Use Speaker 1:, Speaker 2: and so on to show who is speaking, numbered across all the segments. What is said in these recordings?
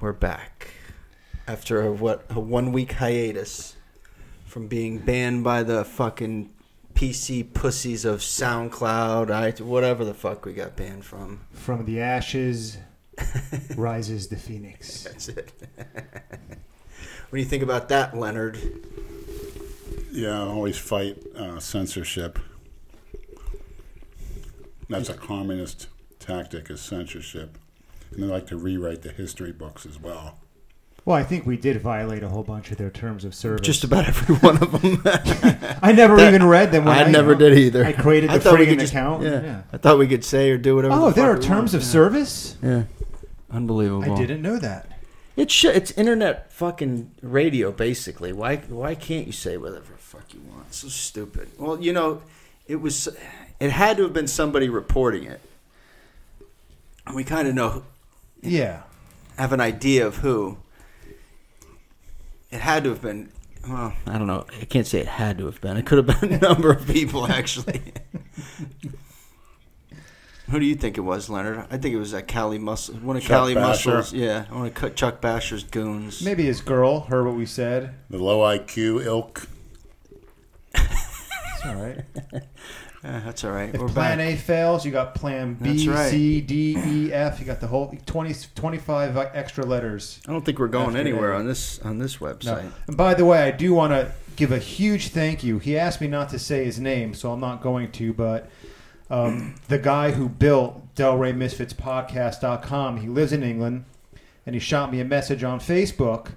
Speaker 1: We're back after a, what a one week hiatus from being banned by the fucking PC pussies of SoundCloud, I whatever the fuck we got banned from.
Speaker 2: From the ashes rises the phoenix.
Speaker 1: That's it. what do you think about that, Leonard?
Speaker 3: Yeah, I always fight uh, censorship. That's a communist tactic is censorship. And they like to rewrite the history books as well.
Speaker 2: Well, I think we did violate a whole bunch of their terms of service.
Speaker 1: Just about every one of them.
Speaker 2: I never even read them. When
Speaker 1: I, never did either.
Speaker 2: I created
Speaker 1: I
Speaker 2: the
Speaker 1: thought we
Speaker 2: friggin'
Speaker 1: could just-
Speaker 2: account.
Speaker 1: Yeah, I thought we could say or do whatever.
Speaker 2: Oh,
Speaker 1: the
Speaker 2: there
Speaker 1: fuck
Speaker 2: are
Speaker 1: we
Speaker 2: terms of
Speaker 1: want.
Speaker 2: service.
Speaker 1: yeah. Yeah. Unbelievable.
Speaker 2: I didn't know that.
Speaker 1: It's sh- it's internet fucking radio basically. Why why can't you say whatever the fuck you want? So stupid. Well, you know, it was it had to have been somebody reporting it. And we kind of know
Speaker 2: Yeah.
Speaker 1: have an idea of who. It had to have been well, I don't know. I can't say it had to have been. It could have been a number of people actually. Who do you think it was, Leonard? I think it was that Cali Muscle, one of
Speaker 3: Chuck
Speaker 1: Cali
Speaker 3: Basher.
Speaker 1: Muscle's, yeah, one of Cu- Chuck Basher's goons.
Speaker 2: Maybe his girl heard what we said.
Speaker 3: The low IQ ilk.
Speaker 2: It's all right.
Speaker 1: Yeah, that's all right.
Speaker 2: If
Speaker 1: We're
Speaker 2: plan
Speaker 1: back.
Speaker 2: A fails, you got plan B,
Speaker 1: That's right.
Speaker 2: C, D, E, F. You got the whole 20, 25 extra letters.
Speaker 1: I don't think we're going
Speaker 2: After
Speaker 1: anywhere
Speaker 2: A.
Speaker 1: on this on this
Speaker 2: No.
Speaker 1: website.
Speaker 2: And by the way, I do want to give a huge thank you. He asked me not to say his name, so I'm not going to, but um, the guy who built Delray Misfits Podcast.com, he lives in England, and he shot me a message on Facebook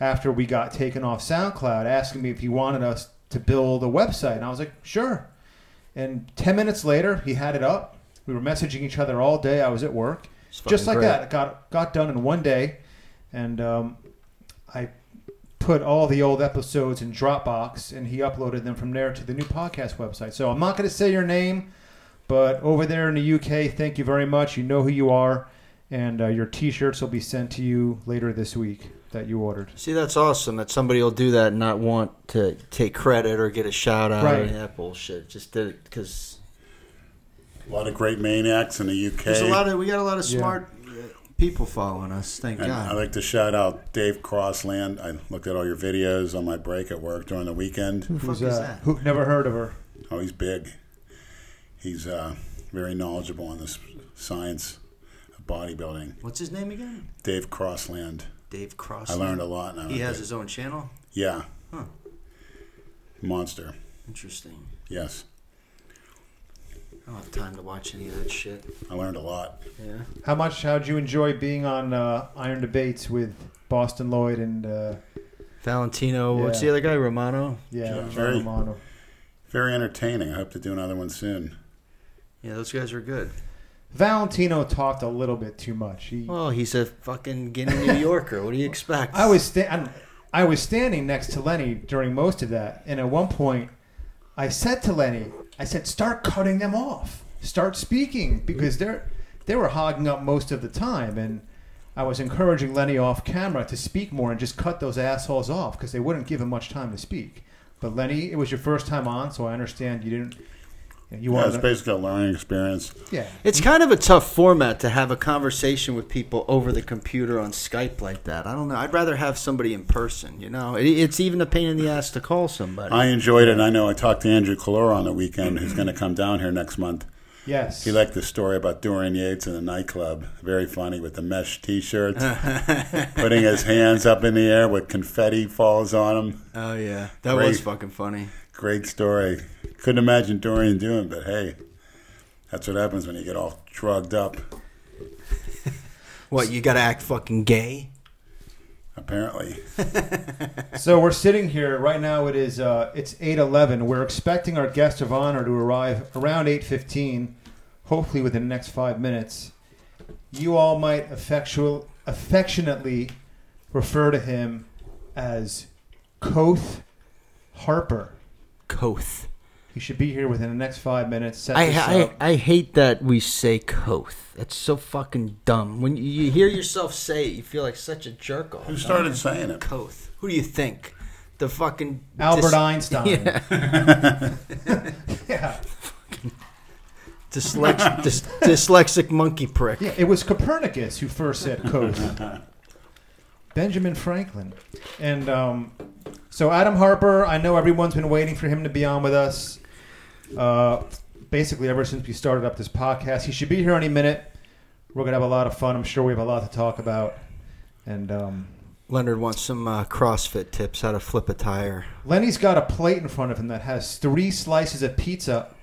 Speaker 2: after we got taken off SoundCloud asking me if he wanted us to build a website. And I was like, sure. And 10 minutes later, he had it up. We were messaging each other all day. I was at work
Speaker 1: It's
Speaker 2: just
Speaker 1: fucking
Speaker 2: like
Speaker 1: great.
Speaker 2: that. It got got done in one day, and um, I put all the old episodes in Dropbox, and he uploaded them from there to the new podcast website. So I'm not going to say your name, but over there in the UK, thank you very much. You know who you are, and uh, your T-shirts will be sent to you later this week that you ordered.
Speaker 1: See, that's awesome that somebody will do that and not want to take credit or get a shout out or
Speaker 2: Right.
Speaker 1: any of that bullshit. Just did it because
Speaker 3: A lot of great maniacs in the UK.
Speaker 1: there's a lot of we got a lot of
Speaker 2: Yeah.
Speaker 1: smart uh people following us. Thank
Speaker 3: And
Speaker 1: God.
Speaker 3: I'd like to shout out Dave Crossland. I looked at all your videos on my break at work during the weekend.
Speaker 1: fuck is that?
Speaker 2: Who never heard of her?
Speaker 3: Oh, he's big. He's uh, very knowledgeable on this science of bodybuilding.
Speaker 1: What's his name again?
Speaker 3: Dave Crossland.
Speaker 1: Dave Cross.
Speaker 3: I learned a lot. And I
Speaker 1: He
Speaker 3: was
Speaker 1: has
Speaker 3: like,
Speaker 1: his own channel.
Speaker 3: Yeah.
Speaker 1: Huh.
Speaker 3: Monster.
Speaker 1: Interesting.
Speaker 3: Yes.
Speaker 1: I don't have time to watch any of that shit.
Speaker 3: I learned a lot.
Speaker 1: Yeah.
Speaker 2: How much? How'd you enjoy being on uh, Iron Debates with Boston Lloyd and uh,
Speaker 1: Valentino. What's
Speaker 2: Yeah.
Speaker 1: the other guy? Romano.
Speaker 2: yeah,
Speaker 3: Yeah,
Speaker 2: John
Speaker 3: very-
Speaker 2: Romano?
Speaker 3: Very entertaining. I hope to do another one soon.
Speaker 1: Yeah, those guys were good.
Speaker 2: Valentino talked a little bit too much. He,
Speaker 1: Well, he's a fucking Guinea New Yorker. What do you expect?
Speaker 2: I was sta- I'm- I was standing next to Lenny during most of that, and at one point, I said to Lenny, I said, "Start cutting them off. Start speaking because they're they were hogging up most of the time." And I was encouraging Lenny off camera to speak more and just cut those assholes off because they wouldn't give him much time to speak. But Lenny, it was your first time on, so I understand you didn't. You
Speaker 3: Yeah, it's
Speaker 2: wanted, to-
Speaker 3: basically a learning experience.
Speaker 2: yeah.
Speaker 1: It's kind of a tough format to have a conversation with people over the computer on Skype like that. I don't know. I'd rather have somebody in person. You know, it, it's even a pain in the ass to call somebody.
Speaker 3: I enjoyed it. and I know I talked to Andrew Kalora on the weekend, who's going to come down here next month.
Speaker 2: Yes.
Speaker 3: He liked the story about Dorian Yates in the nightclub. Very funny with the mesh T-shirts, putting his hands up in the air with confetti falls on him.
Speaker 1: oh yeah, that
Speaker 3: Great.
Speaker 1: was fucking funny.
Speaker 3: Great story. Couldn't imagine Dorian doing, but hey, that's what happens when you get all drugged up.
Speaker 1: What you got to act fucking gay?
Speaker 3: Apparently,
Speaker 2: So we're sitting here right now. It is uh, it's eight eleven. We're expecting our guest of honor to arrive around eight fifteen, hopefully within the next five minutes. You all might affectual, affectionately refer to him as Koth Harper.
Speaker 1: Coth.
Speaker 2: He should be here within the next five minutes. Set this
Speaker 1: I,
Speaker 2: up.
Speaker 1: I I hate that we say coth. That's so fucking dumb. When you, you hear yourself say it, you feel like such a jerk off.
Speaker 3: who started saying it?
Speaker 1: Coth. Who do you think? The fucking dys-
Speaker 2: Albert Einstein.
Speaker 1: Yeah.
Speaker 2: yeah,
Speaker 1: Dyslex- dys- dyslexic monkey prick.
Speaker 2: yeah. It was Copernicus who first said Koth. Benjamin Franklin. And um, so Adam Harper, I know everyone's been waiting for him to be on with us. Uh, basically, ever since we started up this podcast, he should be here any minute. We're gonna have a lot of fun. I'm sure we have a lot to talk about. And um,
Speaker 1: Leonard wants some uh, CrossFit tips how to flip a tire.
Speaker 2: Lenny's got a plate in front of him that has three slices of pizza,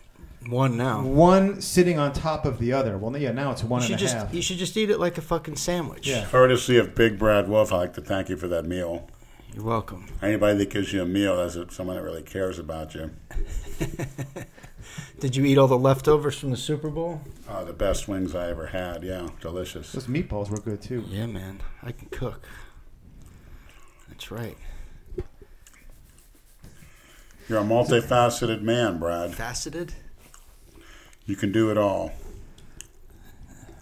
Speaker 1: One now.
Speaker 2: one sitting on top of the other. Well, yeah, now it's one
Speaker 1: You
Speaker 2: and a
Speaker 1: should
Speaker 2: half.
Speaker 1: just you should just eat it like a fucking sandwich.
Speaker 2: Yeah.
Speaker 3: Courtesy of Big Brad Wolf, I'd like to thank you for that meal.
Speaker 1: You're welcome.
Speaker 3: Anybody that gives you a meal, that's someone that really cares about you.
Speaker 1: Did you eat all the leftovers from the Super Bowl?
Speaker 3: Uh, the best wings I ever had. Yeah, delicious.
Speaker 2: Those meatballs were good too.
Speaker 1: Yeah, man. I can cook. That's right.
Speaker 3: You're a multifaceted man, Brad.
Speaker 1: Faceted?
Speaker 3: You can do it all.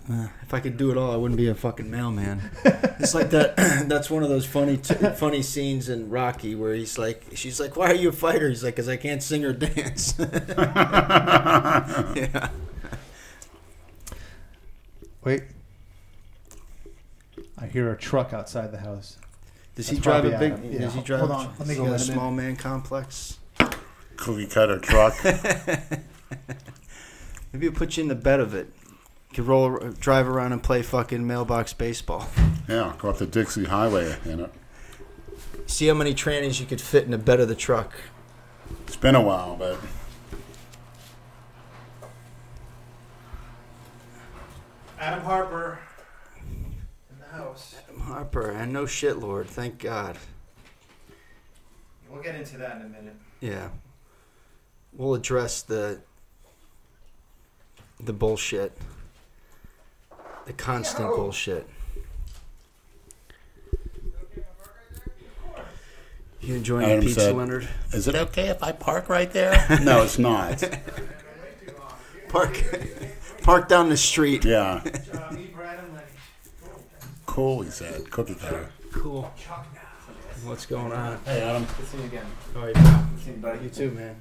Speaker 1: If I could do it all, I wouldn't be a fucking mailman. it's like that. That's one of those funny, t- funny scenes in Rocky where he's like, she's like, "Why are you a fighter?" He's like, "Cause I can't sing or dance." yeah.
Speaker 2: Wait. I hear a truck outside the house.
Speaker 1: Does
Speaker 2: That's
Speaker 1: he drive
Speaker 2: probably
Speaker 1: a big?
Speaker 2: Adam. Yeah.
Speaker 1: Does he drive?
Speaker 2: Hold on, let me
Speaker 1: He's
Speaker 2: go
Speaker 1: got a
Speaker 2: let him in.
Speaker 1: small man complex.
Speaker 3: Cookie cutter truck.
Speaker 1: Maybe he'll put you in the bed of it. Could roll, drive around and play fucking mailbox baseball.
Speaker 3: yeah, go up the Dixie Highway in it.
Speaker 1: See how many trannies you could fit in the bed of the truck.
Speaker 3: It's been a while, but
Speaker 2: Adam Harper in the house.
Speaker 1: Harper, and no shit, Lord. Thank God.
Speaker 2: We'll get into that in a minute.
Speaker 1: Yeah. We'll address the the bullshit. The constant bullshit. You enjoying
Speaker 3: Adam
Speaker 1: the pizza,
Speaker 3: said-
Speaker 1: Leonard?
Speaker 3: is it okay if I park right there? no, it's not.
Speaker 1: Park park down the street.
Speaker 3: Yeah. Cool, he said. Cookie cutter.
Speaker 1: Cool. What's going on?
Speaker 3: Hey, Adam.
Speaker 1: How are you, pal? You too, man.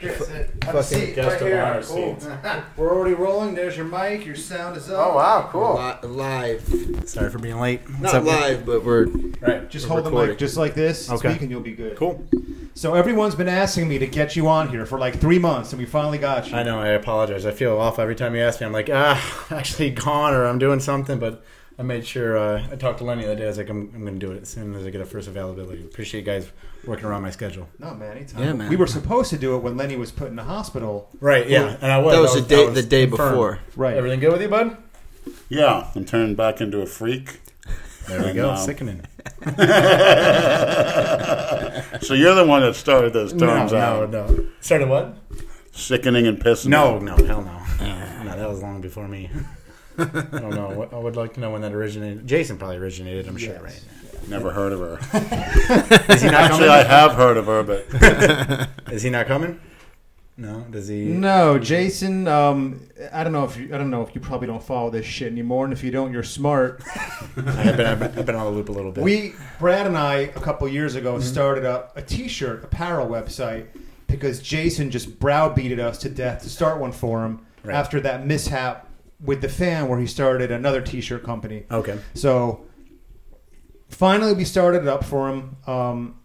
Speaker 2: Have a
Speaker 1: Fucking
Speaker 2: seat right
Speaker 3: guest of
Speaker 2: here.
Speaker 3: honor
Speaker 2: Cool. We're already rolling. There's your mic. Your sound is up.
Speaker 4: Oh wow, cool.
Speaker 1: Li- live.
Speaker 4: Sorry for being late. What's
Speaker 1: Not
Speaker 4: up, man?
Speaker 1: live, but we're
Speaker 4: Right.
Speaker 2: Just
Speaker 1: We're
Speaker 2: hold the
Speaker 1: recording.
Speaker 2: mic just like this.
Speaker 4: Okay.
Speaker 2: Speak and you'll be good.
Speaker 4: Cool.
Speaker 2: So everyone's been asking me to get you on here for like three months, and we finally got you.
Speaker 4: I know. I apologize. I feel awful every time you ask me. I'm like, ah, actually gone or I'm doing something. But I made sure uh, I talked to Lenny the other day. I was like, I'm, I'm going to do it as soon as I get a first availability. Appreciate you guys working around my schedule.
Speaker 2: No man, anytime.
Speaker 1: Yeah, man.
Speaker 2: We were supposed to do it when Lenny was put in the hospital.
Speaker 4: Right. Yeah. And I was.
Speaker 1: that was
Speaker 4: I
Speaker 1: the day
Speaker 4: I was
Speaker 1: the day
Speaker 4: confirmed.
Speaker 1: before.
Speaker 2: Right.
Speaker 4: Everything good with you, bud?
Speaker 3: Yeah, I'm turning back into a freak.
Speaker 4: There
Speaker 1: Uh,
Speaker 4: we
Speaker 3: And,
Speaker 4: go.
Speaker 3: um,
Speaker 4: Sickening.
Speaker 3: So you're the one that started those terms
Speaker 4: no, no,
Speaker 3: out.
Speaker 4: no. Started what?
Speaker 3: Sickening and pissing.
Speaker 4: No, no, hell no. No, that was long before me. I don't know. I would like to know when that originated. Jason probably originated, I'm sure,
Speaker 2: Yes.
Speaker 4: right?
Speaker 3: Never heard of her.
Speaker 4: Is he not
Speaker 3: Actually, I
Speaker 4: coming?
Speaker 3: have heard of her, but
Speaker 4: Is he not coming? No, does he?
Speaker 2: No, Jason. Um, I don't know if you. I don't know if you probably don't follow this shit anymore, and if you don't, you're smart.
Speaker 4: I've been, I've been, I've been on the loop a little bit.
Speaker 2: We, Brad and I, a couple years ago,
Speaker 4: Mm-hmm.
Speaker 2: started up a T-shirt apparel website because Jason just browbeated us to death to start one for him
Speaker 4: Right.
Speaker 2: after that mishap with the fan where he started another T-shirt company.
Speaker 4: okay.
Speaker 2: So finally, we started it up for him. Um,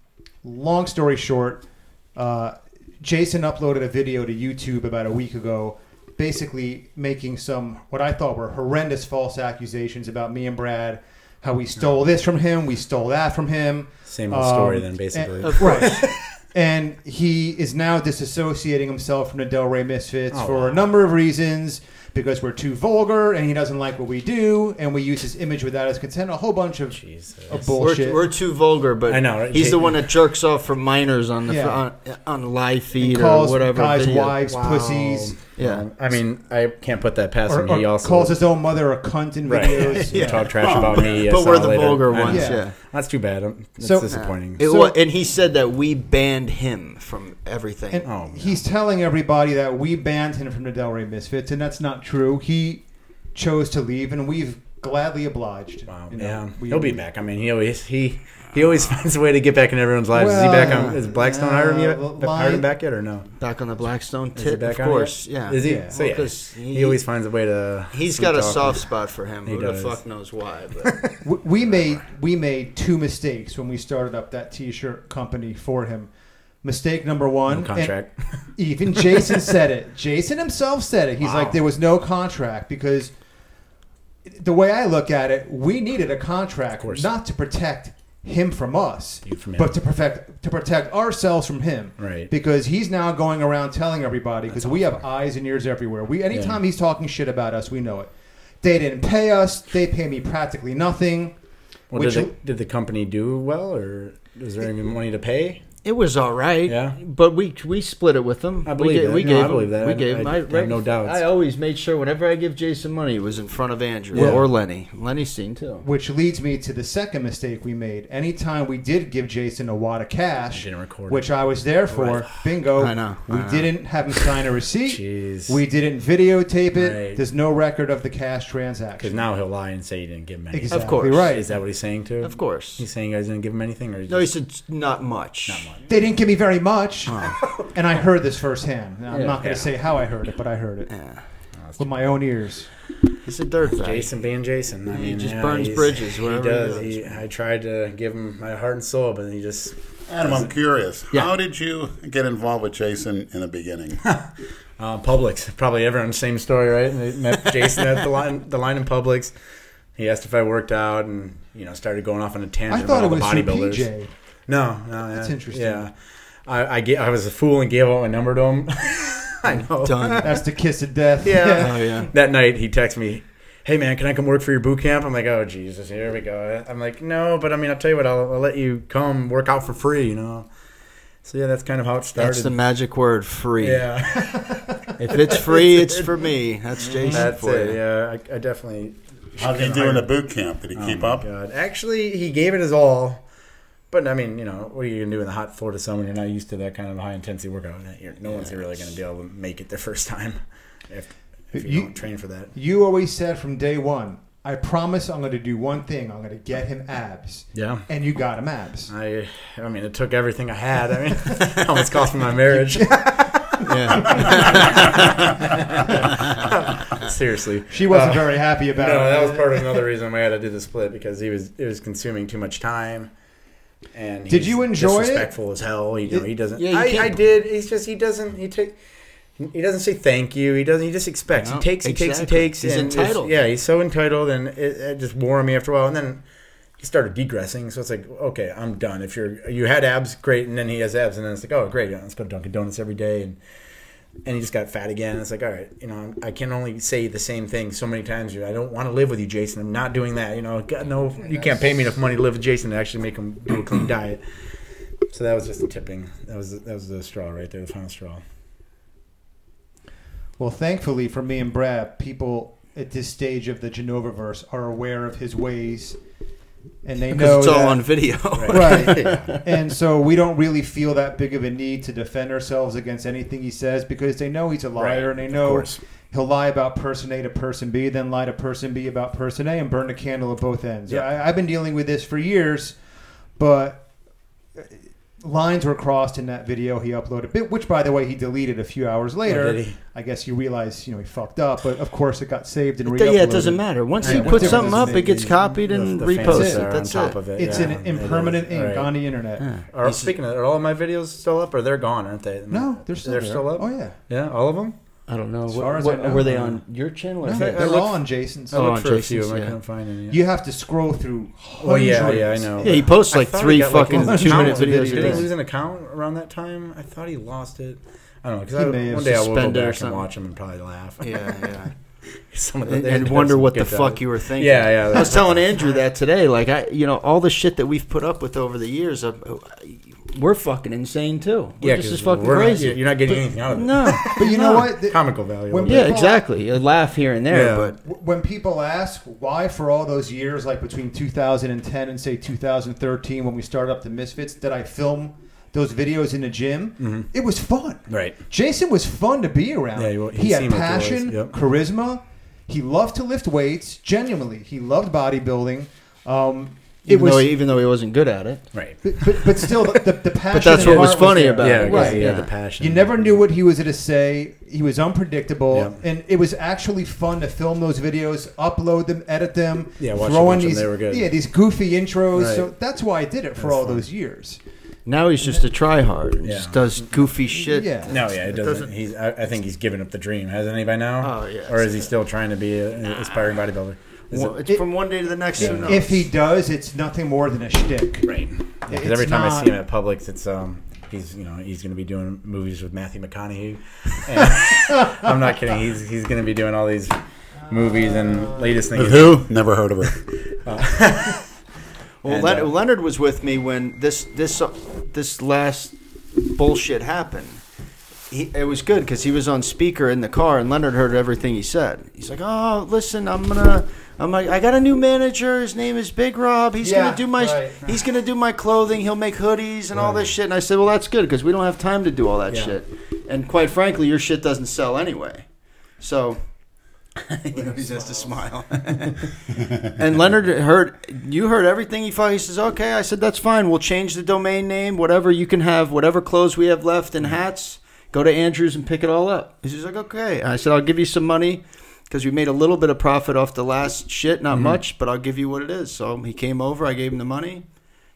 Speaker 2: long story short, uh, Jason uploaded a video to YouTube about a week ago, basically making some what I thought were horrendous false accusations about me and Brad. How we stole this from him, we stole that from him.
Speaker 4: Same old story
Speaker 2: Um,
Speaker 4: then, basically.
Speaker 2: and- right. and he is now disassociating himself from the Del Rey Misfits
Speaker 4: Oh,
Speaker 2: for
Speaker 4: wow.
Speaker 2: a number of reasons because we're too vulgar and he doesn't like what we do and we use his image without his consent. A whole bunch of
Speaker 4: Jesus.
Speaker 2: a bullshit.
Speaker 1: We're, we're too vulgar, but
Speaker 4: I know, right?
Speaker 1: he's the
Speaker 4: Jay-
Speaker 1: one that jerks off for minors on the
Speaker 2: Yeah.
Speaker 1: on, on live
Speaker 2: and
Speaker 1: feed or
Speaker 2: calls
Speaker 1: whatever.
Speaker 2: guys
Speaker 1: video.
Speaker 2: wives
Speaker 4: Wow.
Speaker 2: pussies
Speaker 1: Yeah,
Speaker 4: Um, I mean, I can't put that past
Speaker 2: or,
Speaker 4: him. He
Speaker 2: or
Speaker 4: also
Speaker 2: calls his own mother a cunt in
Speaker 4: right.
Speaker 2: videos.
Speaker 4: He talked trash about me. I
Speaker 1: but
Speaker 4: saw
Speaker 1: we're the
Speaker 4: later.
Speaker 1: vulgar
Speaker 4: I know.
Speaker 1: ones.
Speaker 2: Yeah.
Speaker 1: Yeah,
Speaker 4: That's too bad. Um, That's
Speaker 2: So-
Speaker 4: disappointing.
Speaker 1: It
Speaker 2: So-
Speaker 1: wa- and he said that we banned him from everything.
Speaker 2: And
Speaker 4: Oh, man.
Speaker 2: he's telling everybody that we banned him from the Del Rey Misfits, and that's not true. He chose to leave, and we've gladly obliged.
Speaker 4: Wow.
Speaker 2: You know,
Speaker 4: um, yeah.
Speaker 2: we-
Speaker 4: He'll be back. I mean, he always he he always finds a way to get back in everyone's lives. is he
Speaker 2: Well,
Speaker 4: back on? Is Blackstone
Speaker 2: uh,
Speaker 4: hiring yet?
Speaker 2: well,
Speaker 4: hired him
Speaker 2: my-
Speaker 4: back yet or no?
Speaker 1: Back on the Blackstone
Speaker 4: Is he
Speaker 1: tip,
Speaker 4: back
Speaker 1: of
Speaker 4: on yet?
Speaker 1: course. Yeah.
Speaker 4: Is he?
Speaker 2: Yeah.
Speaker 4: So
Speaker 1: Well,
Speaker 4: yeah,
Speaker 1: 'cause
Speaker 4: he, always finds a way to.
Speaker 1: He's
Speaker 4: sweet
Speaker 1: got a
Speaker 4: talk
Speaker 1: soft
Speaker 4: him.
Speaker 1: spot for him.
Speaker 4: He
Speaker 1: Who
Speaker 4: does.
Speaker 1: the fuck knows why? But
Speaker 2: We- we made we made two mistakes when we started up that T-shirt company for him. Mistake number one,
Speaker 4: No contract.
Speaker 2: and even Jason said it. Jason himself said it. He's
Speaker 4: Wow.
Speaker 2: like, there was no contract because the way I look at it, we needed a contract,
Speaker 4: course.
Speaker 2: not to protect him from us,
Speaker 4: You from him.
Speaker 2: but to protect to protect ourselves from him.
Speaker 4: Right.
Speaker 2: Because he's now going around telling everybody because we have eyes and ears everywhere. We anytime he's talking shit about us, we know it. They didn't pay us. They pay me practically nothing.
Speaker 4: Well,
Speaker 2: which-
Speaker 4: did, the, did the company do well, or is there any money to pay?
Speaker 1: it was all right.
Speaker 4: Yeah.
Speaker 1: But we we split it with him.
Speaker 4: I believe
Speaker 1: we ga- We
Speaker 4: that. No,
Speaker 1: gave
Speaker 4: I
Speaker 1: him-
Speaker 4: believe that.
Speaker 1: We
Speaker 4: I-
Speaker 1: gave him.
Speaker 4: I have no doubts.
Speaker 1: I always made sure whenever I give Jason money, it was in front of Andrew
Speaker 2: Yeah.
Speaker 1: or Lenny. Lenny's seen too.
Speaker 2: Which leads me to the second mistake we made. Anytime we did give Jason a wad of cash,
Speaker 4: You didn't record it.
Speaker 2: which I was there for, bingo.
Speaker 1: I know,
Speaker 2: We
Speaker 1: I know.
Speaker 2: didn't have him sign a receipt.
Speaker 4: Jeez.
Speaker 2: we didn't videotape it.
Speaker 4: Right.
Speaker 2: There's no record of the cash
Speaker 4: because
Speaker 2: transaction.
Speaker 4: now he'll lie and say he didn't give him anything.
Speaker 2: Exactly
Speaker 1: course.
Speaker 2: right.
Speaker 4: Is that what he's saying too?
Speaker 1: Of course.
Speaker 4: He's saying you guys didn't give him anything, or
Speaker 1: No, he
Speaker 4: just-
Speaker 1: said not much.
Speaker 4: Not much.
Speaker 2: They didn't give me very much, and I heard this firsthand. Now, I'm
Speaker 1: Yeah.
Speaker 2: not going to say
Speaker 4: Yeah.
Speaker 2: how I heard it, but I heard it
Speaker 1: Yeah.
Speaker 2: with my own ears.
Speaker 1: He's a dirt bag.
Speaker 4: Jason being Jason. I
Speaker 1: He
Speaker 4: mean,
Speaker 1: just
Speaker 4: yeah,
Speaker 1: burns
Speaker 4: he's-
Speaker 1: bridges,
Speaker 4: He
Speaker 1: whatever he
Speaker 4: does.
Speaker 1: does.
Speaker 4: He- I tried to give him my heart and soul, but he just
Speaker 3: Adam, I'm curious.
Speaker 1: Yeah.
Speaker 3: How did you get involved with Jason in the beginning?
Speaker 4: Uh, Publix, probably everyone's same story, right? And they met Jason at the line, the line in Publix. He asked if I worked out, and you know, started going off on a tangent
Speaker 2: I thought it
Speaker 4: about
Speaker 2: was
Speaker 4: all
Speaker 2: through
Speaker 4: the bodybuilders.
Speaker 2: PJ.
Speaker 4: No, no, that's
Speaker 2: interesting.
Speaker 4: Yeah, I, I, ga- I was a fool and gave out my number to him. I know.
Speaker 1: Done.
Speaker 2: That's the kiss of death.
Speaker 4: Yeah.
Speaker 1: oh yeah.
Speaker 4: That night, he texted me, "Hey man, can I come work for your boot camp?" I'm like, "Oh Jesus, here we go." I'm like, "No, but I mean, I'll tell you what, I'll, I'll let you come work out for free," you know. So yeah, that's kind of how it started.
Speaker 1: That's the magic word, free.
Speaker 4: yeah.
Speaker 1: If it's free, it's for me. That's Jason
Speaker 4: Mm-hmm. That's
Speaker 1: for
Speaker 4: it.
Speaker 1: you.
Speaker 4: Yeah, I, I definitely.
Speaker 3: How did he do in the boot camp? Did he
Speaker 4: Oh
Speaker 3: keep
Speaker 4: my
Speaker 3: up?
Speaker 4: God. Actually, he gave it his all. But I mean, you know, what are you gonna do in the hot Florida summer? You're not used to that kind of high intensity workout. and You're, no one's really gonna be able to make it their first time if, if you,
Speaker 2: You-
Speaker 4: don't train for that.
Speaker 2: You always said from day one, I promise I'm going to do one thing. I'm going to get him abs.
Speaker 4: Yeah.
Speaker 2: And you got him abs.
Speaker 4: I, I mean, it took everything I had. I mean, it almost cost me my marriage.
Speaker 1: Yeah.
Speaker 4: Seriously,
Speaker 2: She wasn't
Speaker 4: Uh,
Speaker 2: very happy about
Speaker 4: No,
Speaker 2: it.
Speaker 4: that was part of another reason we had to do the split because he was it was consuming too much time. And
Speaker 2: Did
Speaker 4: he's
Speaker 2: you enjoy it?
Speaker 4: Disrespectful as hell. You know, he doesn't.
Speaker 1: Yeah, you
Speaker 4: I, I
Speaker 1: can't-
Speaker 4: did. He's just he doesn't. He take. He doesn't say thank you. He doesn't. He just expects.
Speaker 1: No,
Speaker 4: he takes. He takes. He
Speaker 1: exactly.
Speaker 4: takes.
Speaker 1: He's
Speaker 4: and it's-
Speaker 1: entitled.
Speaker 4: Yeah, he's so entitled, and it, it just wore on me after a while. And then he started degressing. So it's like, okay, I'm done. If you're you had abs, great. And then he has abs, and then it's like, oh, great. yeah, Let's go to Dunkin' Donuts every day. And and he just got fat again. And it's like, all right, you know, I can only say the same thing so many times. I don't want to live with you, Jason. I'm not doing that. You know, God, no, you can't pay me enough money to live with Jason to actually make him do a clean diet. So that was just the tipping. That was that was the straw right there, the final straw.
Speaker 2: Well, thankfully for me and Brad, people at this stage of the Genova verse are aware of his ways, and they know
Speaker 1: it's all
Speaker 2: that-
Speaker 1: on video.
Speaker 2: right. And so we don't really feel that big of a need to defend ourselves against anything he says because they know he's a liar,
Speaker 4: Right,
Speaker 2: and they
Speaker 4: of
Speaker 2: know
Speaker 4: course.
Speaker 2: he'll lie about person A to person B, then lie to person B about person A, and burn the candle at both ends.
Speaker 4: Yeah.
Speaker 2: I, I've been dealing with this for years, but uh, lines were crossed in that video he uploaded, bi- which, by the way, he deleted a few hours later.
Speaker 4: Oh, did he?
Speaker 2: I guess you realize you know he fucked up, but of course it got saved and re-uploaded.
Speaker 1: yeah, it doesn't matter. Once
Speaker 2: Yeah,
Speaker 1: he
Speaker 2: what
Speaker 1: puts
Speaker 2: difference
Speaker 1: something up,
Speaker 2: does it
Speaker 1: it gets
Speaker 4: The-
Speaker 1: copied
Speaker 4: the-
Speaker 1: and
Speaker 4: the fans
Speaker 1: reposted.
Speaker 4: are on
Speaker 1: That's
Speaker 4: top
Speaker 1: it.
Speaker 4: of it.
Speaker 2: It's
Speaker 4: yeah,
Speaker 2: an
Speaker 4: it is.
Speaker 2: impermanent ink
Speaker 4: Right.
Speaker 2: on the internet.
Speaker 1: Yeah.
Speaker 4: Are,
Speaker 1: He's-
Speaker 4: speaking of that, are all my videos still up or they're gone, aren't they?
Speaker 2: No, they're still
Speaker 4: they're
Speaker 2: there.
Speaker 4: still up.
Speaker 2: Oh yeah,
Speaker 4: Yeah, all of them.
Speaker 1: I don't know.
Speaker 2: As
Speaker 1: What-
Speaker 2: far as I
Speaker 1: what-
Speaker 2: know,
Speaker 1: were they
Speaker 2: uh,
Speaker 1: on your channel? Or
Speaker 2: no,
Speaker 1: his?
Speaker 4: I
Speaker 2: they're
Speaker 4: looked-
Speaker 2: all on Jason's.
Speaker 4: I
Speaker 1: Oh,
Speaker 4: looked
Speaker 1: on
Speaker 4: for a few of
Speaker 1: Jason's,
Speaker 4: them. I
Speaker 1: yeah.
Speaker 4: couldn't find any.
Speaker 2: You have to scroll through.
Speaker 4: Well, Oh, yeah,
Speaker 2: hundreds.
Speaker 4: yeah, I know.
Speaker 1: yeah, he posts
Speaker 4: I
Speaker 1: like
Speaker 4: thought
Speaker 1: three
Speaker 4: he got, like,
Speaker 1: fucking
Speaker 4: an
Speaker 1: two minute
Speaker 4: account with
Speaker 1: videos.
Speaker 4: it.
Speaker 1: a
Speaker 4: Did he
Speaker 1: day.
Speaker 4: lose an account around that time? I thought he lost it. I don't know
Speaker 2: He
Speaker 4: because
Speaker 2: may have
Speaker 4: one day I will go
Speaker 1: suspended or
Speaker 4: back and
Speaker 1: something.
Speaker 4: watch him and probably laugh.
Speaker 1: Yeah, yeah.
Speaker 4: Some of the-
Speaker 1: and,
Speaker 4: they
Speaker 1: and
Speaker 4: did
Speaker 1: wonder
Speaker 4: some
Speaker 1: what
Speaker 4: good
Speaker 1: the fuck
Speaker 4: dives.
Speaker 1: you were thinking.
Speaker 4: Yeah, yeah,
Speaker 1: I was
Speaker 4: that's-
Speaker 1: telling Andrew that today. Like I, you know, all the shit that we've put up with over the years, uh, we're fucking insane too. We're
Speaker 4: Yeah,
Speaker 1: just
Speaker 4: 'cause
Speaker 1: as fucking
Speaker 4: we're not-
Speaker 1: crazy.
Speaker 4: you're not getting anything out of it.
Speaker 1: no,
Speaker 2: But you know what? The-
Speaker 4: Comical value.
Speaker 2: When-
Speaker 4: of it.
Speaker 1: yeah, exactly. A laugh here and there,
Speaker 4: Yeah.
Speaker 1: but
Speaker 2: w- When people ask why, for all those years, like between 2010 and say 2013, when we started up the Misfits, did I film those videos in the gym? It was fun.
Speaker 4: Mm-hmm. Right.
Speaker 2: Jason was fun to be around.
Speaker 4: Yeah, he wa- he
Speaker 2: he, had
Speaker 4: seemed like he was,
Speaker 2: passion,
Speaker 4: yep.
Speaker 2: charisma. He loved to lift weights. Genuinely, he loved bodybuilding. Um, it
Speaker 1: Even
Speaker 2: was,
Speaker 1: though he, even though he wasn't good at it.
Speaker 4: Right.
Speaker 2: but, but- but still, the, the, the passion.
Speaker 1: that's
Speaker 2: and
Speaker 1: what was
Speaker 2: heart
Speaker 1: funny
Speaker 2: there.
Speaker 1: about
Speaker 4: Yeah,
Speaker 1: it.
Speaker 2: Right.
Speaker 4: right. yeah,
Speaker 1: yeah.
Speaker 4: the passion.
Speaker 2: You never knew what he was going to say. He was unpredictable,
Speaker 4: Yeah.
Speaker 2: and it was actually fun to film those videos, upload them, edit them,
Speaker 4: Yeah, watch-
Speaker 2: throw in
Speaker 4: watch them.
Speaker 2: these
Speaker 4: They were good.
Speaker 2: yeah these goofy intros.
Speaker 4: Right.
Speaker 2: So that's why I did it for
Speaker 4: That's
Speaker 2: all
Speaker 4: fun.
Speaker 2: those years.
Speaker 1: Now he's just a tryhard and
Speaker 4: Yeah.
Speaker 1: just does goofy shit.
Speaker 2: Yeah.
Speaker 4: No, yeah, it doesn't.
Speaker 1: doesn't-
Speaker 4: He's. I, I think he's given up the dream, hasn't he? By now.
Speaker 1: Oh, yeah.
Speaker 4: Or is he still trying to be a- an aspiring bodybuilder? Is
Speaker 1: Well,
Speaker 4: it,
Speaker 1: it's from one day to the next. Who knows?
Speaker 2: If he does, it's nothing more than a shtick.
Speaker 4: right. Because
Speaker 2: It's
Speaker 4: every time I
Speaker 2: not-
Speaker 4: see him at Publix, it's um. He's you know he's going to be doing movies with Matthew McConaughey. And- I'm not kidding. He's he's going to be doing all these movies and latest things.
Speaker 3: With who? Never heard of her.
Speaker 1: Well,
Speaker 4: And,
Speaker 1: Len-
Speaker 4: uh,
Speaker 1: Leonard was with me when this this uh, this last bullshit happened. He, it was good because he was on speaker in the car, and Leonard heard everything he said. He's like, "Oh, listen, I'm gonna, I'm like, I got a new manager. His name is Big Rob. He's
Speaker 2: Yeah,
Speaker 1: gonna do my,
Speaker 2: right.
Speaker 1: he's gonna do my clothing. He'll make hoodies and all this shit." And I said, "Well, that's good because we don't have time to do all that
Speaker 4: Yeah.
Speaker 1: shit. And quite frankly, your shit doesn't sell anyway. So you know, he's just a smile. and Leonard heard you heard everything he thought. He says, "Okay." I said, "That's fine. We'll change the domain name. Whatever you can have, whatever clothes we have left and
Speaker 2: Mm-hmm.
Speaker 1: hats, go to Andrews and pick it all up." He's just like, "Okay." And I said, "I'll give you some money." Because we made a little bit of profit off the last shit,
Speaker 2: Mm-hmm.
Speaker 1: not much, but I'll give you what it is. So he came over, I gave him the money.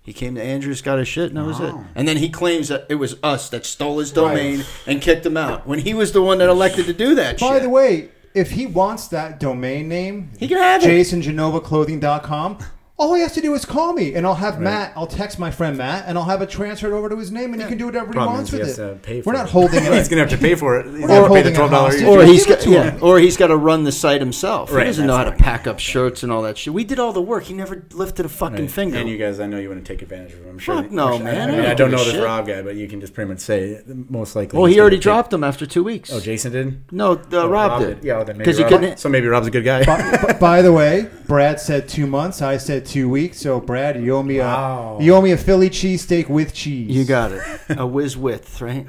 Speaker 1: He came to Andrews, got his shit, and that was it. And then he claims that it was us that stole his domain and kicked him out when he was the one that elected to do that
Speaker 2: By
Speaker 1: shit.
Speaker 2: the way, if he wants that domain name,
Speaker 1: He can have it.
Speaker 2: JasonGenovaclothing.com. All he has to do is call me, and I'll have Matt. I'll text my friend Matt, and I'll have it transferred over to his name, and he can do whatever he
Speaker 4: Problem
Speaker 2: wants
Speaker 4: is he
Speaker 2: with it.
Speaker 4: has to pay for
Speaker 2: We're not
Speaker 4: it.
Speaker 2: holding it.
Speaker 4: he's going to have to pay for it. He's
Speaker 2: not
Speaker 4: going to pay
Speaker 2: holding
Speaker 4: the
Speaker 2: a
Speaker 4: twelve dollars.
Speaker 2: hostage.
Speaker 1: or he's
Speaker 2: Give it
Speaker 1: got
Speaker 2: to
Speaker 1: yeah,
Speaker 2: him.
Speaker 1: or he's got to run the site himself.
Speaker 4: Right,
Speaker 1: he doesn't know
Speaker 4: that's
Speaker 1: how to
Speaker 4: not gonna
Speaker 1: pack up shirts and all that shit. We did all the work. He never lifted a fucking finger.
Speaker 4: And you guys, I know you want to take advantage of him. I'm sure.
Speaker 1: Fuck no,
Speaker 4: I mean,
Speaker 1: man,
Speaker 4: I,
Speaker 1: I
Speaker 4: mean,
Speaker 1: don't
Speaker 4: I don't
Speaker 1: give a
Speaker 4: know this
Speaker 1: shit.
Speaker 4: Rob guy, but you can just pretty much say most likely.
Speaker 1: well,
Speaker 4: he's
Speaker 1: he
Speaker 4: gonna
Speaker 1: already
Speaker 4: take-
Speaker 1: dropped him after two weeks.
Speaker 4: Oh, Jason did. Oh,
Speaker 1: no, the, Rob, did.
Speaker 4: Yeah, well, then maybe
Speaker 1: because he
Speaker 4: Rob-
Speaker 1: couldn't.
Speaker 4: So maybe Rob's a good guy.
Speaker 2: by, b- by the way, Brad said two months. I said two weeks. So Brad, you owe me a
Speaker 4: Wow.
Speaker 2: you owe me a Philly cheesesteak with cheese.
Speaker 1: You got it. A whiz width, right?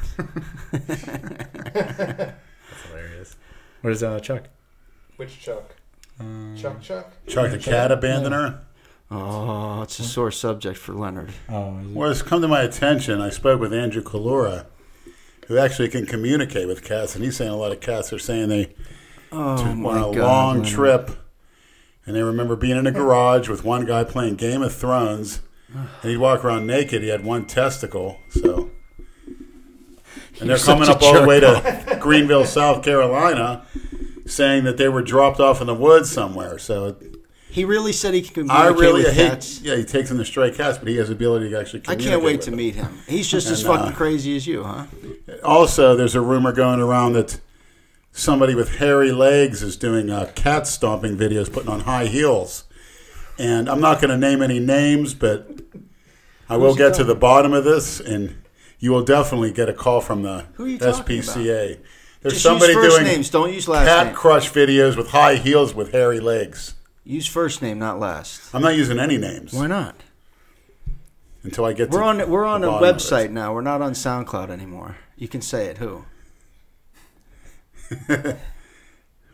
Speaker 4: Hilarious. Where's uh, Chuck?
Speaker 2: which Chuck? Chuck Chuck.
Speaker 3: Chuck the cat abandoner.
Speaker 1: Oh, it's a sore subject for Leonard.
Speaker 4: Oh,
Speaker 3: Well, it's come to my attention. I spoke with Andrew Kalura, who actually can communicate with cats, and he's saying a lot of cats are saying they
Speaker 1: Oh
Speaker 3: took
Speaker 1: my
Speaker 3: on a
Speaker 1: god!
Speaker 3: long
Speaker 1: Leonard.
Speaker 3: trip, and they remember being in a garage with one guy playing Game of Thrones, and he'd walk around naked. He had one testicle, so. And
Speaker 1: You're
Speaker 3: they're coming
Speaker 1: such a
Speaker 3: up all the way
Speaker 1: jerk
Speaker 3: to Greenville, South Carolina, saying that they were dropped off in the woods somewhere. So it,
Speaker 1: He really said he could
Speaker 3: I
Speaker 1: communicate
Speaker 3: really
Speaker 1: with
Speaker 3: hate.
Speaker 1: cats.
Speaker 3: Yeah, he takes them to stray cats, but he has the ability to actually.
Speaker 1: I
Speaker 3: Communicate
Speaker 1: can't wait
Speaker 3: with
Speaker 1: to
Speaker 3: them.
Speaker 1: meet him. He's just as
Speaker 3: And, uh,
Speaker 1: fucking crazy as you, huh?
Speaker 3: Also, there's a rumor going around that somebody with hairy legs is doing uh, cat stomping videos, putting on high heels. And I'm not going to name any names, but I will get to the bottom of this, and you will definitely get a call from the
Speaker 1: Who are you talking
Speaker 3: SPCA. There's
Speaker 1: Just
Speaker 3: somebody
Speaker 1: use first
Speaker 3: doing
Speaker 1: names. Don't use last
Speaker 3: cat
Speaker 1: name.
Speaker 3: crush videos with high heels with hairy legs.
Speaker 1: use first name, not last.
Speaker 3: I'm not using any names
Speaker 1: Why not?
Speaker 3: until I get.
Speaker 1: We're
Speaker 3: to
Speaker 1: on we're on
Speaker 3: the
Speaker 1: a
Speaker 3: bottom of it.
Speaker 1: website now. We're not on SoundCloud anymore. You can say it. Who?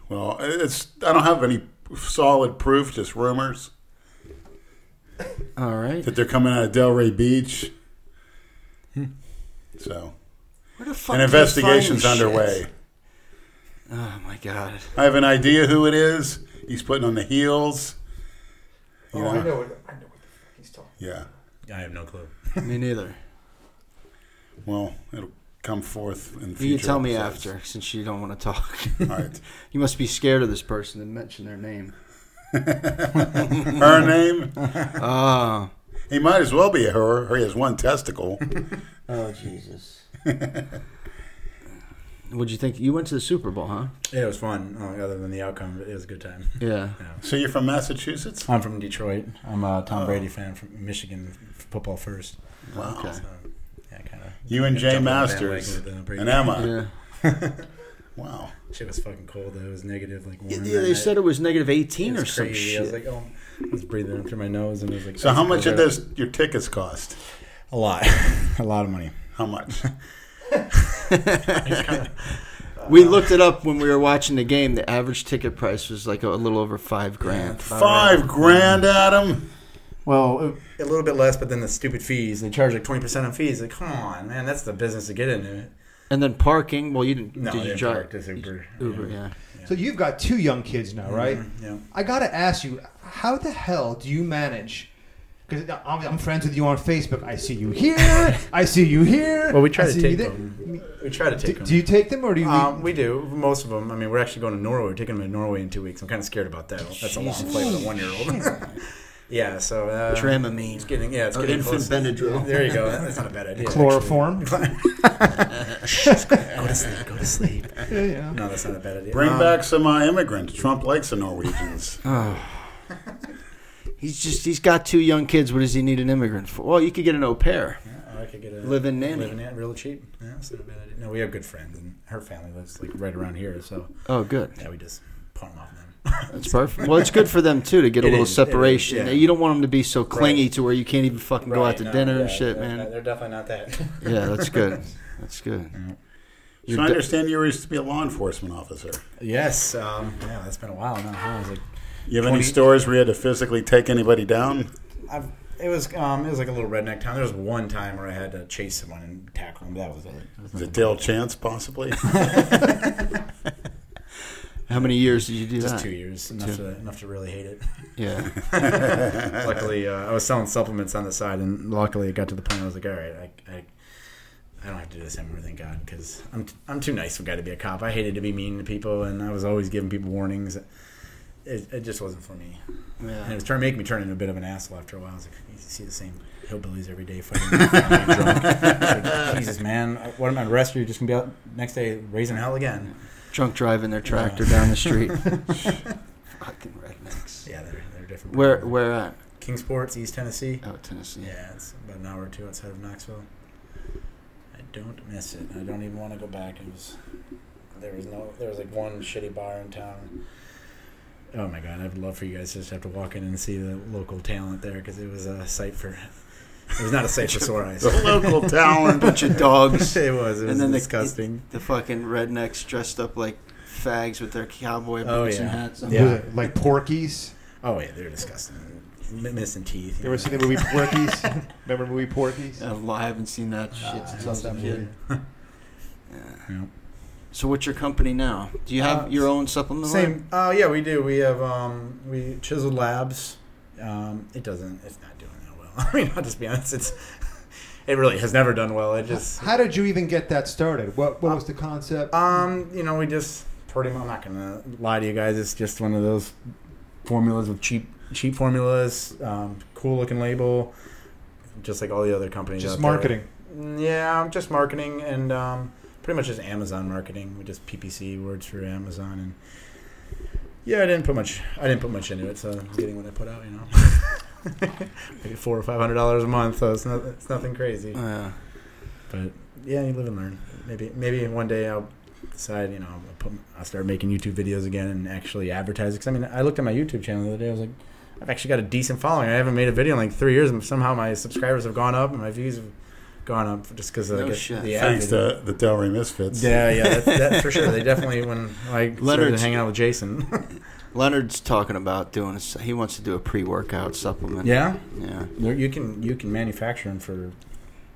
Speaker 3: Well, it's I don't have any solid proof, just rumors.
Speaker 1: All right.
Speaker 3: that they're coming out of Delray Beach.
Speaker 1: Hmm.
Speaker 3: So,
Speaker 1: Where the fuck?
Speaker 3: an
Speaker 1: do you
Speaker 3: investigation's
Speaker 1: find this shit?
Speaker 3: underway.
Speaker 1: Oh my god.
Speaker 3: I have an idea who it is. He's putting on the heels. You
Speaker 1: Oh,
Speaker 2: know
Speaker 3: know?
Speaker 2: what Oh, I know what the fuck he's talking.
Speaker 3: Yeah.
Speaker 4: I have no clue.
Speaker 1: Me neither.
Speaker 3: Well, it'll come forth in future.
Speaker 1: You can tell me
Speaker 3: episodes.
Speaker 1: after, since you don't want to talk.
Speaker 3: All right.
Speaker 1: you must be scared of this person and mention their name.
Speaker 3: Her name.
Speaker 1: Oh.
Speaker 3: He might as well be a her. He has one testicle.
Speaker 1: Oh Jesus. What'd you think? You went to the Super Bowl, huh?
Speaker 4: Yeah, it was fun. Uh, other than the outcome, it was a good time.
Speaker 1: Yeah.
Speaker 3: So you're from Massachusetts?
Speaker 4: I'm from Detroit. I'm a Tom Brady fan from Michigan. f- Football first.
Speaker 3: Wow.
Speaker 1: Okay.
Speaker 4: So, yeah, kind of.
Speaker 3: You and Jay Masters and Emma.
Speaker 1: Yeah.
Speaker 3: Wow.
Speaker 4: uh, Shit was fucking cold. though. It was negative, like
Speaker 1: Yeah,
Speaker 4: warm.
Speaker 1: they said it was negative 18 or some
Speaker 4: I
Speaker 1: shit.
Speaker 4: was like, oh, I was breathing in through my nose, and it was like.
Speaker 3: So how much
Speaker 4: of
Speaker 3: did this your tickets cost?
Speaker 4: A lot, a lot of money.
Speaker 3: How much?
Speaker 1: we looked it up when we were watching the game. The average ticket price was like a, little over five grand.
Speaker 3: Five grand, Adam.
Speaker 4: Well, a little bit less, but then the stupid fees. They charge like 20% on fees. Like, come on, man. That's the business to get into.
Speaker 1: And then parking. Well, you didn't.
Speaker 4: No,
Speaker 1: did
Speaker 4: they
Speaker 1: you
Speaker 4: didn't
Speaker 1: drive
Speaker 4: park, just Uber.
Speaker 1: Uber? Yeah.
Speaker 2: So you've got two young kids now, right?
Speaker 4: Yeah.
Speaker 2: I gotta ask you, how the hell do you manage? Because I'm, I'm friends with you on Facebook. I see you here. I see you here.
Speaker 4: Well, we try
Speaker 2: I
Speaker 4: to
Speaker 2: see you
Speaker 4: take
Speaker 2: there.
Speaker 4: them. We try to
Speaker 2: Do,
Speaker 4: take them.
Speaker 2: do you take them or do you?
Speaker 4: Um, we do most of them. I mean, we're actually going to Norway. We're taking them to Norway in two weeks. I'm kind of scared about that. That's a long play with a one year old. yeah. So uh,
Speaker 1: Dramamine.
Speaker 4: It's getting yeah. It's
Speaker 1: Or
Speaker 4: getting
Speaker 1: uh, infant
Speaker 4: close.
Speaker 1: Benadryl.
Speaker 4: There you go. That's not a bad idea.
Speaker 2: chloroform?
Speaker 4: actually. Go to sleep. Go to sleep.
Speaker 2: Yeah, yeah.
Speaker 4: No, that's not a bad idea.
Speaker 3: Bring back some uh, immigrants. Trump likes the Norwegians.
Speaker 4: Uh,
Speaker 1: He's just he's got two young kids. What does he need an immigrant for? Well, you could get an au pair.
Speaker 4: Yeah, Uh, I could get a
Speaker 1: Live-in nanny.
Speaker 4: Live-in nanny, real cheap. Yeah, that's not a bad idea. No, we have good friends, and her family lives like right around here. So
Speaker 1: Oh, good.
Speaker 4: yeah, we just palm off them.
Speaker 1: That's perfect. Well, it's good for them too to get a
Speaker 4: It
Speaker 1: little
Speaker 4: is, it is,
Speaker 1: separation.
Speaker 4: yeah.
Speaker 1: You don't want them to be so clingy
Speaker 4: Right.
Speaker 1: to where you can't even fucking go out
Speaker 4: Right,
Speaker 1: to
Speaker 4: no,
Speaker 1: dinner
Speaker 4: yeah,
Speaker 1: and shit,
Speaker 4: they're-
Speaker 1: man.
Speaker 4: They're definitely not that.
Speaker 1: Yeah, that's good. That's good.
Speaker 3: so
Speaker 1: You're
Speaker 3: I
Speaker 1: de-
Speaker 3: understand you used to be a law enforcement officer.
Speaker 4: yes. Um, yeah, that's been a while now. huh? I was like
Speaker 3: You have any
Speaker 4: 20
Speaker 3: stories where you had to physically take anybody down?
Speaker 4: I've, it was um, it was like a little redneck town. There was one time where I had to chase someone and tackle him. That was it.
Speaker 3: Is it Dale Chance, possibly?
Speaker 1: How many years did you do
Speaker 4: Just
Speaker 1: that?
Speaker 4: two years, enough
Speaker 1: Two.
Speaker 4: to enough to really hate it.
Speaker 1: Yeah.
Speaker 4: luckily, uh, I was selling supplements on the side, and luckily, it got to the point where I was like, all right, I, I, I don't have to do this anymore. Thank God, because I'm t- I'm too nice of a guy to be a cop. I hated to be mean to people, and I was always giving people warnings. It, it just wasn't for me. And it
Speaker 1: Yeah.
Speaker 4: was trying to make me turn into a bit of an asshole after a while. I was like, you see the same hillbillies every day fighting. and drunk. It's like, Jesus, man. What am I, the rest of you just going to be out next day raising hell again?
Speaker 1: Drunk driving their tractor down the street. fucking rednecks.
Speaker 4: Yeah, they're, they're different.
Speaker 1: Where where at?
Speaker 4: Kingsport's, East Tennessee.
Speaker 1: Oh, Tennessee.
Speaker 4: Yeah, it's about an hour or two outside of Knoxville. I don't miss it. I don't even want to go back. It was there was no there was like one shitty bar in town. Oh my god, I'd love for you guys to just have to walk in and see the local talent there because it was a sight for. It was not a sight for sore eyes.
Speaker 3: the local talent.
Speaker 1: Bunch of dogs.
Speaker 4: it was. It was
Speaker 1: And then the-
Speaker 4: disgusting.
Speaker 1: the fucking rednecks dressed up like fags with their cowboy boots
Speaker 4: Oh,
Speaker 1: and
Speaker 4: yeah.
Speaker 1: hats. on.
Speaker 4: Yeah.
Speaker 2: Was it Like porkies.
Speaker 4: oh yeah, they're disgusting. M- missing teeth. you
Speaker 2: You
Speaker 4: know.
Speaker 2: ever seen the movie Porkies? Remember the movie Porkies?
Speaker 1: Uh, well, I haven't seen that shit
Speaker 4: Ah,
Speaker 1: since I
Speaker 4: that's
Speaker 1: was a
Speaker 4: that
Speaker 1: kid.
Speaker 4: movie. Yeah.
Speaker 1: So what's your company now? Do you have
Speaker 4: Uh,
Speaker 1: your own supplement? line?
Speaker 4: Same. Oh yeah, we do. We have um, we Chiseled Labs. Um, it doesn't. It's not doing that well. I mean, I'll just be honest. It's it really has never done well. It just
Speaker 2: How did you even get that started? What What was the concept?
Speaker 4: um, you know, we just pretty much. I'm not gonna lie to you guys. It's just one of those formulas with cheap cheap formulas, um, cool looking label, just like all the other companies. out
Speaker 2: Just
Speaker 4: there.
Speaker 2: marketing.
Speaker 4: Yeah, just marketing and um, pretty much just Amazon marketing. We just PPC words through Amazon and yeah, I didn't put much. I didn't put much into it, so I'm getting what I put out. You know, maybe four or five hundred dollars a month, so it's not it's nothing crazy.
Speaker 1: Uh,
Speaker 4: But yeah, you live and learn. Maybe maybe one day I'll decide. You know, I'll, put, I'll start making YouTube videos again and actually advertise. Because I mean, I looked at my YouTube channel the other day. I was like, I've actually got a decent following. I haven't made a video in like three years, and somehow my subscribers have gone up and my views have gone up just because
Speaker 1: No
Speaker 4: like
Speaker 1: shit.
Speaker 4: the ad
Speaker 3: Thanks
Speaker 4: video.
Speaker 3: to the Delray Misfits.
Speaker 4: Yeah, yeah, that, that for sure. They definitely when I started
Speaker 1: Leonard's-
Speaker 4: hanging out with Jason.
Speaker 1: Leonard's talking about doing. A, s- he wants to do a pre-workout supplement.
Speaker 4: yeah,
Speaker 1: Yeah.
Speaker 4: There- you can you can manufacture them for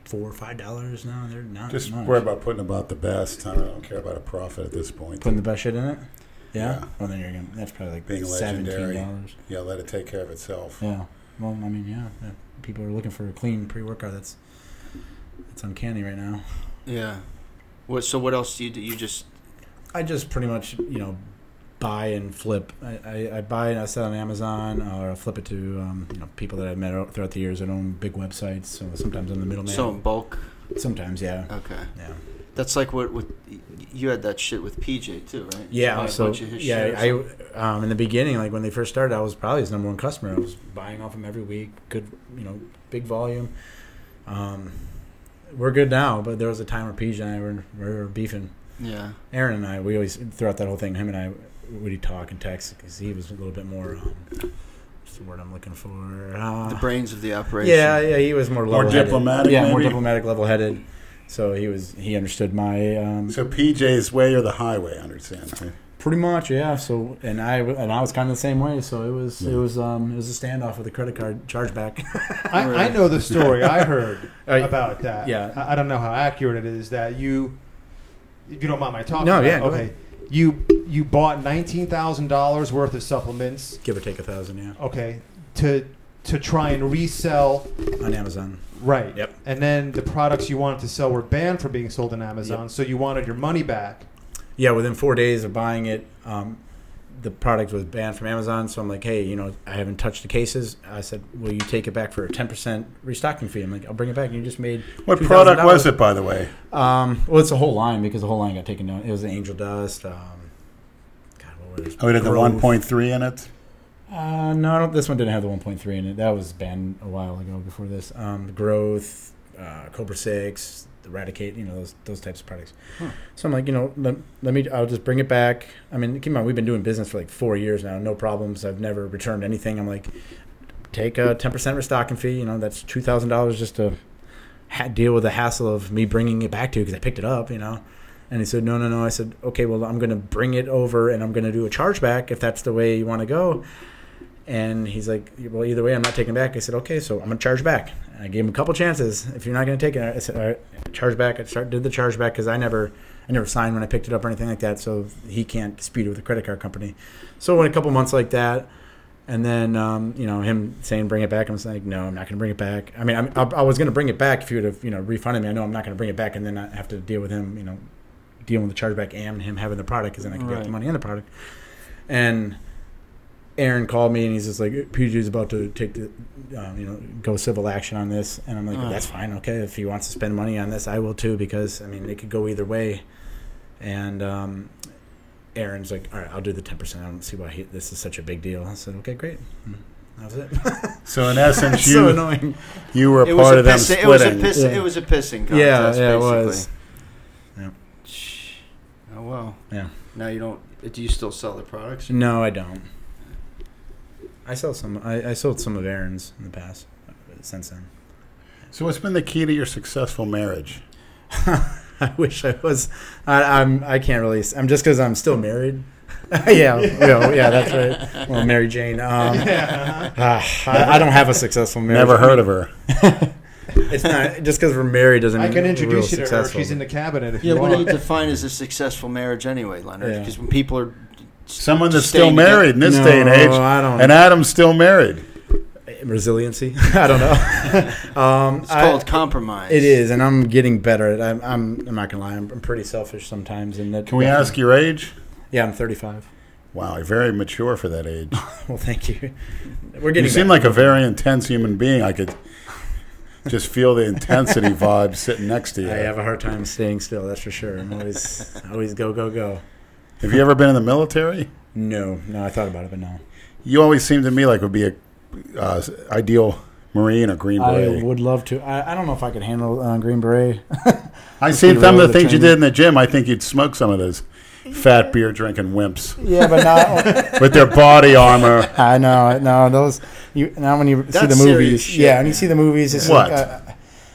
Speaker 4: four or five dollars now. They're not
Speaker 3: Just
Speaker 4: much.
Speaker 3: worry about putting about the best. I don't care about a profit at this point.
Speaker 4: putting the best shit in it. Yeah.
Speaker 3: Yeah.
Speaker 4: Well, then you're gonna. That's probably like
Speaker 3: Being legendary.
Speaker 4: seventeen dollars.
Speaker 3: Yeah, let it take care of itself.
Speaker 4: Yeah. Well, I mean, yeah. yeah. People are looking for a clean pre-workout. That's that's uncanny right now.
Speaker 1: Yeah. What? So what else do you do? You just
Speaker 4: I just pretty much you know buy and flip. I, I, I buy and I sell on Amazon or I flip it to um, you know people that I've met out throughout the years that own big websites. So sometimes I'm the middleman.
Speaker 1: so Uh, in bulk.
Speaker 4: sometimes, yeah,
Speaker 1: Okay.
Speaker 4: yeah,
Speaker 1: That's like what with you had that shit with PJ too, right? Buy
Speaker 4: yeah.
Speaker 1: a
Speaker 4: So
Speaker 1: bunch of his
Speaker 4: yeah,
Speaker 1: shit or
Speaker 4: I
Speaker 1: something.
Speaker 4: um, in the beginning, like when they first started, I was probably his number one customer. I was buying off him every week. Good, you know, big volume. Um, we're good now, but there was a time where PJ and I were, were beefing.
Speaker 1: yeah.
Speaker 4: Aaron and I, we always throughout that whole thing, him and I, would talk and text because he was a little bit more. Um, what's the word I'm looking for? Uh,
Speaker 1: The brains of the operation.
Speaker 4: yeah, yeah, he was more
Speaker 3: More
Speaker 4: level-headed.
Speaker 3: diplomatic,
Speaker 4: Yeah, more
Speaker 3: maybe?
Speaker 4: diplomatic, level-headed. So he was he understood my um,
Speaker 3: So PJ's way or the highway, I understand. Right?
Speaker 4: pretty much yeah. So and I w- and I was kind of the same way. So it was it
Speaker 3: Yeah.
Speaker 4: was um, it was a standoff with a credit card chargeback.
Speaker 2: I, I know the story I heard
Speaker 4: Uh,
Speaker 2: about that.
Speaker 4: yeah.
Speaker 2: I, I don't know how accurate it is that you, if you don't mind my talking.
Speaker 4: No,
Speaker 2: about it,
Speaker 4: yeah, go
Speaker 2: okay.
Speaker 4: ahead.
Speaker 2: You you bought nineteen thousand dollars worth of supplements.
Speaker 4: Give or take a thousand, yeah,
Speaker 2: Okay, to to try and resell.
Speaker 4: on Amazon.
Speaker 2: Right.
Speaker 4: Yep.
Speaker 2: And then the products you wanted to sell were banned from being sold on Amazon, so you wanted your money back.
Speaker 4: yeah, within four days of buying it, um, the product was banned from Amazon. So I'm like, hey, you know, I haven't touched the cases. I said, will you take it back for a 10% restocking fee? I'm like, I'll bring it back. And you just made
Speaker 3: What
Speaker 4: $2,000.
Speaker 3: product was it, by the way?
Speaker 4: Um, well, it's a whole line because the whole line got taken down. It was an angel dust. Um, God, what were those?
Speaker 3: Oh, it had the
Speaker 4: Grove.
Speaker 3: 1.3 in it.
Speaker 4: Uh, no, I don't, this one didn't have the 1.3 in it. That was banned a while ago before this. Um, growth, uh, Cobra 6, Eradicate, you know, those, those types of products.
Speaker 1: Huh.
Speaker 4: So I'm like, you know, let, let me, I'll just bring it back. I mean, keep in mind, we've been doing business for like four years now, no problems. I've never returned anything. I'm like, take a 10% restocking fee. You know, that's $2,000 just to ha- deal with the hassle of me bringing it back to you because I picked it up, you know. And he said, no, no, no. I said, okay, well, I'm going to bring it over and I'm going to do a chargeback if that's the way you want to go. And he's like, well, either way, I'm not taking it back. I said, okay, so I'm going to charge back. And I gave him a couple chances. If you're not going to take it, I said, all right, charge back. I start, did the charge back because I never, I never signed when I picked it up or anything like that. So he can't dispute it with a credit card company. So it went a couple months like that. And then, um, you know, him saying, bring it back. I'm saying, no, I'm not going to bring it back. I mean, I'm, I, I was going to bring it back if you would have, you know, refunded me. I know I'm not going to bring it back. And then I have to deal with him, you know, dealing with the chargeback and him having the product because then I can get
Speaker 1: Right.
Speaker 4: the money and the product. And Aaron called me and he's just like, PJ's about to take the, um, you know, go civil action on this. And I'm like,
Speaker 1: Ugh.
Speaker 4: that's fine. Okay. If he wants to spend money on this, I will too because, I mean, it could go either way. And, um, Aaron's like, all right, I'll do the 10%. I don't see why he, this is such a big deal. I said, okay, great. And That was it.
Speaker 3: So in essence, you
Speaker 4: so annoying.
Speaker 3: you were
Speaker 1: It
Speaker 3: a
Speaker 1: was
Speaker 3: part
Speaker 1: a
Speaker 3: of them
Speaker 1: piss, it was a
Speaker 3: splitting.
Speaker 1: piss,
Speaker 4: Yeah.
Speaker 1: it was a pissing contest.
Speaker 4: Yeah, yeah, it
Speaker 1: basically.
Speaker 4: was.
Speaker 1: Shh. Oh well.
Speaker 4: Yeah.
Speaker 1: Now you don't. Do you still sell the products?
Speaker 4: No, I don't. I sold some. I, I sold some of Aaron's in the past. uh, Since then,
Speaker 3: So what's been the key to your successful marriage?
Speaker 4: I wish I was. I, I'm. I can't really. s- I'm just because I'm still married. yeah, yeah, yeah. That's right. Well, Mary Jane. Um,
Speaker 2: Yeah.
Speaker 4: ah, I, I don't have a successful marriage.
Speaker 3: Never heard of her.
Speaker 4: It's not just because we're married doesn't.
Speaker 2: I
Speaker 4: mean
Speaker 2: can
Speaker 4: we're real
Speaker 2: introduce you to her.
Speaker 4: successful.
Speaker 2: She's in the cabinet if
Speaker 1: Yeah.
Speaker 2: you
Speaker 1: What do you
Speaker 2: want.
Speaker 1: define as a successful marriage anyway, Leonard?
Speaker 4: Yeah.
Speaker 1: Because when people are
Speaker 3: Someone that's
Speaker 1: Staying
Speaker 3: still
Speaker 1: together.
Speaker 3: married in this
Speaker 4: No,
Speaker 3: day and age.
Speaker 4: I don't.
Speaker 3: And Adam's still married.
Speaker 4: resiliency. I don't know. um,
Speaker 1: it's
Speaker 4: I-
Speaker 1: called compromise.
Speaker 4: it is, and I'm getting better. At, I'm, I'm. I'm not gonna lie. I'm, I'm pretty selfish sometimes. And that
Speaker 3: Can we ask your age?
Speaker 4: Yeah, I'm 35.
Speaker 3: Wow, you're very mature for that age.
Speaker 4: Well, thank you. We're
Speaker 3: You
Speaker 4: getting.
Speaker 3: seem
Speaker 4: better.
Speaker 3: like a very intense human being. I could just feel the intensity vibe sitting next to you.
Speaker 4: I have a hard time staying still. That's for sure. I'm always, always go, go, go.
Speaker 3: Have you ever been in the military?
Speaker 4: No, no, I thought about it, but no.
Speaker 3: You always seem to me like would be a uh, ideal Marine or Green
Speaker 4: I
Speaker 3: Beret.
Speaker 4: would love to. I, I don't know if I could handle uh, Green Beret.
Speaker 3: I seen
Speaker 4: be
Speaker 3: some
Speaker 4: low
Speaker 3: of the
Speaker 4: the
Speaker 3: things you
Speaker 4: training.
Speaker 3: did in the gym. I think you'd smoke some of those fat beer drinking wimps
Speaker 4: Yeah, but not.
Speaker 3: with their body armor.
Speaker 4: I know, no, those. You now when you
Speaker 1: That's
Speaker 4: see the
Speaker 1: serious
Speaker 4: movies,
Speaker 1: shit,
Speaker 4: yeah, when you
Speaker 1: man.
Speaker 4: see the movies, it's
Speaker 3: What?
Speaker 4: like, uh,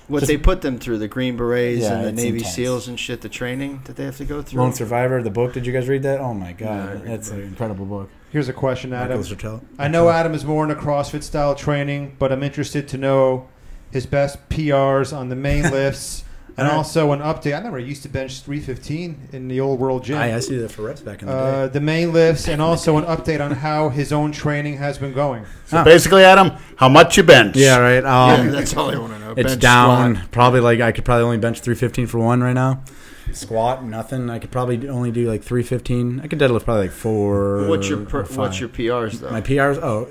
Speaker 1: What
Speaker 4: Just-
Speaker 1: they put them through the Green Berets
Speaker 4: Yeah,
Speaker 1: and the
Speaker 4: it's
Speaker 1: Navy
Speaker 4: intense.
Speaker 1: SEALs and shit. The training that they have to go through.
Speaker 4: Lone Survivor, the book. Did you guys read that? Oh my
Speaker 1: I
Speaker 4: god,
Speaker 1: read
Speaker 4: that's
Speaker 1: that.
Speaker 4: an incredible book.
Speaker 2: Here's a question, Adam.
Speaker 4: Michael Sertel.
Speaker 2: I know Adam is more into CrossFit style training, but I'm interested to know his best PRs on the main lifts and
Speaker 4: All right.
Speaker 2: also an update. I remember I used to bench 315 in the old world gym.
Speaker 4: I asked you that for reps back in the
Speaker 2: uh,
Speaker 4: day.
Speaker 2: the main lifts and also an update on how his own training has been going.
Speaker 3: So
Speaker 4: Huh.
Speaker 3: basically, Adam, how much you bench?
Speaker 4: Ah. Yeah, right.
Speaker 1: Yeah,
Speaker 4: Um,
Speaker 1: that's all I want to know.
Speaker 4: It's
Speaker 1: Bench
Speaker 4: down.
Speaker 1: squat.
Speaker 4: Probably like I could probably only bench 315 for one right now. Squat, nothing. I could probably do- only do like 315. I could deadlift probably like four.
Speaker 1: What's your
Speaker 4: or
Speaker 1: per,
Speaker 4: five.
Speaker 1: what's your PRs though?
Speaker 4: my PRs? Oh,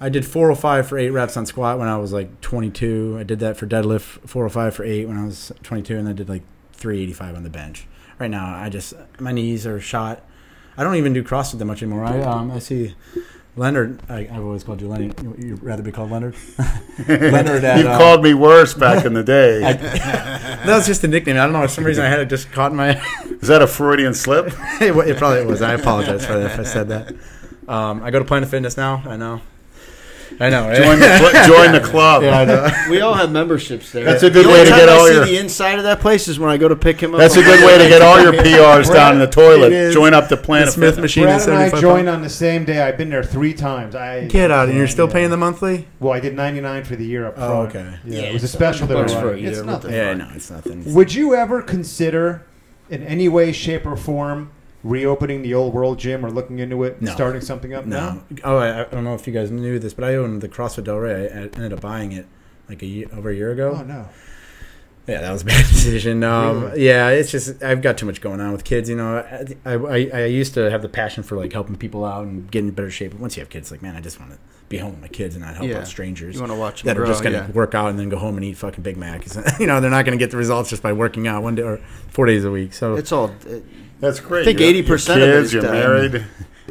Speaker 4: I did 405 for eight reps on squat when I was like 22. I did that for deadlift 405 for eight when I was 22, and I did like 385 on the bench. Right now, I just my knees are shot. I don't even do CrossFit that much anymore. I um I see. Leonard, I, I've always called you Lenny. You- You'd rather be called Leonard. Leonard at,
Speaker 3: you
Speaker 4: uh,
Speaker 3: called me worse back in the day.
Speaker 4: that was just a nickname. I don't know. For some reason, I had it just caught in my.
Speaker 3: Is that a Freudian slip?
Speaker 4: it, wa- it probably was. I apologize for that if I said that. Um, I go to Planet Fitness now. I know. I know. Right?
Speaker 3: Join the, cl- join the club.
Speaker 4: yeah, I know.
Speaker 1: We all have memberships there.
Speaker 3: That's a good
Speaker 1: the
Speaker 3: way
Speaker 1: only
Speaker 3: to
Speaker 1: time
Speaker 3: get all
Speaker 1: I
Speaker 3: your-
Speaker 1: see the inside of that place is when I go to pick him up.
Speaker 3: That's a
Speaker 1: on
Speaker 3: good way to get all your PRs down in the
Speaker 5: It
Speaker 3: toilet.
Speaker 5: is.
Speaker 3: Join up the Planet
Speaker 5: The Smith
Speaker 3: Fitness.
Speaker 5: machine
Speaker 2: Brad
Speaker 5: is
Speaker 2: and I
Speaker 5: 75
Speaker 2: joined on the same day. I've been there three times. I
Speaker 5: Get out! And you're still
Speaker 2: Yeah.
Speaker 5: paying the monthly?
Speaker 2: Well, I did 99 for the year up front.
Speaker 4: Oh, okay.
Speaker 2: Yeah,
Speaker 1: Yeah,
Speaker 2: it was a
Speaker 1: it's
Speaker 2: special that
Speaker 1: bucks
Speaker 2: we were
Speaker 1: for a
Speaker 2: running.
Speaker 1: year.
Speaker 2: It's
Speaker 1: What
Speaker 2: nothing.
Speaker 1: the
Speaker 4: yeah,
Speaker 1: fuck?
Speaker 4: no, it's nothing.
Speaker 2: Would you ever consider, in any way, shape, or form, reopening the old world gym or looking into it,
Speaker 4: No.
Speaker 2: starting something up?
Speaker 4: No. Oh, I, I don't know if you guys knew this, but I owned the CrossFit Del Rey. I I ended up buying it like a year, over a year ago.
Speaker 2: Oh no.
Speaker 4: Yeah, that was a bad decision. Um,
Speaker 2: Really?
Speaker 4: Yeah, it's just I've got too much going on with kids. You know, I, I, I used to have the passion for like helping people out and getting in better shape. But once you have kids, like man, I just want to be home with my kids and not help
Speaker 1: Yeah.
Speaker 4: out strangers
Speaker 1: You want to watch him
Speaker 4: that are
Speaker 1: grow?
Speaker 4: just going to
Speaker 1: yeah.
Speaker 4: work out and then go home and eat fucking Big Macs. You know, they're not going to get the results just by working out one day or four days a week. So
Speaker 1: It's all. It,
Speaker 3: That's great.
Speaker 1: I think
Speaker 3: Your-
Speaker 1: 80% of
Speaker 3: your
Speaker 1: it
Speaker 3: kids,
Speaker 1: is
Speaker 3: you're
Speaker 1: done.
Speaker 3: married.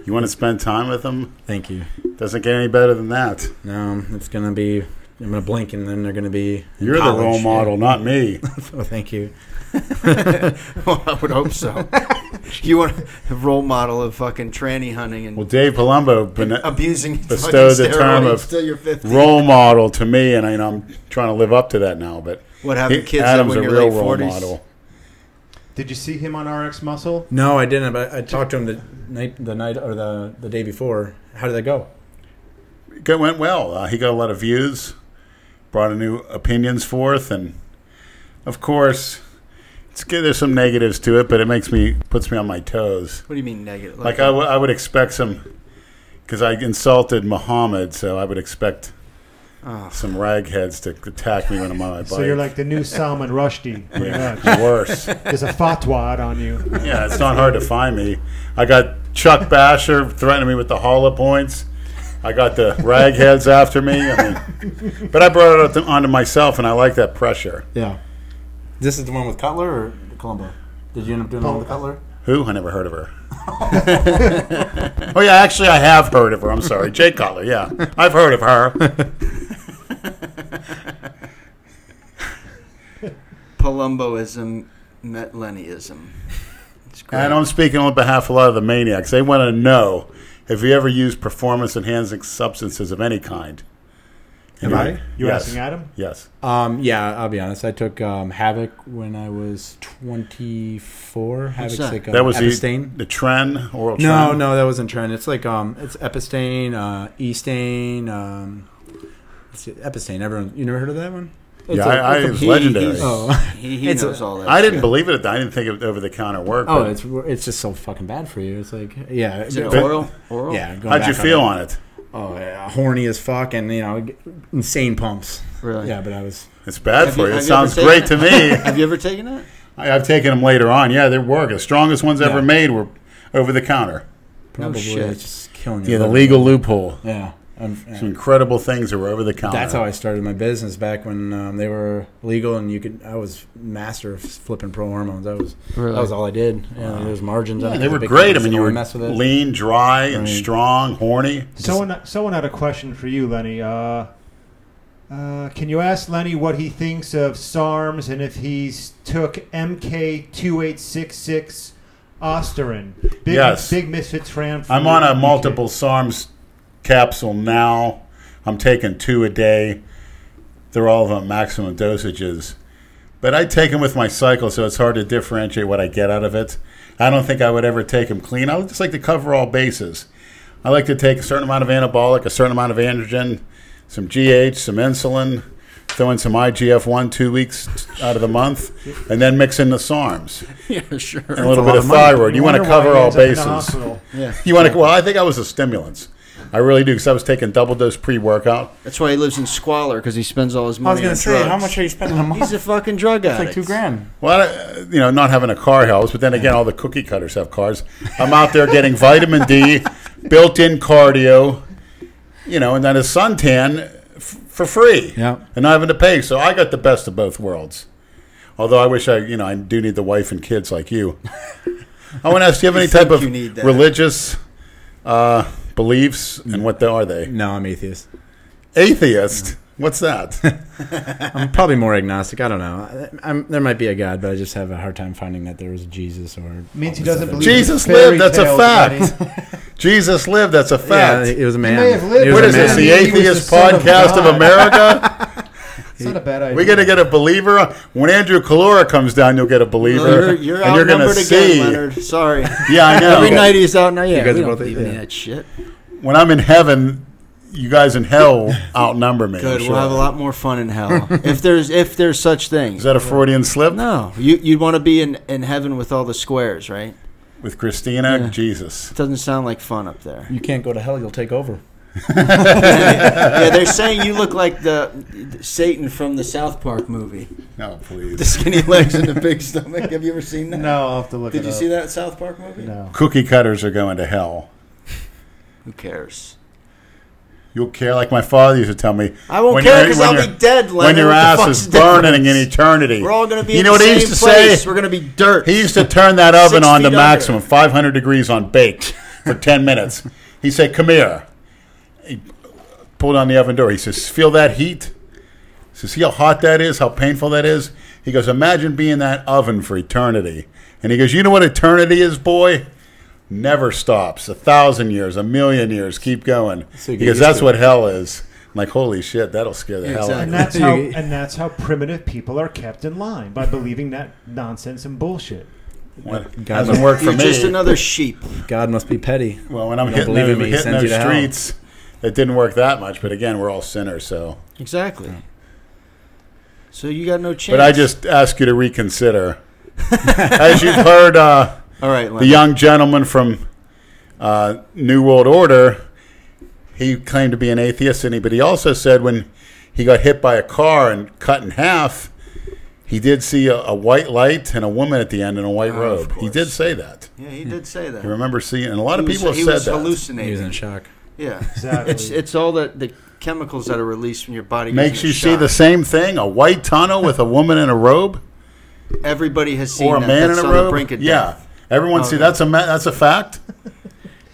Speaker 3: You want to spend time with them.
Speaker 4: thank you.
Speaker 3: Doesn't get any better than that.
Speaker 4: No, it's going to be. I'm going to blink and then they're going to be. in
Speaker 3: You're the
Speaker 4: college.
Speaker 3: role model, not me.
Speaker 4: Oh, thank you.
Speaker 1: well, I would hope so. you want a role model of fucking tranny hunting and
Speaker 3: Well, Dave Palumbo been
Speaker 1: abusing
Speaker 3: bestowed
Speaker 1: fucking
Speaker 3: the term
Speaker 1: steroids
Speaker 3: of
Speaker 1: till you're 50.
Speaker 3: role model to me, and I, and I'm trying to live up to that now. But
Speaker 1: What having
Speaker 3: he-
Speaker 1: kids
Speaker 3: Adam's
Speaker 1: when
Speaker 3: a
Speaker 1: you're
Speaker 3: real
Speaker 1: late
Speaker 3: role
Speaker 1: 40s?
Speaker 3: model.
Speaker 2: Did you see him on RX Muscle?
Speaker 4: No, I didn't. But I talked to him the night, the night or the the day before. How did that go?
Speaker 3: It went well. Uh, he got a lot of views, brought a new opinions forth, and of course, it's good. There's some negatives to it, but it makes me puts me on my toes.
Speaker 1: What do you mean negative?
Speaker 3: Like I, w- I would expect some, because I insulted Muhammad, so I would expect
Speaker 1: oh,
Speaker 3: some ragheads to attack me when I'm on my bike.
Speaker 2: So you're like the new Salman Rushdie, pretty
Speaker 3: Yeah,
Speaker 2: much.
Speaker 3: worse.
Speaker 2: There's a fatwa out on you.
Speaker 3: Yeah, it's not hard to find me. I got Chuck Basher threatening me with the hollow points. I got the ragheads after me. I mean, but I brought it up to, onto myself, and I like that pressure.
Speaker 4: Yeah. This is the one with Cutler or Columbo? Did you end up doing all the Cutler?
Speaker 3: Who? I never heard of her. oh yeah, actually, I have heard of her. I'm sorry, Jay Cutler. Yeah, I've heard of her.
Speaker 1: Palumboism, Metlennialism. It's great.
Speaker 3: And I'm speaking on behalf of a lot of the maniacs. They want to know: Have you ever used performance-enhancing substances of any kind?
Speaker 4: Have I?
Speaker 2: You
Speaker 3: yes.
Speaker 2: asking Adam?
Speaker 3: Yes.
Speaker 4: Um, yeah, I'll be honest. I took um, Havoc when I was 24. Havoc's
Speaker 1: that?
Speaker 4: like um,
Speaker 3: That was E- the,
Speaker 4: Epistane.
Speaker 3: the trend, oral
Speaker 4: no,
Speaker 3: Tren.
Speaker 4: no, that wasn't Trend. It's like um, it's Epistane, uh, Estane. Um, let's see, Epistane. Everyone, you never heard of that one? It's
Speaker 3: Yeah,
Speaker 4: like-
Speaker 3: I- I- it
Speaker 4: it's like-
Speaker 3: was
Speaker 1: He-
Speaker 3: legendary.
Speaker 1: he's-
Speaker 4: Oh.
Speaker 1: He, he
Speaker 4: It's a-
Speaker 1: knows all that.
Speaker 3: I
Speaker 1: shit.
Speaker 3: didn't believe it. at the- I didn't think it over the counter worked.
Speaker 4: Oh,
Speaker 3: but
Speaker 4: it's it's just so fucking bad for you. It's like yeah,
Speaker 1: Is it
Speaker 4: but-
Speaker 1: oral? Oral?
Speaker 4: yeah. going
Speaker 3: how'd you
Speaker 4: back
Speaker 3: feel
Speaker 4: that.
Speaker 3: on it?
Speaker 4: Oh, yeah, horny as fuck, and you know, insane pumps.
Speaker 1: Really?
Speaker 4: Yeah, but I was.
Speaker 3: It's bad
Speaker 1: Have
Speaker 3: for
Speaker 1: you-
Speaker 3: you. It
Speaker 1: have you
Speaker 3: sounds
Speaker 1: ever
Speaker 3: great to
Speaker 1: taken
Speaker 3: me.
Speaker 1: Have you ever taken that?
Speaker 3: I, I've taken them later on. Yeah, they work. The strongest ones ever
Speaker 4: Yeah.
Speaker 3: made were over the counter.
Speaker 4: Probably
Speaker 1: shit.
Speaker 4: it's just killing you.
Speaker 3: Yeah, the legal loophole.
Speaker 4: Yeah. Um,
Speaker 3: Some incredible things were over the counter.
Speaker 4: That's how I started my business back when um, they were legal and you could. I was master of flipping pro hormones. That was
Speaker 1: Really?
Speaker 4: that was all I did. Yeah, there was margins. on
Speaker 3: Yeah,
Speaker 4: it
Speaker 3: they
Speaker 4: because
Speaker 3: were
Speaker 4: the big
Speaker 3: great. I mean,
Speaker 4: companies didn't
Speaker 3: you
Speaker 4: wanna
Speaker 3: were
Speaker 4: mess with it.
Speaker 3: lean, dry, and
Speaker 4: Right.
Speaker 3: strong, horny.
Speaker 2: Someone, someone had a question for you, Lenny. Uh, uh, can you ask Lenny what he thinks of SARMs and if he's took MK2866 Osterin? Big,
Speaker 3: Yes.
Speaker 2: Big Misfits fan.
Speaker 3: I'm on a multiple SARMs capsule now. I'm taking two a day. They're all on maximum dosages. But I take them with my cycle, so it's hard to differentiate what I get out of it. I don't think I would ever take them clean. I would just like to cover all bases. I like to take a certain amount of anabolic, a certain amount of androgen, some GH, some insulin, throw in some IGF 1 two weeks out of the month, and then mix in the SARMs
Speaker 1: Yeah, sure.
Speaker 3: and a little bit of thyroid. You want to cover all bases.
Speaker 1: Yeah.
Speaker 3: You want to? Well, I think I was a stimulants. I really do because I was taking double dose pre workout.
Speaker 1: That's why he lives in squalor because he spends all his money.
Speaker 4: I was gonna
Speaker 1: on
Speaker 4: say,
Speaker 1: drugs.
Speaker 4: how much are you spending a month?
Speaker 1: He's a fucking drug
Speaker 4: it's
Speaker 1: addict.
Speaker 4: like two grand.
Speaker 3: Well, I, you know, not having a car helps, but then again, all the cookie cutters have cars. I'm out there getting vitamin D, built-in cardio, you know, and then a suntan f- for free,
Speaker 4: Yeah.
Speaker 3: and not having to pay. So I got the best of both worlds. Although I wish I, you know, I do need the wife and kids like you. I want to ask, do you have any type
Speaker 1: think
Speaker 3: of
Speaker 1: you need that.
Speaker 3: religious uh, beliefs, and what they, are they?
Speaker 4: No, I'm atheist.
Speaker 3: Atheist. What's that?
Speaker 4: I'm probably more agnostic. I don't know. I, I'm, there might be a God, but I just have a hard time finding that there was Jesus or
Speaker 2: Means he doesn't believe
Speaker 3: Jesus
Speaker 2: in fairy
Speaker 3: lived. That's a
Speaker 2: tales,
Speaker 3: fact. Jesus lived. That's a
Speaker 4: Yeah,
Speaker 3: fact.
Speaker 4: he was a man.
Speaker 2: may have lived.
Speaker 4: He was
Speaker 3: what
Speaker 4: a
Speaker 3: is this?
Speaker 4: man.
Speaker 3: The
Speaker 2: He was the
Speaker 3: atheist
Speaker 2: son of
Speaker 3: podcast of,
Speaker 2: God.
Speaker 3: America?
Speaker 2: buddy. It's not a bad idea.
Speaker 3: We're gonna get a believer. on- When Andrew Kalora comes down, you'll get a believer,
Speaker 1: You're, you're
Speaker 3: and you're gonna
Speaker 1: outnumbered
Speaker 3: see.
Speaker 1: again, Leonard. Sorry.
Speaker 3: Yeah, I know.
Speaker 1: Every night he's out now. Yeah,
Speaker 4: guys
Speaker 1: we
Speaker 4: are
Speaker 1: don't
Speaker 4: both-
Speaker 1: believe in
Speaker 4: yeah.
Speaker 1: that shit.
Speaker 3: When I'm in heaven, you guys in hell outnumber me. I'm
Speaker 1: Good.
Speaker 3: sure.
Speaker 1: We'll have a lot more fun in hell if there's if there's such
Speaker 3: Is
Speaker 1: things.
Speaker 3: that a Freudian slip?
Speaker 1: No, you you'd want to be in in heaven with all the squares, right?
Speaker 3: With Christina,
Speaker 1: Yeah.
Speaker 3: Jesus.
Speaker 1: It doesn't sound like fun up there.
Speaker 4: You can't go to hell. You'll take over.
Speaker 1: yeah, they're saying you look like the Satan from the South Park movie.
Speaker 3: No,
Speaker 1: The
Speaker 3: please.
Speaker 1: skinny legs and the big stomach. Have you ever seen that?
Speaker 2: No, I'll have to look.
Speaker 1: Did
Speaker 2: it
Speaker 1: you
Speaker 2: up.
Speaker 1: see that South Park movie?
Speaker 2: No.
Speaker 3: Cookie cutters are going to hell.
Speaker 1: Who cares?
Speaker 3: You'll care, like my father used to tell me.
Speaker 1: I won't
Speaker 3: when
Speaker 1: care
Speaker 3: you're-
Speaker 1: because
Speaker 3: when
Speaker 1: I'll
Speaker 3: you're-
Speaker 1: be dead. Leonard.
Speaker 3: when your
Speaker 1: What the
Speaker 3: ass
Speaker 1: fuck's
Speaker 3: is
Speaker 1: the
Speaker 3: burning in
Speaker 1: difference?
Speaker 3: eternity.
Speaker 1: We're all going to be
Speaker 3: You
Speaker 1: in
Speaker 3: know
Speaker 1: the
Speaker 3: what he
Speaker 1: same
Speaker 3: used to
Speaker 1: place.
Speaker 3: say?
Speaker 1: We're going to be dirt.
Speaker 3: He used to turn that oven
Speaker 1: Six
Speaker 3: on to
Speaker 1: feet
Speaker 3: maximum, 500 degrees on baked for 10 minutes. He said, Come here. He pulled on the oven door. He says, Feel that heat? He says, See how hot that is, how painful that is? He goes, Imagine being in that oven for eternity. And he goes, You know what eternity is, boy? Never stops. A thousand years, a million years, keep going.
Speaker 4: So you get
Speaker 3: because
Speaker 4: used
Speaker 3: that's
Speaker 4: to
Speaker 3: what hell is. I'm like, holy shit, that'll scare the hell out
Speaker 1: Exactly.
Speaker 2: And
Speaker 3: of me.
Speaker 2: that's
Speaker 4: You-
Speaker 2: how and that's how primitive people are kept in line by believing that nonsense and bullshit.
Speaker 3: What-
Speaker 4: God
Speaker 3: Doesn't
Speaker 4: must-
Speaker 3: work for
Speaker 1: You're
Speaker 3: me.
Speaker 1: just another sheep.
Speaker 4: God must be petty.
Speaker 3: Well, when I'm
Speaker 4: You don't
Speaker 3: hitting
Speaker 4: believe
Speaker 3: those,
Speaker 4: in me, he
Speaker 3: hitting
Speaker 4: sends you
Speaker 3: those
Speaker 4: to hell.
Speaker 3: streets, it didn't work that much. But again, we're all sinners, so.
Speaker 1: Exactly. So you got no chance.
Speaker 3: But I just ask you to reconsider. As you've heard, uh,
Speaker 1: all right.
Speaker 3: the
Speaker 1: Leonard.
Speaker 3: young gentleman from uh, New World Order, he claimed to be an atheist, and he, but he also said when he got hit by a car and cut in half, he did see a, a white light and a woman at the end in a white
Speaker 4: Ah,
Speaker 1: Oh, of
Speaker 3: robe. He
Speaker 1: course.
Speaker 3: did say that.
Speaker 1: yeah, he did say that.
Speaker 3: I remember seeing, and a lot of
Speaker 1: He was-
Speaker 3: people have
Speaker 1: he
Speaker 3: said
Speaker 1: was
Speaker 3: that.
Speaker 1: hallucinating.
Speaker 4: He was in shock.
Speaker 1: Yeah,
Speaker 2: Exactly.
Speaker 1: it's it's all the the chemicals that are released from your body.
Speaker 3: Makes
Speaker 1: using
Speaker 3: you
Speaker 1: the
Speaker 3: see
Speaker 1: shot.
Speaker 3: the same thing: a white tunnel with a woman in a robe.
Speaker 1: Everybody has seen
Speaker 3: or a
Speaker 1: that.
Speaker 3: man
Speaker 1: That's
Speaker 3: in a
Speaker 1: on the
Speaker 3: robe.
Speaker 1: brink of
Speaker 3: yeah,
Speaker 1: death.
Speaker 3: everyone
Speaker 1: Oh,
Speaker 3: see
Speaker 1: yeah.
Speaker 3: that's a ma- that's a fact.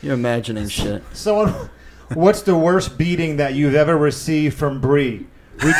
Speaker 1: You're imagining shit.
Speaker 2: So, um, what's the worst beating that you've ever received from Bree? We,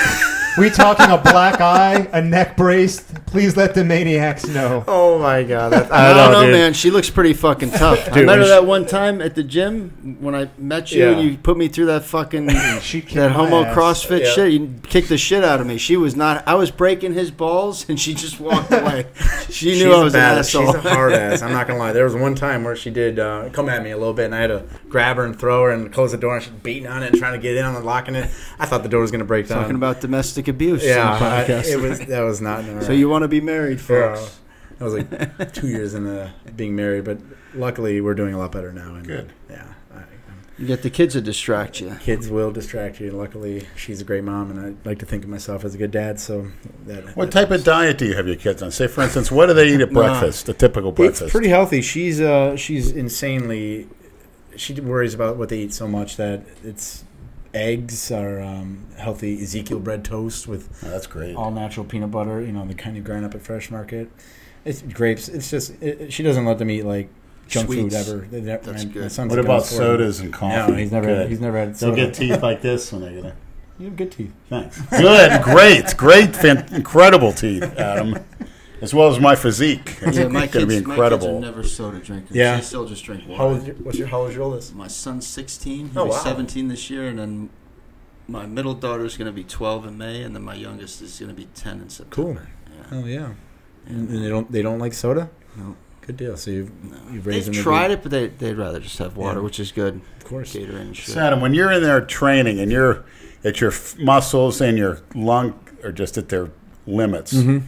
Speaker 2: we talking a black eye, a neck brace? Please let the maniacs know.
Speaker 4: Oh my God!
Speaker 1: I don't know, man. She looks pretty fucking tough. I
Speaker 4: Dude,
Speaker 1: met her
Speaker 4: we
Speaker 1: that one time at the gym when I met you and
Speaker 4: Yeah.
Speaker 1: you put me through that fucking
Speaker 2: She kicked
Speaker 1: that
Speaker 2: my
Speaker 1: homo
Speaker 2: ass.
Speaker 1: CrossFit
Speaker 4: Yeah.
Speaker 1: shit. You kicked the shit out of me. She was not. I was breaking his balls and she just walked away. She knew I was an asshole.
Speaker 4: She's a hard ass. I'm not gonna lie. There was one time where she did uh, come at me a little bit, and I had to grab her and throw her and close the door, and she's beating on it, and trying to get in, and locking it. I thought the door was gonna break down.
Speaker 1: Talking about domestic abuse.
Speaker 4: yeah,
Speaker 1: on the
Speaker 4: I-
Speaker 1: podcast.
Speaker 4: it was that was not. in her-
Speaker 1: so you want to be married,
Speaker 4: Yeah.
Speaker 1: folks?
Speaker 4: I was like two years into being married, but luckily we're doing a lot better now. And
Speaker 3: Good.
Speaker 4: Yeah. I,
Speaker 1: You get the kids to distract you.
Speaker 4: kids will distract you. Luckily, she's a great mom, and I like to think of myself as a good dad. So that
Speaker 3: What type of diet do you have your kids on? Say, for instance, what do they eat at
Speaker 1: Nah.
Speaker 3: breakfast? A typical breakfast.
Speaker 4: It's pretty healthy. She's uh she's insanely. She worries about what they eat so much that it's eggs are um, healthy Ezekiel bread toast with
Speaker 3: Oh, that's great.
Speaker 4: all natural peanut butter. You know the kind you grind up at Fresh Market. It's grapes. It's just it, it- she doesn't let them eat like junk
Speaker 1: Sweets.
Speaker 4: food ever. They ne-
Speaker 1: That's
Speaker 4: my- my
Speaker 1: good.
Speaker 4: son's
Speaker 3: What
Speaker 4: like,
Speaker 3: about
Speaker 4: "I'm sorry."
Speaker 3: sodas and coffee?
Speaker 4: No, he's never
Speaker 3: Good.
Speaker 4: he's never had
Speaker 3: They'll
Speaker 4: soda.
Speaker 3: get teeth like this when they get there.
Speaker 4: You have good teeth.
Speaker 3: Thanks. Good, great, great, fan- incredible teeth, Adam. As well as my physique. It's
Speaker 1: Yeah, my
Speaker 3: going to
Speaker 1: kids,
Speaker 3: be
Speaker 1: My kids
Speaker 3: incredible.
Speaker 1: are never soda drinkers.
Speaker 4: Yeah.
Speaker 1: They still just drink
Speaker 4: How
Speaker 1: water.
Speaker 4: old? What's your how old your oldest?
Speaker 1: My son's 16. He'll
Speaker 4: Oh,
Speaker 1: be
Speaker 4: wow.
Speaker 1: 17 this year. And then my middle daughter's going to be 12 in May. And then my youngest is going to be 10 in September. Yeah.
Speaker 4: Oh yeah, and, and they don't they don't like soda.
Speaker 1: No.
Speaker 4: Good deal. So you
Speaker 1: No.
Speaker 4: You've raised
Speaker 1: They've
Speaker 4: them to
Speaker 1: tried
Speaker 4: be-
Speaker 1: it, but they, they'd rather just have water,
Speaker 4: Yeah.
Speaker 1: which is good.
Speaker 4: of course
Speaker 1: Gatorade and shit.
Speaker 3: So, Adam, when you're in there training and you're at your f- muscles and your lung are just at their limits,
Speaker 4: Mm-hmm.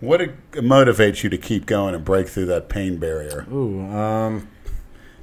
Speaker 3: what it- motivates you to keep going and break through that pain barrier?
Speaker 4: Ooh, um,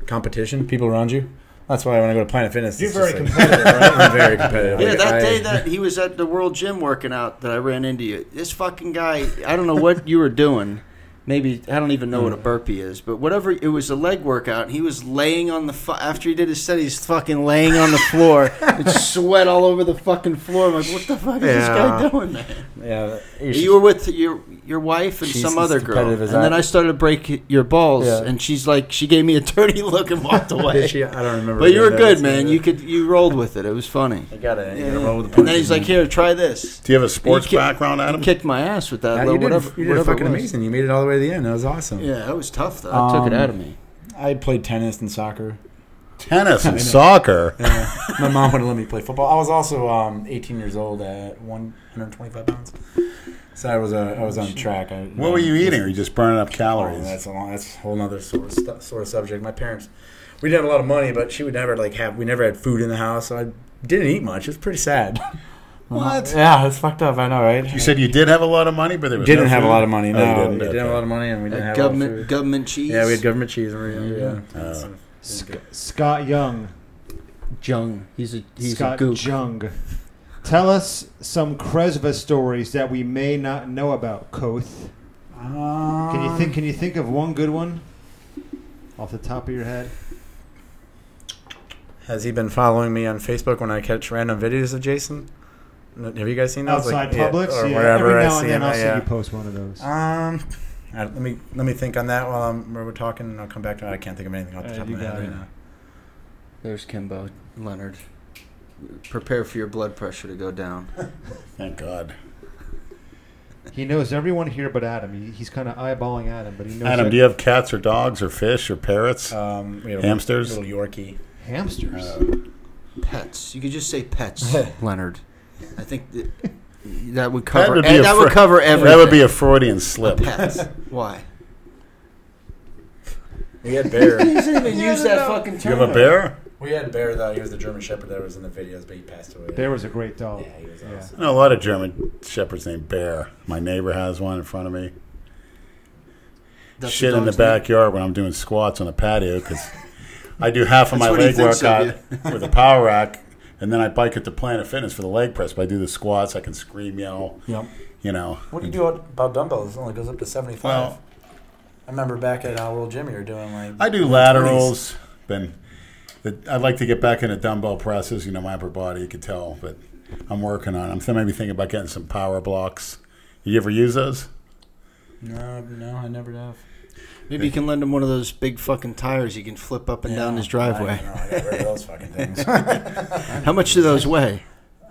Speaker 4: competition, people around you. That's why when I go to Planet Fitness,
Speaker 2: You're
Speaker 4: it's
Speaker 2: very
Speaker 4: just
Speaker 2: competitive,
Speaker 4: Like, I'm very competitive.
Speaker 1: Yeah,
Speaker 4: Like,
Speaker 1: that
Speaker 4: I-
Speaker 1: day that he was at the World Gym working out that I ran into you. This fucking guy, I don't know what you were doing. Maybe I don't even know what a burpee is, but whatever it was a leg workout. and He was laying on the fu- after he did his set, he's fucking laying on the floor. it's sweat all over the fucking floor. I'm like, what the fuck is this guy
Speaker 4: Yeah.
Speaker 1: doing, man?
Speaker 4: yeah,
Speaker 1: You were with you. your wife and
Speaker 5: She's
Speaker 1: some
Speaker 5: as
Speaker 1: other girl.
Speaker 5: competitive
Speaker 1: And
Speaker 5: as
Speaker 1: then
Speaker 5: I-
Speaker 1: I started to break your balls,
Speaker 5: Yeah.
Speaker 1: and she's like, she gave me a dirty look and walked away.
Speaker 4: Did she? I don't remember.
Speaker 1: but you were
Speaker 4: Yeah,
Speaker 1: good,
Speaker 4: that's
Speaker 1: man. You could you rolled with it. It was funny.
Speaker 4: I got it.
Speaker 1: Yeah.
Speaker 4: You gotta roll with the
Speaker 1: And then he's
Speaker 4: punches,
Speaker 1: like,
Speaker 4: man.
Speaker 1: "Here, try this."
Speaker 3: Do you have a sports
Speaker 1: He ki-
Speaker 3: background, Adam?
Speaker 1: He kicked my ass with that.
Speaker 4: Yeah,
Speaker 1: little
Speaker 4: you did,
Speaker 1: whatever,
Speaker 4: you did
Speaker 1: whatever
Speaker 4: fucking
Speaker 1: it was.
Speaker 4: amazing. You made it all the way to the end. That was awesome.
Speaker 1: Yeah, that was tough though. I took it
Speaker 4: Um,
Speaker 1: out of me.
Speaker 4: I played tennis and soccer.
Speaker 3: Tennis and soccer.
Speaker 4: My mom wouldn't let me play football. I was also um, 18 years old at 125 pounds, so I was uh, I was on track. I, um,
Speaker 3: What were you eating? Were you just burning up
Speaker 4: Oh,
Speaker 3: calories?
Speaker 4: that's a long, that's a whole other sort of, stu- sort of subject. My parents, we didn't have a lot of money, but she would never like have. We never had food in the house, so I didn't eat much. It was pretty sad. Uh-huh.
Speaker 3: What?
Speaker 4: Yeah, it's fucked up. I know, right?
Speaker 3: you said you did have a lot of money, but there was
Speaker 4: didn't
Speaker 3: no
Speaker 4: have a
Speaker 3: food?
Speaker 4: lot of money.
Speaker 3: Oh,
Speaker 4: No,
Speaker 3: you
Speaker 4: we
Speaker 3: didn't,
Speaker 4: didn't have a
Speaker 3: okay. Uh,
Speaker 4: lot of money, and we didn't
Speaker 1: That
Speaker 4: have A lot
Speaker 1: government
Speaker 4: of food.
Speaker 1: government cheese.
Speaker 4: Yeah, we had government cheese. And we, yeah, yeah.
Speaker 3: Oh.
Speaker 4: So-
Speaker 2: Sc- Scott Young.
Speaker 1: Jung. He's a he's
Speaker 2: Scott
Speaker 1: a gook.
Speaker 2: Jung. Tell us some Kresva stories that we may not know about Koth. Can you
Speaker 4: Um,
Speaker 2: think? Can you think of one good one off the top of your head?
Speaker 4: Has he been following me on Facebook when I catch random videos of Jason? N- Have you guys seen those?
Speaker 2: Outside
Speaker 4: yeah,
Speaker 2: Publix,
Speaker 4: or
Speaker 2: yeah,
Speaker 4: wherever
Speaker 2: every
Speaker 4: I
Speaker 2: now
Speaker 4: see
Speaker 2: and then
Speaker 4: him.
Speaker 2: I'll see
Speaker 4: yeah.
Speaker 2: you post one of those.
Speaker 4: Um, I, let me let me think on that while I'm while we're talking, and I'll come back to it. I can't think of anything off the
Speaker 2: Uh,
Speaker 4: top of
Speaker 2: you
Speaker 4: my head
Speaker 2: got
Speaker 4: right
Speaker 2: it.
Speaker 4: now.
Speaker 1: There's Kimbo Leonard. Prepare for your blood pressure to go down.
Speaker 3: Thank God.
Speaker 2: He knows everyone here but Adam. He, he's kind of eyeballing Adam, but he knows
Speaker 3: Adam,
Speaker 2: that-
Speaker 3: do you have cats or dogs or fish or parrots?
Speaker 4: Um, we had a
Speaker 3: Hamsters?
Speaker 4: little Yorkie.
Speaker 2: hamsters.
Speaker 4: Uh,
Speaker 1: Pets. You could just say pets, Leonard. I think that, that would
Speaker 3: That
Speaker 1: cover.
Speaker 3: would
Speaker 1: That,
Speaker 3: be a
Speaker 1: that
Speaker 3: fr-
Speaker 1: would cover everything.
Speaker 3: That would be a Freudian slip.
Speaker 1: pets. Why?
Speaker 4: We had Bear.
Speaker 1: didn't even use that fucking
Speaker 3: Do you have a bear?
Speaker 4: we had Bear though. He was the German Shepherd that was in the videos, but he passed away.
Speaker 2: Bear was a great dog.
Speaker 4: Yeah, he was
Speaker 2: Yeah.
Speaker 4: awesome.
Speaker 3: I know a lot of German shepherds named Bear. My neighbor has one in front of me. Shit in the backyard when I'm doing squats on the patio because I do half of
Speaker 1: That's
Speaker 3: my
Speaker 1: what he
Speaker 3: leg
Speaker 1: thinks of
Speaker 3: workout with a power rack, and then I bike it to Planet Fitness for the leg press. But I do the squats. I can scream, yell,
Speaker 4: Yep.
Speaker 3: you know.
Speaker 4: What do you do about dumbbells? It only goes up to seventy-five.
Speaker 3: Well-
Speaker 4: I remember back at uh, World Gym, you were doing like
Speaker 3: I do laterals. Been, the, I'd like to get back into dumbbell presses. You know, my upper body, you could tell, but I'm working on. it. I'm maybe thinking about getting some power blocks. You ever use those?
Speaker 4: No, no, I never have.
Speaker 1: Maybe you can lend him one of those big fucking tires you can flip up and down his driveway.
Speaker 4: I, got rid of those fucking things.
Speaker 1: How much do those weigh?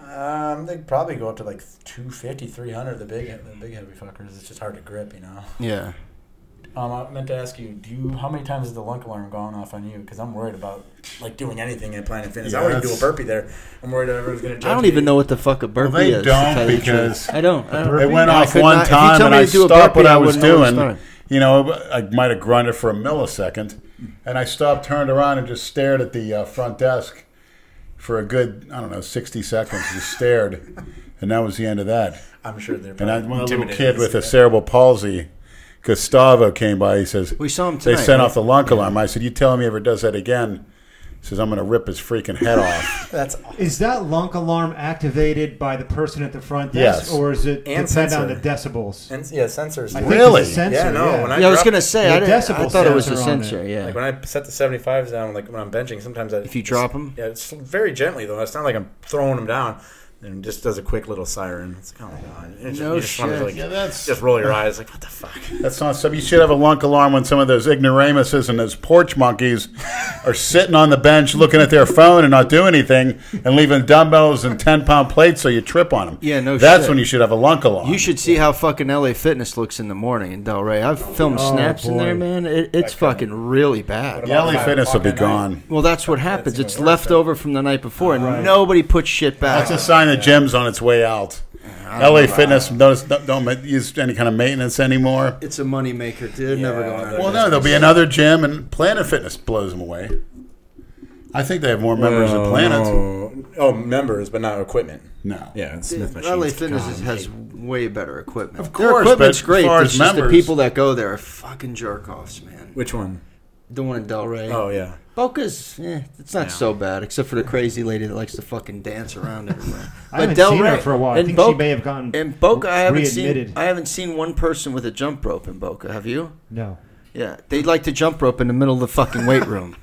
Speaker 4: um, they probably go up to like 250, 300, The big, the big heavy fuckers. It's just hard to grip, you know.
Speaker 1: Yeah.
Speaker 4: Um, I meant to ask you, do you how many times has the lunk alarm gone off on you? Because I'm worried about like doing anything at Planet Fitness.
Speaker 3: Yeah,
Speaker 4: I wouldn't do a
Speaker 3: that's-
Speaker 4: burpee there. I'm worried everyone's gonna. Judge
Speaker 1: I don't
Speaker 4: me.
Speaker 1: even know what the fuck a burpee
Speaker 3: they
Speaker 1: is. to
Speaker 3: don't
Speaker 1: tell you the truth.
Speaker 3: because
Speaker 1: I don't. I don't
Speaker 3: It went
Speaker 1: Uh, I
Speaker 3: off
Speaker 1: could
Speaker 3: one
Speaker 1: not- if you
Speaker 3: time,
Speaker 1: tell
Speaker 3: and
Speaker 1: me
Speaker 3: I
Speaker 1: to do a
Speaker 3: stopped what
Speaker 1: burpee,
Speaker 3: I
Speaker 1: I
Speaker 3: was
Speaker 1: wouldn't know where to
Speaker 3: doing.
Speaker 1: start.
Speaker 3: You know, I might have grunted for a millisecond, and I stopped, turned around, and just stared at the uh, front desk for a good, I don't know, 60 seconds. Just stared, and that was the end of that.
Speaker 4: I'm sure they're.
Speaker 3: And I,
Speaker 4: probably
Speaker 3: my little
Speaker 4: intimidated
Speaker 3: kid
Speaker 4: to
Speaker 3: with
Speaker 4: see
Speaker 3: a
Speaker 4: that.
Speaker 3: cerebral palsy, Gustavo, came by. He says,
Speaker 1: We saw him
Speaker 3: They
Speaker 1: tonight.
Speaker 3: sent
Speaker 1: right?
Speaker 3: off the lunk alarm. I said, You tell him he ever does that again. He says, I'm going to rip his freaking head off.
Speaker 4: That's
Speaker 2: Is that lunk alarm activated by the person at the front desk,
Speaker 3: Yes.
Speaker 2: or is it
Speaker 4: And
Speaker 2: depend on
Speaker 4: sensor.
Speaker 2: the decibels?
Speaker 4: and, yeah, sensors.
Speaker 2: I think it's a
Speaker 3: Really?
Speaker 2: sensor,
Speaker 4: Yeah, no, when I
Speaker 1: Yeah, I was
Speaker 4: dropped-
Speaker 1: gonna say.
Speaker 2: The
Speaker 1: I, didn't, I
Speaker 2: decibel
Speaker 1: thought it was a
Speaker 2: sensor on
Speaker 1: sensor.
Speaker 2: it.
Speaker 1: Yeah.
Speaker 4: Like when I set the 75s down, like when I'm benching, sometimes I.
Speaker 1: If you drop 'em?
Speaker 4: Yeah, it's very gently though. It's not like I'm throwing them down. And it just does a quick little siren. It's like, oh my god! It just,
Speaker 1: No
Speaker 4: you just wanna,
Speaker 1: shit.
Speaker 4: like,
Speaker 3: Yeah, that's-
Speaker 4: just roll your eyes, like what the fuck?
Speaker 3: That's not something. You should have a lunk alarm when some of those ignoramuses and those porch monkeys are sitting on the bench looking at their phone and not doing anything and leaving dumbbells and 10 pound plates so you trip on them.
Speaker 1: Yeah, no
Speaker 3: That's
Speaker 1: shit.
Speaker 3: when you should have a lunk alarm.
Speaker 1: You should see how fucking LA Fitness looks in the morning in Del Rey. I've filmed
Speaker 2: Oh,
Speaker 1: snaps in there,
Speaker 2: boy.
Speaker 1: man. It, it's fucking really bad.
Speaker 3: The LA Fitness will be
Speaker 4: Fucking night.
Speaker 3: gone.
Speaker 1: Well, that's what happens.
Speaker 4: even
Speaker 1: It's
Speaker 4: worse,
Speaker 1: left
Speaker 4: though.
Speaker 1: over from the night before, and nobody puts shit back.
Speaker 3: That's a sign that gym's on its way out. LA Fitness notice, don't, don't ma- use any kind of maintenance anymore.
Speaker 1: it's a moneymaker, dude. They're never going out.
Speaker 3: Well, no, there'll be another gym, and Planet Fitness blows them away. I think they have more members of Planet.
Speaker 4: Oh, members, but not equipment.
Speaker 3: No.
Speaker 4: Yeah, and Smith
Speaker 1: Dude,
Speaker 4: machines.
Speaker 1: LA Fitness is-
Speaker 4: God.
Speaker 1: has way better equipment. Of
Speaker 3: course, but
Speaker 1: equipment's
Speaker 3: as
Speaker 1: great.
Speaker 3: far
Speaker 1: it's
Speaker 3: as
Speaker 1: just
Speaker 3: members-
Speaker 1: the people that go there are fucking jerk offs, man.
Speaker 4: Which one?
Speaker 1: The one in Del Rey.
Speaker 4: Oh yeah.
Speaker 1: Boca's, eh, it's not so bad, except for the crazy lady that likes to fucking dance around everywhere.
Speaker 2: I haven't seen her for a while. I think she may have gotten
Speaker 1: In Boca, I haven't seen.
Speaker 2: readmitted.
Speaker 1: I haven't seen one person with a jump rope in Boca. Have you?
Speaker 2: No.
Speaker 1: Yeah, they like to jump rope in the middle of the fucking weight room.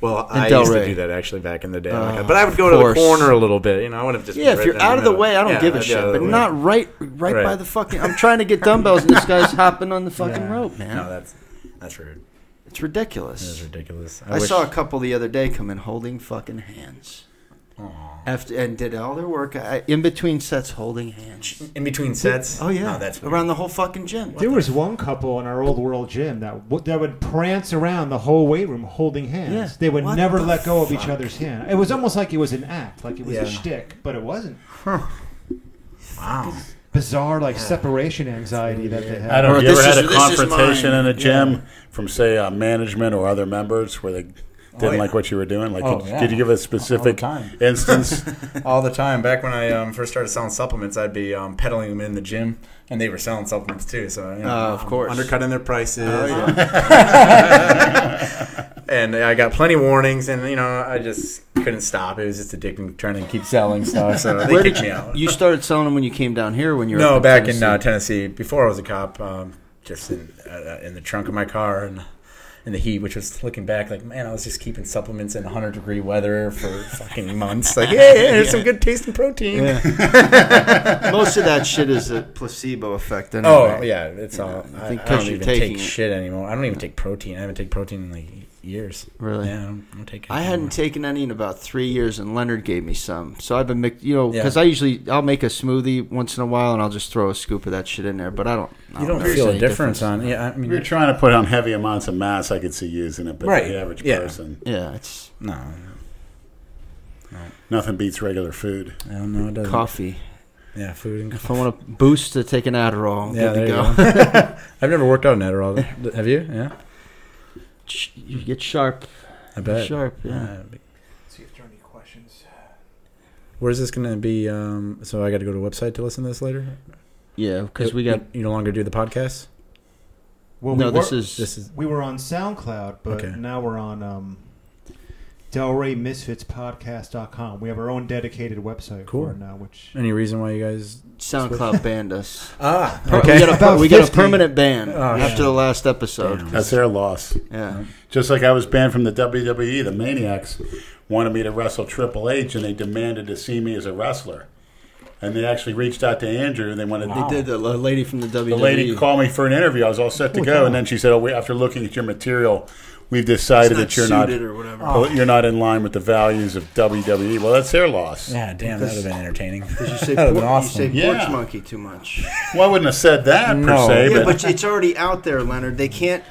Speaker 4: Well, I
Speaker 1: Del
Speaker 4: used
Speaker 1: Rey.
Speaker 4: to do that actually back in the day, like, but I would go to the
Speaker 1: course.
Speaker 4: corner a little bit. You know, I would have just
Speaker 1: Yeah,
Speaker 4: been
Speaker 1: if
Speaker 4: right
Speaker 1: you're
Speaker 4: down
Speaker 1: out of the
Speaker 4: middle.
Speaker 1: way, I don't
Speaker 4: Yeah,
Speaker 1: give a
Speaker 4: I'd be
Speaker 1: shit.
Speaker 4: out of the
Speaker 1: But
Speaker 4: way.
Speaker 1: not right, right, by
Speaker 4: Right.
Speaker 1: the fucking. I'm trying to get dumbbells, and this guy's hopping on the fucking
Speaker 2: Yeah.
Speaker 1: rope, man.
Speaker 4: No, that's that's rude.
Speaker 1: it's
Speaker 4: That's
Speaker 1: ridiculous.
Speaker 4: ridiculous.
Speaker 1: I,
Speaker 4: wish-
Speaker 1: saw a couple the other day come in holding fucking hands
Speaker 4: Aw.
Speaker 1: after and did all their work I, in between sets holding hands.
Speaker 4: in between sets.
Speaker 1: Oh yeah,
Speaker 4: No, that's weird.
Speaker 1: around the whole fucking gym.
Speaker 2: There was one couple in our old world gym that w- that would prance around the whole weight room holding hands.
Speaker 1: Yeah.
Speaker 2: They would
Speaker 1: What
Speaker 2: never
Speaker 1: the
Speaker 2: let go of each
Speaker 1: fuck?
Speaker 2: other's hand. It was almost like it was an act, like it was
Speaker 4: Yeah.
Speaker 2: a shtick, but it wasn't.
Speaker 4: Wow.
Speaker 2: Bizarre, like separation anxiety that they had.
Speaker 3: I don't know.
Speaker 1: Or
Speaker 3: You
Speaker 1: this
Speaker 3: ever
Speaker 1: is-
Speaker 3: had a
Speaker 1: this is
Speaker 3: confrontation
Speaker 1: mine.
Speaker 3: in a gym from, say, uh, management or other members where they didn't
Speaker 4: Oh, yeah.
Speaker 3: like what you were doing? Like,
Speaker 4: Oh,
Speaker 3: could,
Speaker 4: yeah.
Speaker 3: could you give a
Speaker 4: All the
Speaker 3: specific
Speaker 4: time.
Speaker 3: instance?
Speaker 4: all the time. Back when I um, first started selling supplements, I'd be um, peddling them in the gym, and they were selling supplements too. So you know,
Speaker 1: Oh, of course.
Speaker 4: undercutting their prices.
Speaker 1: Oh, yeah.
Speaker 4: And I got plenty of warnings, and you know, I just couldn't stop. It was just addicting, trying to keep selling stuff. So they
Speaker 1: Where
Speaker 4: kicked
Speaker 1: did
Speaker 4: me
Speaker 1: you,
Speaker 4: out.
Speaker 1: you started selling them when you came down here? When you were
Speaker 4: no,
Speaker 1: up
Speaker 4: back in uh,
Speaker 1: Tennessee?
Speaker 4: Tennessee, before I was a cop, um, just in uh, in the trunk of my car and in the heat, which was looking back like, man, I was just keeping supplements in 100 degree weather for fucking months. Like, yeah, yeah, here's some good tasting protein.
Speaker 1: most of that shit is a placebo effect. Anyway.
Speaker 4: Oh yeah, it's all.
Speaker 1: I
Speaker 4: I,
Speaker 1: think
Speaker 4: I
Speaker 1: 'cause
Speaker 4: don't
Speaker 1: you're
Speaker 4: even
Speaker 1: taking
Speaker 4: take
Speaker 1: it.
Speaker 4: shit anymore. I don't even take protein. I haven't taken protein in like years.
Speaker 1: Really?
Speaker 4: Yeah, I don't, I don't take. It
Speaker 1: I hadn't taken any in about three years, and Leonard gave me some. So I've been, mix- you know,
Speaker 4: Yeah.
Speaker 1: because I usually I'll make a smoothie once in a while, and I'll just throw a scoop of that shit in there. But I don't. I
Speaker 4: you don't
Speaker 1: notice
Speaker 4: feel a
Speaker 1: any
Speaker 4: difference, on. Yeah, I
Speaker 3: if
Speaker 4: mean,
Speaker 3: you're trying to put on heavy amounts of mass, I could see using it, but
Speaker 4: Right,
Speaker 3: the average
Speaker 4: yeah.
Speaker 3: person,
Speaker 1: Yeah, it's
Speaker 4: no,
Speaker 3: nothing beats regular food.
Speaker 4: I don't know. It doesn't.
Speaker 1: coffee.
Speaker 4: Yeah, food and coffee.
Speaker 1: If I want to boost to take an Adderall, I'm
Speaker 4: Yeah,
Speaker 1: good
Speaker 4: there
Speaker 1: to
Speaker 4: you
Speaker 1: go.
Speaker 4: go. I've never worked out an Adderall. Have you? Yeah,
Speaker 1: Sh- you get sharp,
Speaker 4: I bet.
Speaker 1: sharp. Yeah.
Speaker 4: Uh,
Speaker 2: See if there are any questions.
Speaker 4: where's this going to be? Um, so I got to go to a website to listen to this later.
Speaker 1: Yeah, because we got.
Speaker 4: you, you no longer do the podcast.
Speaker 2: Well,
Speaker 1: no,
Speaker 2: we, were,
Speaker 1: this is.
Speaker 4: This is
Speaker 2: we were on SoundCloud, but
Speaker 4: Okay.
Speaker 2: now we're on um, DelrayMisfitsPodcast.com. We have our own dedicated website
Speaker 4: Cool.
Speaker 2: for it now, which
Speaker 4: any reason why you guys?
Speaker 1: SoundCloud banned us.
Speaker 4: Ah,
Speaker 1: Per-
Speaker 4: okay.
Speaker 1: We got a, per-
Speaker 2: About
Speaker 1: we got a
Speaker 2: 50.
Speaker 1: permanent ban
Speaker 4: Oh,
Speaker 1: after
Speaker 2: yeah.
Speaker 1: the last episode.
Speaker 4: Damn. Oh.
Speaker 3: That's their loss.
Speaker 1: Yeah.
Speaker 3: Just like I was banned from the WWE, the Maniacs wanted me to wrestle Triple H, and they demanded to see me as a wrestler. And they actually reached out to Andrew, and they wanted
Speaker 4: Wow.
Speaker 1: They did the la- lady from the E. WWE.
Speaker 3: The lady called me for an interview. I was all set to go, and then she said, "Oh, we, after looking at your material, we've decided that you're not
Speaker 1: suited or whatever.
Speaker 4: Oh.
Speaker 3: you're not in line with the values of WWE." Well, that's their loss.
Speaker 4: Yeah, damn, that would have been entertaining.
Speaker 1: You say,
Speaker 4: That'd have
Speaker 1: por-
Speaker 4: been awesome.
Speaker 1: you say porch
Speaker 3: Yeah.
Speaker 1: monkey too much.
Speaker 3: Well, I wouldn't have said that per
Speaker 4: No.
Speaker 3: se,
Speaker 1: Yeah,
Speaker 3: but,
Speaker 1: but it's already out there, Leonard. They can't.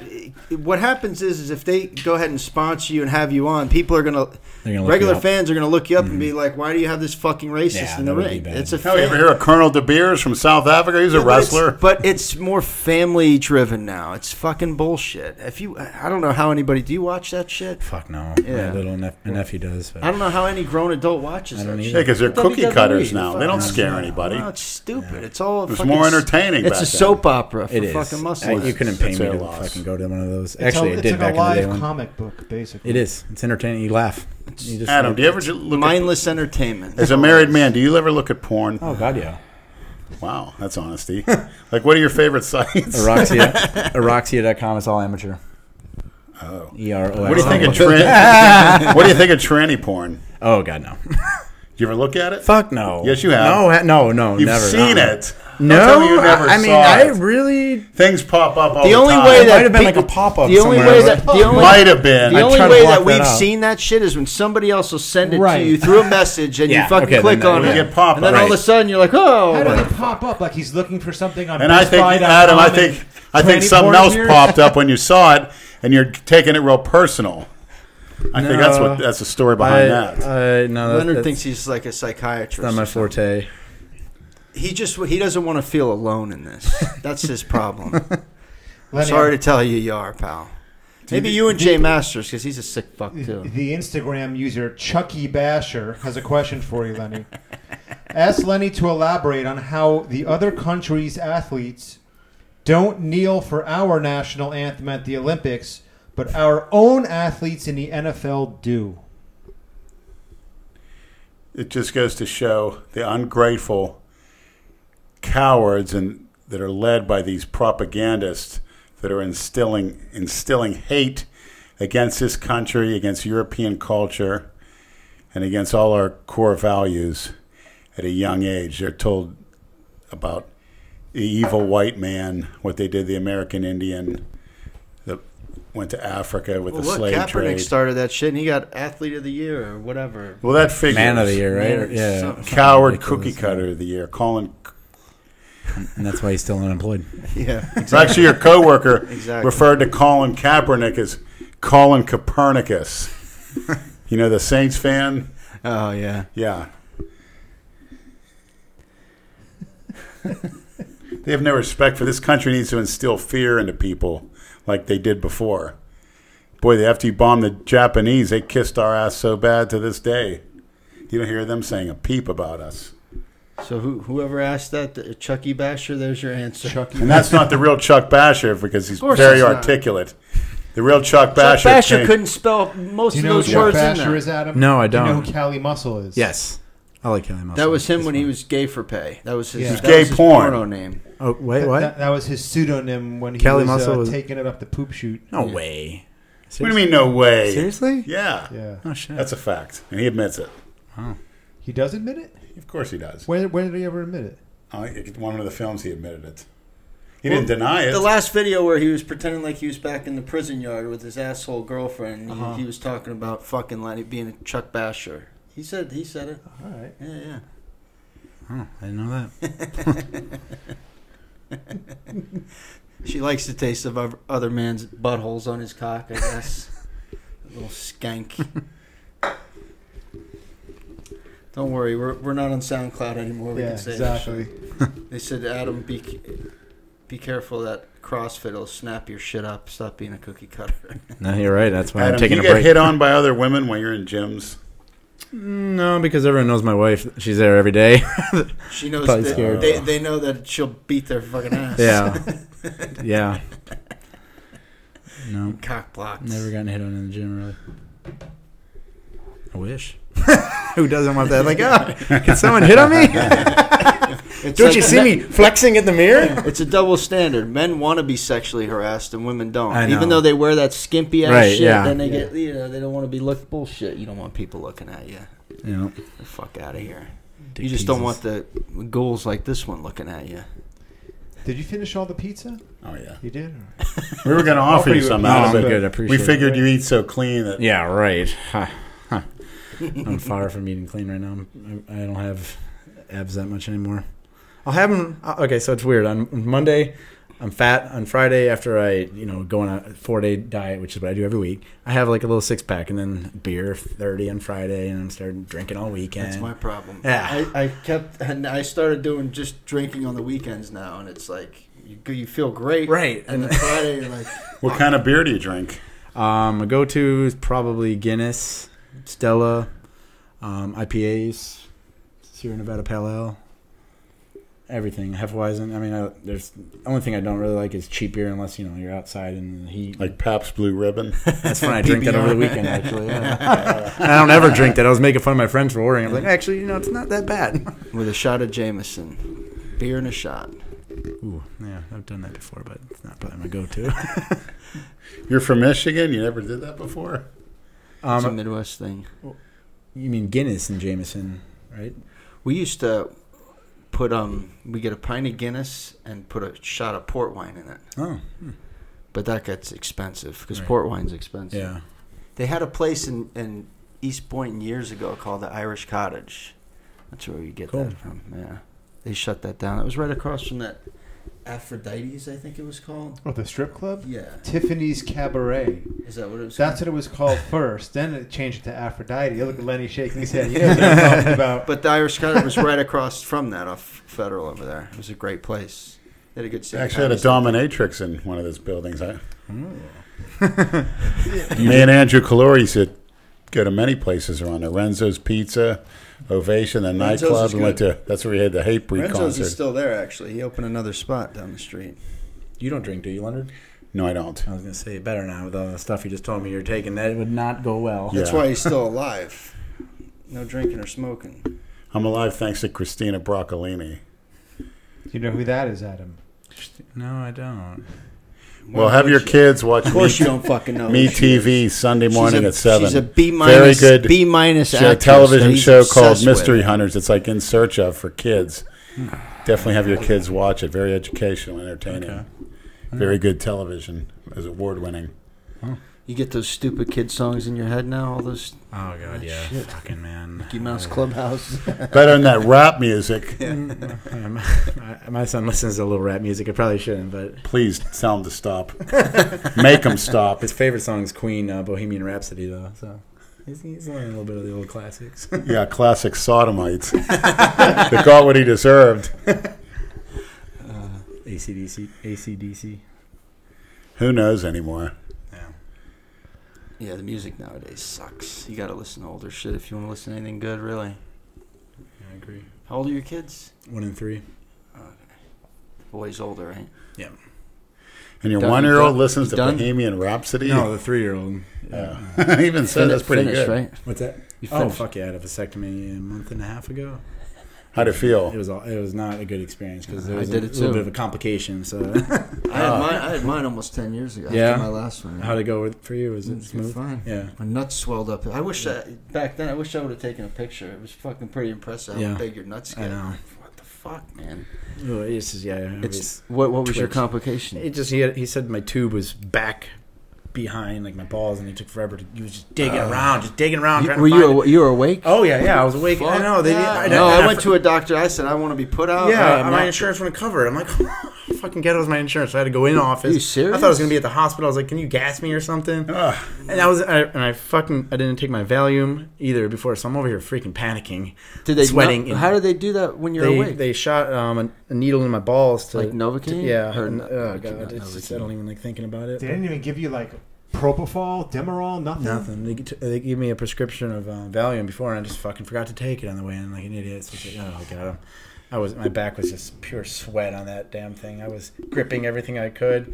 Speaker 1: What happens is, is if they go ahead and sponsor you and have you on, people are gonna,
Speaker 4: They're gonna look
Speaker 1: regular
Speaker 4: you up. Mm-hmm.
Speaker 1: fans are gonna look you up and be like, "Why do you have this fucking racist
Speaker 4: Yeah,
Speaker 1: in the
Speaker 4: that would be
Speaker 1: ring?"
Speaker 4: bad.
Speaker 1: It's a
Speaker 3: hell, you ever
Speaker 1: fan-
Speaker 3: hear of Colonel De Beers from South Africa? He's a
Speaker 1: Yeah, but it's-
Speaker 3: wrestler.
Speaker 1: but it's more family driven now. It's fucking bullshit. If you, I don't know how anybody. Do you watch that shit?
Speaker 4: Fuck no.
Speaker 1: Yeah.
Speaker 4: My little nep- my nephew does. But
Speaker 1: I don't know how any grown adult watches
Speaker 4: I
Speaker 1: that
Speaker 4: don't
Speaker 1: shit.
Speaker 3: Yeah, because they're cookie
Speaker 1: WWE,
Speaker 3: cutters now. They
Speaker 1: fucking-
Speaker 3: don't scare anybody.
Speaker 1: No, it's stupid. It's all.
Speaker 3: It was
Speaker 1: fucking
Speaker 3: more
Speaker 1: s-
Speaker 3: entertaining.
Speaker 1: It's a
Speaker 3: back
Speaker 1: soap opera for
Speaker 4: it is.
Speaker 1: fucking
Speaker 4: I-
Speaker 1: muscles.
Speaker 4: you couldn't pay me
Speaker 3: That's
Speaker 4: to
Speaker 3: their loss.
Speaker 4: fucking go to one of those.
Speaker 2: it's
Speaker 4: Actually,
Speaker 2: a,
Speaker 4: it
Speaker 2: it's
Speaker 4: did
Speaker 2: like
Speaker 4: back
Speaker 2: a
Speaker 4: in the
Speaker 2: live
Speaker 4: day. When,
Speaker 2: comic book, basically.
Speaker 4: it is. It's entertaining. You laugh. You just
Speaker 3: Then. Adam,
Speaker 4: laugh.
Speaker 3: do you ever ju- look at,
Speaker 1: mindless entertainment.
Speaker 3: as a married man? Do you ever look at porn?
Speaker 4: Oh god, yeah.
Speaker 3: Wow, that's honesty. like, what are your favorite sites?
Speaker 4: Aroxia. Aroxia.com is all amateur.
Speaker 3: Oh.
Speaker 4: E R O.
Speaker 3: What do you think of tran- What do you think of tranny porn?
Speaker 4: Oh god, no.
Speaker 3: You ever look at it?
Speaker 4: Fuck no.
Speaker 3: Yes, you have.
Speaker 4: No, ha- no, no.
Speaker 3: You've
Speaker 4: never.
Speaker 3: seen
Speaker 4: uh-uh.
Speaker 3: it.
Speaker 4: No,
Speaker 3: Don't tell me you never
Speaker 4: I, I mean,
Speaker 3: saw
Speaker 4: I
Speaker 3: it.
Speaker 4: really.
Speaker 3: Things pop up all
Speaker 1: the
Speaker 3: the,
Speaker 1: only
Speaker 3: time.
Speaker 1: way
Speaker 4: It
Speaker 1: that
Speaker 4: might have been like
Speaker 1: peop-
Speaker 4: a pop-up
Speaker 1: The only
Speaker 4: somewhere,
Speaker 1: way
Speaker 4: but-
Speaker 1: that the only
Speaker 3: might have been.
Speaker 1: the
Speaker 4: I
Speaker 1: only
Speaker 4: tried to
Speaker 1: way
Speaker 4: block
Speaker 1: that
Speaker 4: that
Speaker 1: we've
Speaker 4: out.
Speaker 1: seen that shit is when somebody else will send it to
Speaker 2: Right.
Speaker 1: you through a message and
Speaker 4: Yeah,
Speaker 1: you fucking
Speaker 4: okay,
Speaker 1: click
Speaker 4: then
Speaker 1: on
Speaker 4: that-
Speaker 1: it.
Speaker 3: You get pop-up,
Speaker 1: and then all of a
Speaker 3: right.
Speaker 1: sudden you're like,
Speaker 2: How did
Speaker 1: oh,
Speaker 2: it pop up? Like he's looking for something on
Speaker 3: and I think
Speaker 2: BestBuy.com
Speaker 3: Adam, I
Speaker 2: and
Speaker 3: think I think
Speaker 2: tranny
Speaker 3: something
Speaker 2: porn
Speaker 3: else
Speaker 2: appears?
Speaker 3: popped up when you saw it, and you're taking it real personal. I think that's what that's the story
Speaker 4: I,
Speaker 3: behind that.
Speaker 4: I, uh, no, that,
Speaker 1: Leonard
Speaker 4: that's
Speaker 1: thinks he's like a
Speaker 4: not
Speaker 1: psychiatrist.
Speaker 4: my forte.
Speaker 1: he just he doesn't want to feel alone in this. That's his problem.
Speaker 2: Lenny,
Speaker 1: Sorry to tell you, you are, pal. Maybe you and Jay Masters because he's a sick fuck too.
Speaker 2: The Instagram user Chucky Basher has a question for you, Lenny. Ask Lenny to elaborate on how the other countries' athletes don't kneel for our national anthem at the Olympics, but our own athletes in the NFL do.
Speaker 3: it just goes to show the ungrateful cowards and that are led by these propagandists that are instilling instilling hate against this country, against European culture, and against all our core values at a young age. They're told about the evil white man, what they did to the American Indian that went to Africa with
Speaker 1: Well,
Speaker 3: the
Speaker 1: look,
Speaker 3: slave
Speaker 1: Kaepernick
Speaker 3: trade.
Speaker 1: started that shit, and he got athlete of the year or whatever.
Speaker 3: well, that figures.
Speaker 4: Man of the year, right?
Speaker 1: Man,
Speaker 4: yeah.
Speaker 1: something
Speaker 3: Coward
Speaker 4: Ridiculous.
Speaker 3: cookie cutter of the year, Colin
Speaker 4: And that's why he's still unemployed.
Speaker 1: Yeah,
Speaker 3: Actually, your coworker
Speaker 1: Exactly.
Speaker 3: referred to Colin Kaepernick as Colin Copernicus. you know the Saints fan?
Speaker 1: oh yeah.
Speaker 3: Yeah. they have no respect for this country needs to instill fear into people like they did before. Boy, they- after you bombed the Japanese, they kissed our ass so bad to this day. You don't hear them saying a peep about us.
Speaker 1: So who, whoever asked that, the Chucky Basher, there's your answer. Chucky
Speaker 3: And that's not the real Chuck Basher because he's
Speaker 1: course
Speaker 3: very
Speaker 1: it's not.
Speaker 3: articulate. The real Chuck Basher,
Speaker 1: Basher
Speaker 3: came-
Speaker 1: couldn't spell most
Speaker 2: Do
Speaker 1: of
Speaker 2: you know who
Speaker 1: those
Speaker 2: Chuck
Speaker 1: words in
Speaker 2: Basher
Speaker 1: there.
Speaker 2: is, Adam?
Speaker 4: No, I
Speaker 2: Do you know
Speaker 4: don't.
Speaker 2: who Callie Muscle is?
Speaker 4: Yes. I like Kelly Muscle.
Speaker 1: That was him
Speaker 4: He's
Speaker 1: when he
Speaker 4: fun.
Speaker 1: was gay for pay. That was his,
Speaker 2: Yeah.
Speaker 1: that
Speaker 3: Gay
Speaker 1: was his
Speaker 3: porn.
Speaker 1: porno name.
Speaker 4: Oh, wait,
Speaker 2: That,
Speaker 4: what?
Speaker 2: that- that was his pseudonym when he
Speaker 4: Callie
Speaker 2: was,
Speaker 4: Muscle
Speaker 2: uh,
Speaker 4: was-
Speaker 2: taking it up the poop chute.
Speaker 4: no way.
Speaker 3: What do you mean, no way?
Speaker 4: Seriously?
Speaker 3: Yeah.
Speaker 2: Yeah.
Speaker 4: Oh, shit.
Speaker 3: That's a fact. And he admits it.
Speaker 2: He does admit it?
Speaker 3: Of course he does.
Speaker 2: When, when did he ever admit it?
Speaker 3: I- it- one of the films, he admitted it. He didn't deny it.
Speaker 1: The last video where he was pretending like he was back in the prison yard with his asshole girlfriend, he, he was talking about fucking Lenny being a Chuck Basher. He said he said it.
Speaker 2: All right.
Speaker 1: Yeah, yeah.
Speaker 4: Oh, I didn't know that.
Speaker 1: She likes the taste of oth- other man's buttholes on his cock, I guess. a little skank. Don't worry, we're, we're not on SoundCloud anymore. We
Speaker 2: Yeah,
Speaker 1: can say that shit.
Speaker 2: exactly.
Speaker 1: They said, Adam, be be careful that CrossFit will snap your shit up. Stop being a cookie cutter.
Speaker 4: No, you're right. That's why
Speaker 3: Adam,
Speaker 4: I'm
Speaker 3: do
Speaker 4: taking
Speaker 3: you
Speaker 4: a
Speaker 3: get
Speaker 4: break.
Speaker 3: hit on by other women when you're in gyms?
Speaker 4: Mm, No, because everyone knows my wife. She's there every day.
Speaker 1: She knows
Speaker 4: Probably
Speaker 1: that
Speaker 4: scared.
Speaker 1: they, they know that she'll beat their fucking ass.
Speaker 4: yeah. Yeah. No.
Speaker 1: cock blocked.
Speaker 4: Never gotten hit on in the gym, really. I wish. Who doesn't want that? Like, oh, can someone hit on me?
Speaker 1: It's
Speaker 4: Don't
Speaker 1: like
Speaker 4: you
Speaker 1: a
Speaker 4: see
Speaker 1: ne-
Speaker 4: me flexing in the mirror?
Speaker 1: It's a double standard. Men want to be sexually harassed and women don't.
Speaker 4: I
Speaker 1: Even
Speaker 4: know.
Speaker 1: though they wear that skimpy ass
Speaker 4: Right,
Speaker 1: shit,
Speaker 4: yeah.
Speaker 1: then they get you know they don't want to be looked bullshit. You don't want people looking at you.
Speaker 4: Yeah.
Speaker 1: The fuck out of here. you just don't want the ghouls like this one looking at you.
Speaker 2: Did you finish all the pizza?
Speaker 3: Oh, yeah.
Speaker 2: You did?
Speaker 3: We were going to offer you
Speaker 2: you a
Speaker 3: some,
Speaker 2: piece,
Speaker 4: Oh,
Speaker 3: Adam,
Speaker 4: I'm
Speaker 2: but
Speaker 4: good. I
Speaker 3: but
Speaker 4: appreciate
Speaker 3: we figured
Speaker 2: it.
Speaker 3: you eat so clean that
Speaker 4: It. Yeah, right. Ha, ha. I'm far from eating clean right now. I'm- I, I don't have abs that much anymore. I'll have them. Okay, so it's weird. On Monday, I'm fat. On Friday, after I you know go on a four day diet, which is what I do every week, I have like a little six pack, and then beer thirty on Friday, and I'm starting drinking all weekend.
Speaker 1: That's my problem.
Speaker 4: Yeah.
Speaker 1: I, I kept and I started doing just drinking on the weekends now, and it's like you, you feel great,
Speaker 4: Right,
Speaker 1: And then
Speaker 4: and-
Speaker 1: Friday, you're like,
Speaker 3: What kind of beer do you drink?
Speaker 4: Um, my go-to is probably Guinness, Stella, um, IPAs, Sierra Nevada Pale Ale, everything. Hefeweizen. I mean, I, there's only thing I don't really like is cheap beer unless you know you're outside in the heat.
Speaker 3: Like Pabst Blue Ribbon?
Speaker 4: That's when I drink that over the weekend. Actually, yeah. I don't ever drink that. I was making fun of my friends for ordering. I'm like, actually, you know, it's not that bad.
Speaker 1: with a shot of Jameson, beer and a shot.
Speaker 4: Ooh, yeah, I've done that before, but it's not probably my go-to.
Speaker 3: You're from Michigan? You never did that before?
Speaker 1: It's a
Speaker 4: Um,
Speaker 1: Midwest thing.
Speaker 4: you mean Guinness and Jameson, right?
Speaker 1: We used to put um, we get a pint of Guinness and put a shot of port wine in it,
Speaker 4: Oh,
Speaker 1: but that gets expensive because
Speaker 4: Right.
Speaker 1: port wine's expensive.
Speaker 4: yeah.
Speaker 1: They had a place in, in East Boynton years ago called the Irish Cottage. That's where you get
Speaker 4: Cool.
Speaker 1: that from. Yeah. They shut that down. It was right across from that Aphrodite's, I think it was called.
Speaker 2: Oh, the strip club?
Speaker 1: Yeah.
Speaker 2: Tiffany's Cabaret.
Speaker 1: Is that what it was called?
Speaker 2: That's what it was called first. Then it changed it to Aphrodite. You look at Lenny shaking his head. You know what I'm talking about.
Speaker 1: But the Irish Cottage was right across from that off Federal over there. It was a great place. They had a good
Speaker 3: They
Speaker 1: singing
Speaker 3: actually had a
Speaker 1: contest.
Speaker 3: dominatrix in one of those buildings. I,
Speaker 4: Oh.
Speaker 3: me and Andrew Calori used to go to many places around there. Renzo's Pizza, Ovation, the
Speaker 1: Renzo's
Speaker 3: nightclub.
Speaker 1: is
Speaker 3: And went to, that's where we had the Hate Breed
Speaker 1: Renzo's
Speaker 3: concert.
Speaker 1: is still there, actually. He opened another spot down the street.
Speaker 4: You don't drink, do you, Leonard?
Speaker 3: no, I don't.
Speaker 4: I was gonna say better now with all the stuff you just told me you're taking. That would not go well.
Speaker 3: Yeah.
Speaker 1: That's why he's still alive. No drinking or smoking.
Speaker 3: I'm alive thanks to Christina Broccolini.
Speaker 2: You know who that is, Adam?
Speaker 4: No, I don't.
Speaker 3: Well, have your kids watch
Speaker 1: Of course, you
Speaker 3: Me,
Speaker 1: don't fucking know.
Speaker 3: Me
Speaker 1: who she is.
Speaker 3: TV Sunday
Speaker 1: She's
Speaker 3: morning
Speaker 1: a-
Speaker 3: at seven.
Speaker 1: She's a B minus.
Speaker 3: Very good
Speaker 1: B minus
Speaker 3: show,
Speaker 1: actress that
Speaker 3: television
Speaker 1: he's
Speaker 3: show called
Speaker 1: obsessed with.
Speaker 3: Mystery Hunters. It's like In Search of for kids.
Speaker 1: Hmm.
Speaker 3: Definitely have your kids watch it. Very educational, entertaining. Very good television. Is award winning.
Speaker 1: You get those stupid kid songs in your head now. All those
Speaker 4: Oh god, yeah, fucking man.
Speaker 1: Ah, Mickey Mouse Clubhouse.
Speaker 3: Better than that rap music.
Speaker 4: Um, my son listens to a little rap music. I probably shouldn't, but
Speaker 3: Please tell them to stop. Make them stop.
Speaker 4: his favorite song is Queen uh, Bohemian Rhapsody, though. So he's, he's learning a little bit of the old classics.
Speaker 3: Yeah, classic sodomites. they got what he deserved.
Speaker 4: ACDC, ACDC.
Speaker 3: Who knows anymore?
Speaker 1: yeah, the music nowadays sucks. You got to listen to older shit if you want to listen to anything good, really.
Speaker 4: I agree.
Speaker 1: How old are your kids?
Speaker 4: One in three.
Speaker 1: Boy's older, right?
Speaker 3: And your
Speaker 1: Done,
Speaker 3: one year old
Speaker 1: done,
Speaker 3: listens to
Speaker 1: done.
Speaker 3: Bohemian Rhapsody.
Speaker 4: No, the three-year-old.
Speaker 3: Yeah. Even so, that's pretty
Speaker 1: Finished,
Speaker 3: good.
Speaker 1: right?
Speaker 4: What's that?
Speaker 1: You
Speaker 4: Oh
Speaker 1: finished.
Speaker 4: fuck yeah! I had a vasectomy a month and a half ago.
Speaker 3: How'd it
Speaker 4: It
Speaker 3: feel?
Speaker 4: was all, it was not a good experience because there
Speaker 1: I
Speaker 4: was
Speaker 1: did
Speaker 4: a
Speaker 1: it too.
Speaker 4: little bit of a complication. So
Speaker 1: I,
Speaker 3: Ah.
Speaker 1: had mine, I had mine almost 10 years ago
Speaker 4: Yeah?
Speaker 1: after my last one.
Speaker 4: how'd it go with, for you? Was it
Speaker 1: It's been
Speaker 4: smooth?
Speaker 1: fine.
Speaker 4: Yeah.
Speaker 1: My nuts swelled up. I wish I, back then. I wish I would have taken a picture. It was fucking pretty impressive how
Speaker 4: Yeah.
Speaker 1: big your nuts
Speaker 4: I
Speaker 1: get.
Speaker 4: know.
Speaker 1: What the fuck, man?
Speaker 4: Oh, It's just, yeah, it was-
Speaker 1: It's what? What was your
Speaker 4: twitched.
Speaker 1: complication?
Speaker 4: It just he, had, he said my tube was back behind like my balls, and he took forever to. He was just digging around, just digging
Speaker 1: Uh,
Speaker 4: around.
Speaker 1: You-
Speaker 4: trying to
Speaker 1: were you
Speaker 4: find it.
Speaker 1: aw- you were awake?
Speaker 4: Oh yeah, yeah. I was awake. I
Speaker 1: Fuck
Speaker 4: know they.
Speaker 1: that.
Speaker 4: didn't-
Speaker 1: no,
Speaker 4: and
Speaker 1: I went to uh, a doctor. I said I want to be put out. I
Speaker 4: Yeah,
Speaker 1: am
Speaker 4: my
Speaker 1: not-
Speaker 4: insurance wouldn't cover it. I'm like, fucking get it was my insurance. So I had to go in office.
Speaker 1: You serious?
Speaker 4: I thought I was gonna be at the hospital. I was like, can you gas me or something?
Speaker 3: Ugh.
Speaker 4: And I was, I, and I fucking, I didn't take my Valium either before, so I'm over here freaking panicking.
Speaker 1: did they
Speaker 4: sweating?
Speaker 1: no-
Speaker 4: and-
Speaker 1: how did they do that when you're
Speaker 4: they,
Speaker 1: awake?
Speaker 4: They shot um, a, a needle in my balls to
Speaker 1: Like Novocaine?
Speaker 4: to- yeah.
Speaker 1: Or
Speaker 4: and-
Speaker 1: no-
Speaker 4: oh
Speaker 1: Novocaine,
Speaker 4: god,
Speaker 1: not
Speaker 4: it's just, I don't even like thinking about it.
Speaker 2: They didn't even give you like propofol, Demerol, nothing.
Speaker 4: Nothing. They, t- they gave me a prescription of uh, Valium before, and I just fucking forgot to take it on the way in, like an idiot. So it's like, oh god, I'm- i was my back was just pure sweat on that damn thing. I was gripping everything I could.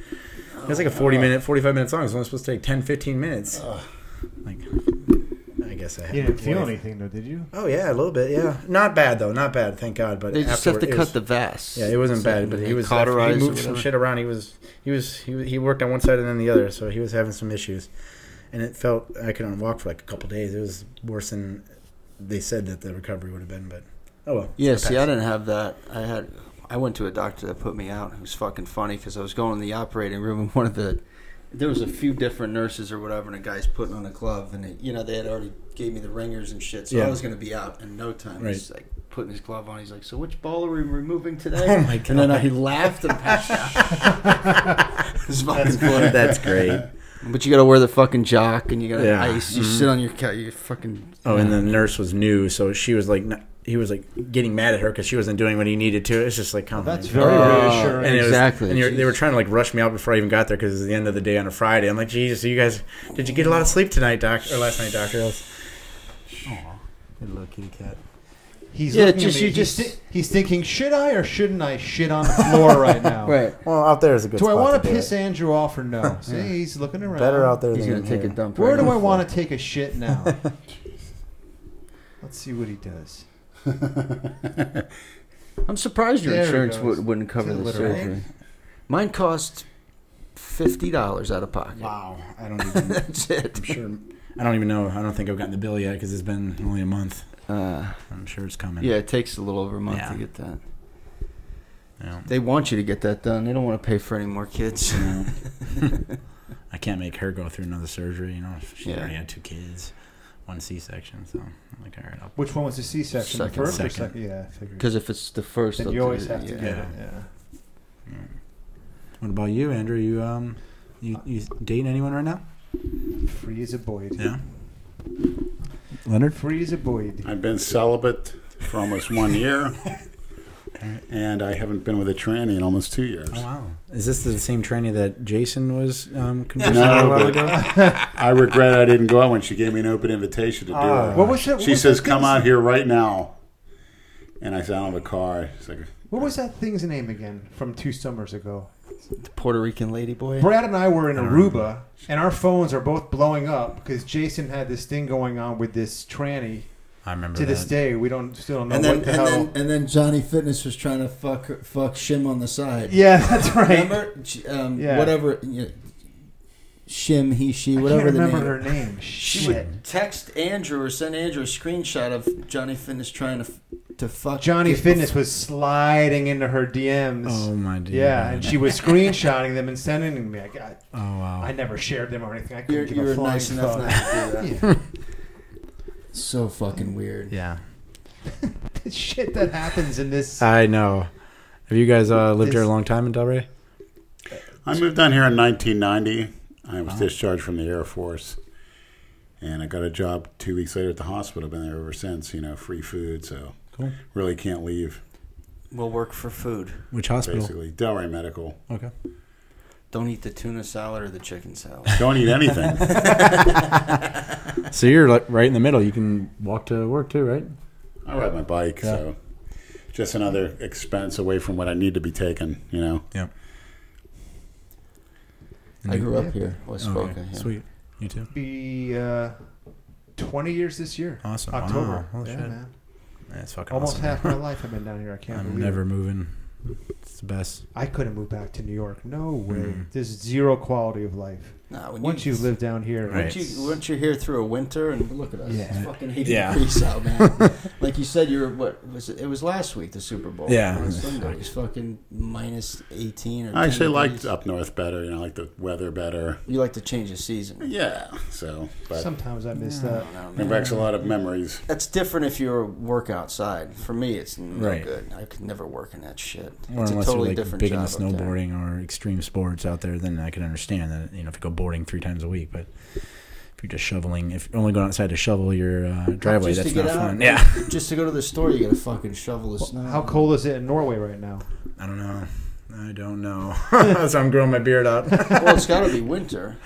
Speaker 4: It was like a
Speaker 1: Oh.
Speaker 4: forty minute, forty five minute song. It's only supposed to take 10, 15 minutes. Like, I guess I had
Speaker 2: You didn't feel
Speaker 4: life.
Speaker 2: anything though, did you?
Speaker 4: Oh yeah, a little bit. Yeah, not bad though. Not bad. Thank God. But
Speaker 1: They just have
Speaker 4: afterward,
Speaker 1: to
Speaker 4: it
Speaker 1: cut
Speaker 4: was-
Speaker 1: the vas.
Speaker 4: Yeah, it wasn't bad, but
Speaker 1: They
Speaker 4: he was
Speaker 1: cauterized or
Speaker 4: He moved some
Speaker 1: whatever.
Speaker 4: shit around. He was he was he, he worked on one side and then the other, so he was having some issues, and it felt I couldn't walk for like a couple days. It was worse than they said that the recovery would have been, but oh well.
Speaker 1: Yeah,
Speaker 4: It
Speaker 1: see, I
Speaker 4: passed.
Speaker 1: didn't have that. I had, I went to a doctor that put me out. It was fucking funny because I was going in the operating room and one of the, there was a few different nurses or whatever, and a guy's putting on a glove, and it, you know they had already gave me the ringers and shit, so I
Speaker 4: Yeah.
Speaker 1: was gonna be out in no time.
Speaker 4: Right.
Speaker 1: He's like putting his glove on. He's like, "So which ball are we removing today?"
Speaker 4: Oh, my
Speaker 1: And then
Speaker 4: God.
Speaker 1: I laughed and passed out. It's fucking funny.
Speaker 4: That's great.
Speaker 1: But you gotta wear the fucking jock, and you gotta
Speaker 4: Yeah. Mm-hmm.
Speaker 1: ice. You sit on your couch. You fucking.
Speaker 4: Oh, and the nurse was new, so she was like, n- he was like getting mad at her because she wasn't doing what he needed to. It's just like, come
Speaker 2: That's
Speaker 4: on.
Speaker 2: very
Speaker 1: Oh,
Speaker 2: reassuring.
Speaker 4: And it was-
Speaker 1: Exactly,
Speaker 4: and you're, they were
Speaker 1: jeez.
Speaker 4: trying to like rush me out before I even got there because it was the end of the day on a Friday. I'm like, Jesus, you guys, did you get a lot of sleep tonight, doctor? Or last night, doctor? I was- Aw, little kitty cat.
Speaker 2: He's
Speaker 1: Yeah,
Speaker 2: looking at
Speaker 1: just-
Speaker 2: me.
Speaker 1: you
Speaker 2: he's,
Speaker 1: just-
Speaker 2: thi- he's thinking, should I or shouldn't I shit on the floor right now?
Speaker 4: Well, out there is a good.
Speaker 2: Do I
Speaker 4: spot
Speaker 2: want
Speaker 4: to
Speaker 2: to
Speaker 4: do
Speaker 2: piss
Speaker 4: it.
Speaker 2: Andrew off or no? See, he's looking around.
Speaker 4: Better out there
Speaker 1: He's
Speaker 4: than
Speaker 1: gonna
Speaker 4: in
Speaker 1: take
Speaker 4: here.
Speaker 1: a dump.
Speaker 2: Where
Speaker 1: right
Speaker 2: do
Speaker 1: on
Speaker 2: I
Speaker 1: the
Speaker 2: want to take a shit now? Let's see what he does.
Speaker 1: I'm surprised your
Speaker 2: There it
Speaker 1: insurance
Speaker 2: goes.
Speaker 1: would, wouldn't cover
Speaker 2: It's
Speaker 1: the
Speaker 2: illiterate.
Speaker 1: surgery. Mine cost fifty dollars out of pocket.
Speaker 4: Wow, I don't even.
Speaker 1: That's it.
Speaker 4: I'm sure. I don't even know. I don't think I've gotten the bill yet because it's been only a month.
Speaker 1: Uh,
Speaker 4: I'm sure it's coming.
Speaker 1: yeah, it takes a little over a month
Speaker 4: Yeah.
Speaker 1: to get that.
Speaker 4: Yeah.
Speaker 1: They want you to get that done. They don't want to pay for any more kids.
Speaker 4: No. I can't make her go through another surgery. You know, she
Speaker 1: Yeah.
Speaker 4: already had two kids, one C-section. So I'm like, all right, I'll
Speaker 2: Which one was the C-section?
Speaker 1: Second.
Speaker 2: the first or
Speaker 4: Second.
Speaker 2: second? Yeah, I figured.
Speaker 1: Because if it's the first,
Speaker 2: then
Speaker 1: they'll
Speaker 2: you
Speaker 1: do
Speaker 2: always
Speaker 1: it,
Speaker 2: have to
Speaker 1: yeah.
Speaker 2: get it. Yeah.
Speaker 4: What about you, Andrew? You um, you, you dating anyone right now?
Speaker 2: Free as a boy. dude.
Speaker 4: Leonard.
Speaker 2: Free as a boy. dude.
Speaker 3: I've been celibate for almost one year, and I haven't been with a tranny in almost two years.
Speaker 4: Oh wow! Is this the same tranny that Jason was um, conversing with a
Speaker 3: No,
Speaker 4: while
Speaker 3: but
Speaker 4: ago?
Speaker 3: I regret I didn't go out when she gave me an open invitation to do
Speaker 4: Ah.
Speaker 3: it.
Speaker 2: What was that? what
Speaker 3: She
Speaker 2: was
Speaker 3: says,
Speaker 2: that
Speaker 3: "Come
Speaker 2: thing's-
Speaker 3: out here right now," and I said, "I don't have a car." She's like,
Speaker 2: What was that thing's name again from two summers ago?
Speaker 1: The Puerto Rican lady boy.
Speaker 2: Brad and I were in Aruba, and our phones are both blowing up because Jason had this thing going on with this tranny
Speaker 4: I remember
Speaker 2: to this
Speaker 4: that.
Speaker 2: day, we don't still don't know
Speaker 6: and then
Speaker 2: what the
Speaker 6: and
Speaker 2: hell.
Speaker 6: then and then Johnny Fitness was trying to fuck her, fuck Shim on the side.
Speaker 2: yeah, that's right.
Speaker 6: Remember, She- um,
Speaker 2: Yeah.
Speaker 6: whatever, you know, Shim, he, she,
Speaker 2: I
Speaker 6: whatever
Speaker 2: can't
Speaker 6: the
Speaker 2: remember
Speaker 6: name.
Speaker 2: her name.
Speaker 1: She
Speaker 2: Shit.
Speaker 1: would-
Speaker 6: Text Andrew or send Andrew a screenshot of Johnny Fitness trying to to fuck
Speaker 2: Johnny
Speaker 6: get-
Speaker 2: Fitness was sliding into her DMs.
Speaker 4: Oh my dear.
Speaker 2: yeah, and she was screenshotting them and sending them to me. I, I,
Speaker 4: Oh wow.
Speaker 2: I never shared them or anything. I couldn't
Speaker 6: You're,
Speaker 2: give
Speaker 6: you're
Speaker 2: a flying
Speaker 6: nice enough
Speaker 2: fuck.
Speaker 6: not to do that.
Speaker 2: Yeah.
Speaker 6: So fucking weird.
Speaker 4: yeah.
Speaker 2: Shit that happens in this.
Speaker 4: I know. Have you guys uh, lived here a
Speaker 2: This-
Speaker 4: long time in Delray?
Speaker 3: I moved down here in 1990. I was discharged from the Air Force, and I got a job two weeks later at the hospital. Been there ever since. You know, free food, so
Speaker 4: Cool.
Speaker 3: really can't leave.
Speaker 1: We'll work for food.
Speaker 4: Which hospital?
Speaker 3: Basically, Delray Medical.
Speaker 4: Okay.
Speaker 1: Don't eat the tuna salad or the chicken salad.
Speaker 3: Don't eat anything.
Speaker 4: So you're like right in the middle. You can walk to work too, right?
Speaker 3: I ride my bike, so just another expense away from what I need to be taken. You know,
Speaker 6: I grew up here, West
Speaker 4: Okay.
Speaker 6: Boca. yeah.
Speaker 4: Sweet. You too.
Speaker 2: be uh, 20 years this year.
Speaker 4: Awesome.
Speaker 2: October.
Speaker 4: Wow. Holy
Speaker 2: yeah,
Speaker 4: shit.
Speaker 2: man.
Speaker 4: That's fucking
Speaker 2: Almost
Speaker 4: awesome.
Speaker 2: half my life I've been down here. I can't
Speaker 4: I'm
Speaker 2: believe
Speaker 4: never
Speaker 2: it.
Speaker 4: moving. It's the best.
Speaker 2: I couldn't move back to New York. No way.
Speaker 4: Mhm.
Speaker 2: There's zero quality of life.
Speaker 1: Nah, when
Speaker 2: Once you live down here,
Speaker 4: Right.
Speaker 1: Weren't you, weren't you here through a winter and
Speaker 6: Look at us.
Speaker 2: Yeah.
Speaker 6: It's fucking 80
Speaker 4: Yeah.
Speaker 6: degrees out, man. like you said, you were, what was it? It was last week, the Super Bowl.
Speaker 4: Yeah.
Speaker 6: On Sunday, It was fucking minus 18 or
Speaker 3: I
Speaker 6: 10
Speaker 3: actually liked
Speaker 6: degrees.
Speaker 3: up north better. You know, I like the weather better.
Speaker 6: You like to change the season.
Speaker 3: Yeah, so but
Speaker 2: sometimes I miss
Speaker 1: I
Speaker 2: that.
Speaker 1: don't know,
Speaker 3: bring
Speaker 1: man.
Speaker 3: back a lot of memories.
Speaker 1: That's different if you work outside. For me, it's no
Speaker 4: Right.
Speaker 1: good. I could never work in that shit.
Speaker 4: Or
Speaker 1: it's a
Speaker 4: unless
Speaker 1: totally
Speaker 4: you're like
Speaker 1: different
Speaker 4: big into
Speaker 1: job up there.
Speaker 4: snowboarding or extreme sports out there, then I can understand that. You know, if you go boarding three times a week, but if you're just shoveling, if you're only going outside to shovel your uh, driveway,
Speaker 6: Just to
Speaker 4: that's not
Speaker 6: get out.
Speaker 4: fun. Yeah.
Speaker 6: Just to go to the store, you got to fucking shovel the snow.
Speaker 2: How cold is it in Norway right now?
Speaker 4: I don't know. I don't know. so I'm growing my beard out.
Speaker 6: Well, it's got to be winter.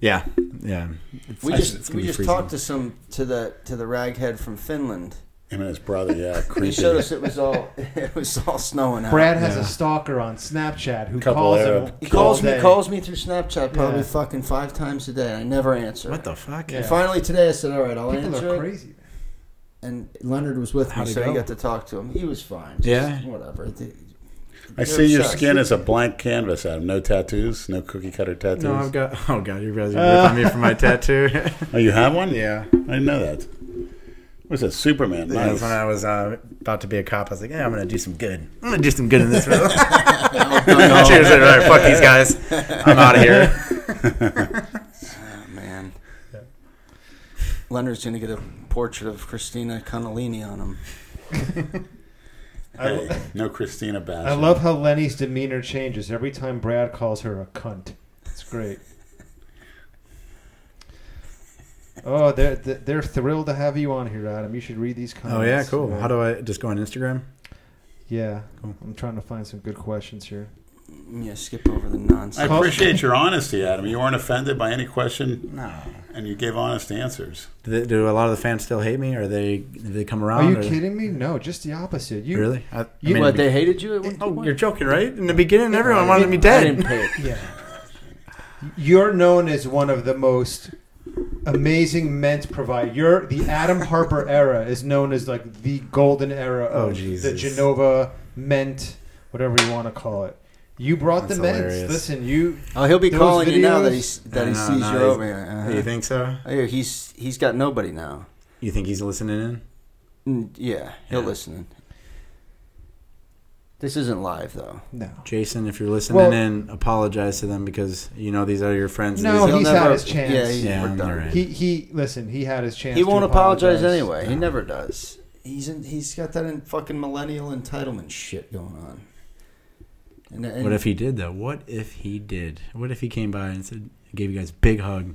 Speaker 4: yeah. Yeah. It's,
Speaker 1: We
Speaker 4: it's-
Speaker 1: just
Speaker 4: it's gonna
Speaker 1: we
Speaker 4: be
Speaker 1: just
Speaker 4: freezing.
Speaker 1: talked to some to the to the raghead from Finland.
Speaker 3: Him and his brother, yeah,
Speaker 1: He
Speaker 3: creepy.
Speaker 1: showed us it was all it was all snowing out.
Speaker 2: Brad has
Speaker 4: yeah.
Speaker 2: a stalker on Snapchat who
Speaker 3: Couple
Speaker 2: calls
Speaker 3: Arab.
Speaker 2: him.
Speaker 1: he
Speaker 2: all
Speaker 1: calls me
Speaker 2: day.
Speaker 1: calls me through Snapchat probably
Speaker 2: Yeah.
Speaker 1: fucking five times a day. I never answer.
Speaker 4: What the fuck?
Speaker 2: Yeah.
Speaker 1: And finally today, I said, "All right, I'll
Speaker 2: People
Speaker 1: answer
Speaker 2: are
Speaker 1: it."
Speaker 2: crazy.
Speaker 6: And Leonard was with
Speaker 4: How'd
Speaker 6: me,
Speaker 4: it
Speaker 6: so
Speaker 4: go?
Speaker 6: I got to talk to him. He was fine. Just
Speaker 4: Yeah?
Speaker 6: Whatever. The-
Speaker 3: I see your
Speaker 6: Sucks.
Speaker 3: skin is a blank canvas, Adam. No tattoos, no cookie cutter tattoos.
Speaker 4: No, I've got. Oh god, you guys are
Speaker 2: Uh.
Speaker 4: ripping me for my tattoo.
Speaker 3: oh, you have one?
Speaker 4: yeah.
Speaker 3: I didn't know that. What's that? Superman.
Speaker 4: That's
Speaker 3: Nice.
Speaker 4: when I was uh, about to be a cop. I was like, yeah, I'm gonna do some good. I'm gonna do some good in this room. Cheers! All right, fuck these guys. I'm out of here.
Speaker 1: Oh, man. Leonard's gonna get a portrait of Christina Connellini on him.
Speaker 3: Hey, no Christina Bash.
Speaker 2: I love how Lenny's demeanor changes every time Brad calls her a cunt. It's great. Oh, they're they're thrilled to have you on here, Adam. You should read these comments.
Speaker 4: Oh yeah, cool. How do I just go on Instagram?
Speaker 2: Yeah,
Speaker 4: Cool.
Speaker 2: I'm trying to find some good questions here.
Speaker 1: Yeah, skip over the
Speaker 3: I
Speaker 1: nonsense.
Speaker 3: appreciate your honesty, Adam. You weren't offended by any question,
Speaker 4: No.
Speaker 3: and you gave honest answers.
Speaker 4: Do, they, do a lot of the fans still hate me? Or they do they come around?
Speaker 2: Are you
Speaker 4: or-
Speaker 2: kidding me? No, just the opposite. You
Speaker 4: Really? I, I
Speaker 2: You-
Speaker 4: mean,
Speaker 1: What they hated you? At one
Speaker 4: oh,
Speaker 1: point?
Speaker 4: you're joking, right? In the beginning, everyone
Speaker 1: I
Speaker 4: wanted me
Speaker 1: didn't- I didn't
Speaker 4: dead.
Speaker 1: pay it.
Speaker 2: Yeah. You're known as one of the most amazing men to provide. You're the Adam Harper era is known as like the golden era of
Speaker 4: Oh,
Speaker 2: the
Speaker 4: Jesus.
Speaker 2: Genova Ment, whatever you want to call it. You brought
Speaker 4: That's
Speaker 2: the men's.
Speaker 4: hilarious.
Speaker 2: Listen, you
Speaker 1: Oh, he'll be
Speaker 2: Those
Speaker 1: calling you now that
Speaker 2: videos?
Speaker 1: he's that he
Speaker 4: No,
Speaker 1: sees
Speaker 4: no,
Speaker 1: you're
Speaker 4: he's-
Speaker 1: over here.
Speaker 4: You
Speaker 1: Uh-huh.
Speaker 4: think so?
Speaker 1: Oh, yeah, he's he's got nobody now.
Speaker 4: You think he's listening in?
Speaker 1: Mm, Yeah, he'll
Speaker 4: Yeah.
Speaker 1: listen. This isn't live though.
Speaker 2: no.
Speaker 4: Jason, if you're listening
Speaker 2: Well-
Speaker 4: in, apologize to them because you know these are your friends. and
Speaker 2: No,
Speaker 4: these-
Speaker 1: He'll
Speaker 2: he's had his chance.
Speaker 1: Yeah, he's,
Speaker 4: Yeah,
Speaker 1: we're
Speaker 4: you're
Speaker 1: done.
Speaker 4: right.
Speaker 2: He he listen, he had his chance.
Speaker 1: He won't
Speaker 2: to
Speaker 1: apologize,
Speaker 2: apologize,
Speaker 1: anyway. He never does. He's in, he's got that in fucking millennial entitlement shit going on. And, and
Speaker 4: What if he did though? What if he did? What if he came by and said, gave you guys a big hug,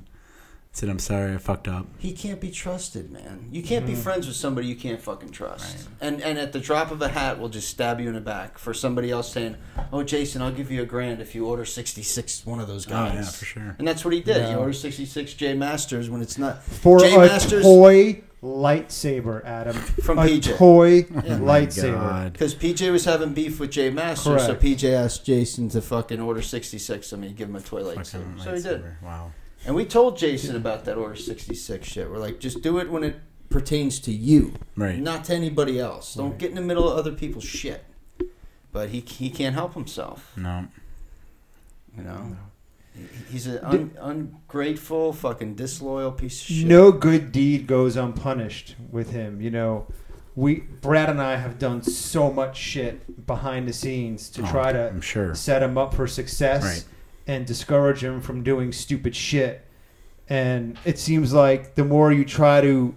Speaker 4: said, "I'm sorry, I fucked up."
Speaker 1: he can't be trusted, man? You can't be friends with somebody you can't fucking trust. And and at the drop of a hat, will just stab you in the back for somebody else saying, "Oh, Jason, I'll give you a grand if you order sixty six one of those guys."
Speaker 4: Oh yeah, for sure.
Speaker 1: And that's what he did. He
Speaker 2: No.
Speaker 1: ordered 66 J Masters when it's not
Speaker 2: For
Speaker 1: Jay
Speaker 2: a
Speaker 1: Masters-
Speaker 2: toy lightsaber, Adam.
Speaker 1: from
Speaker 2: a
Speaker 1: PJ.
Speaker 2: toy
Speaker 4: Oh, my
Speaker 2: lightsaber.
Speaker 4: God.
Speaker 1: Because PJ was having beef with Jay Masters,
Speaker 2: Correct.
Speaker 1: so PJ asked Jason to fucking order 66 of me, give him a toy
Speaker 4: Fucking
Speaker 1: lightsaber. So he did.
Speaker 4: lightsaber. Wow.
Speaker 1: And we told Jason about that order 66 shit. We're like, just do it when it pertains to you,
Speaker 4: Right.
Speaker 1: not to anybody else. Don't get in the middle of other people's shit. But he he can't help himself.
Speaker 4: No.
Speaker 1: You know, He- he's an un, ungrateful, fucking disloyal piece of shit.
Speaker 2: no good deed goes unpunished with him. You know, we Brad and I have done so much shit behind the scenes to
Speaker 4: Oh,
Speaker 2: try to
Speaker 4: I'm sure.
Speaker 2: set him up for success
Speaker 4: Right.
Speaker 2: and discourage him from doing stupid shit. And it seems like the more you try to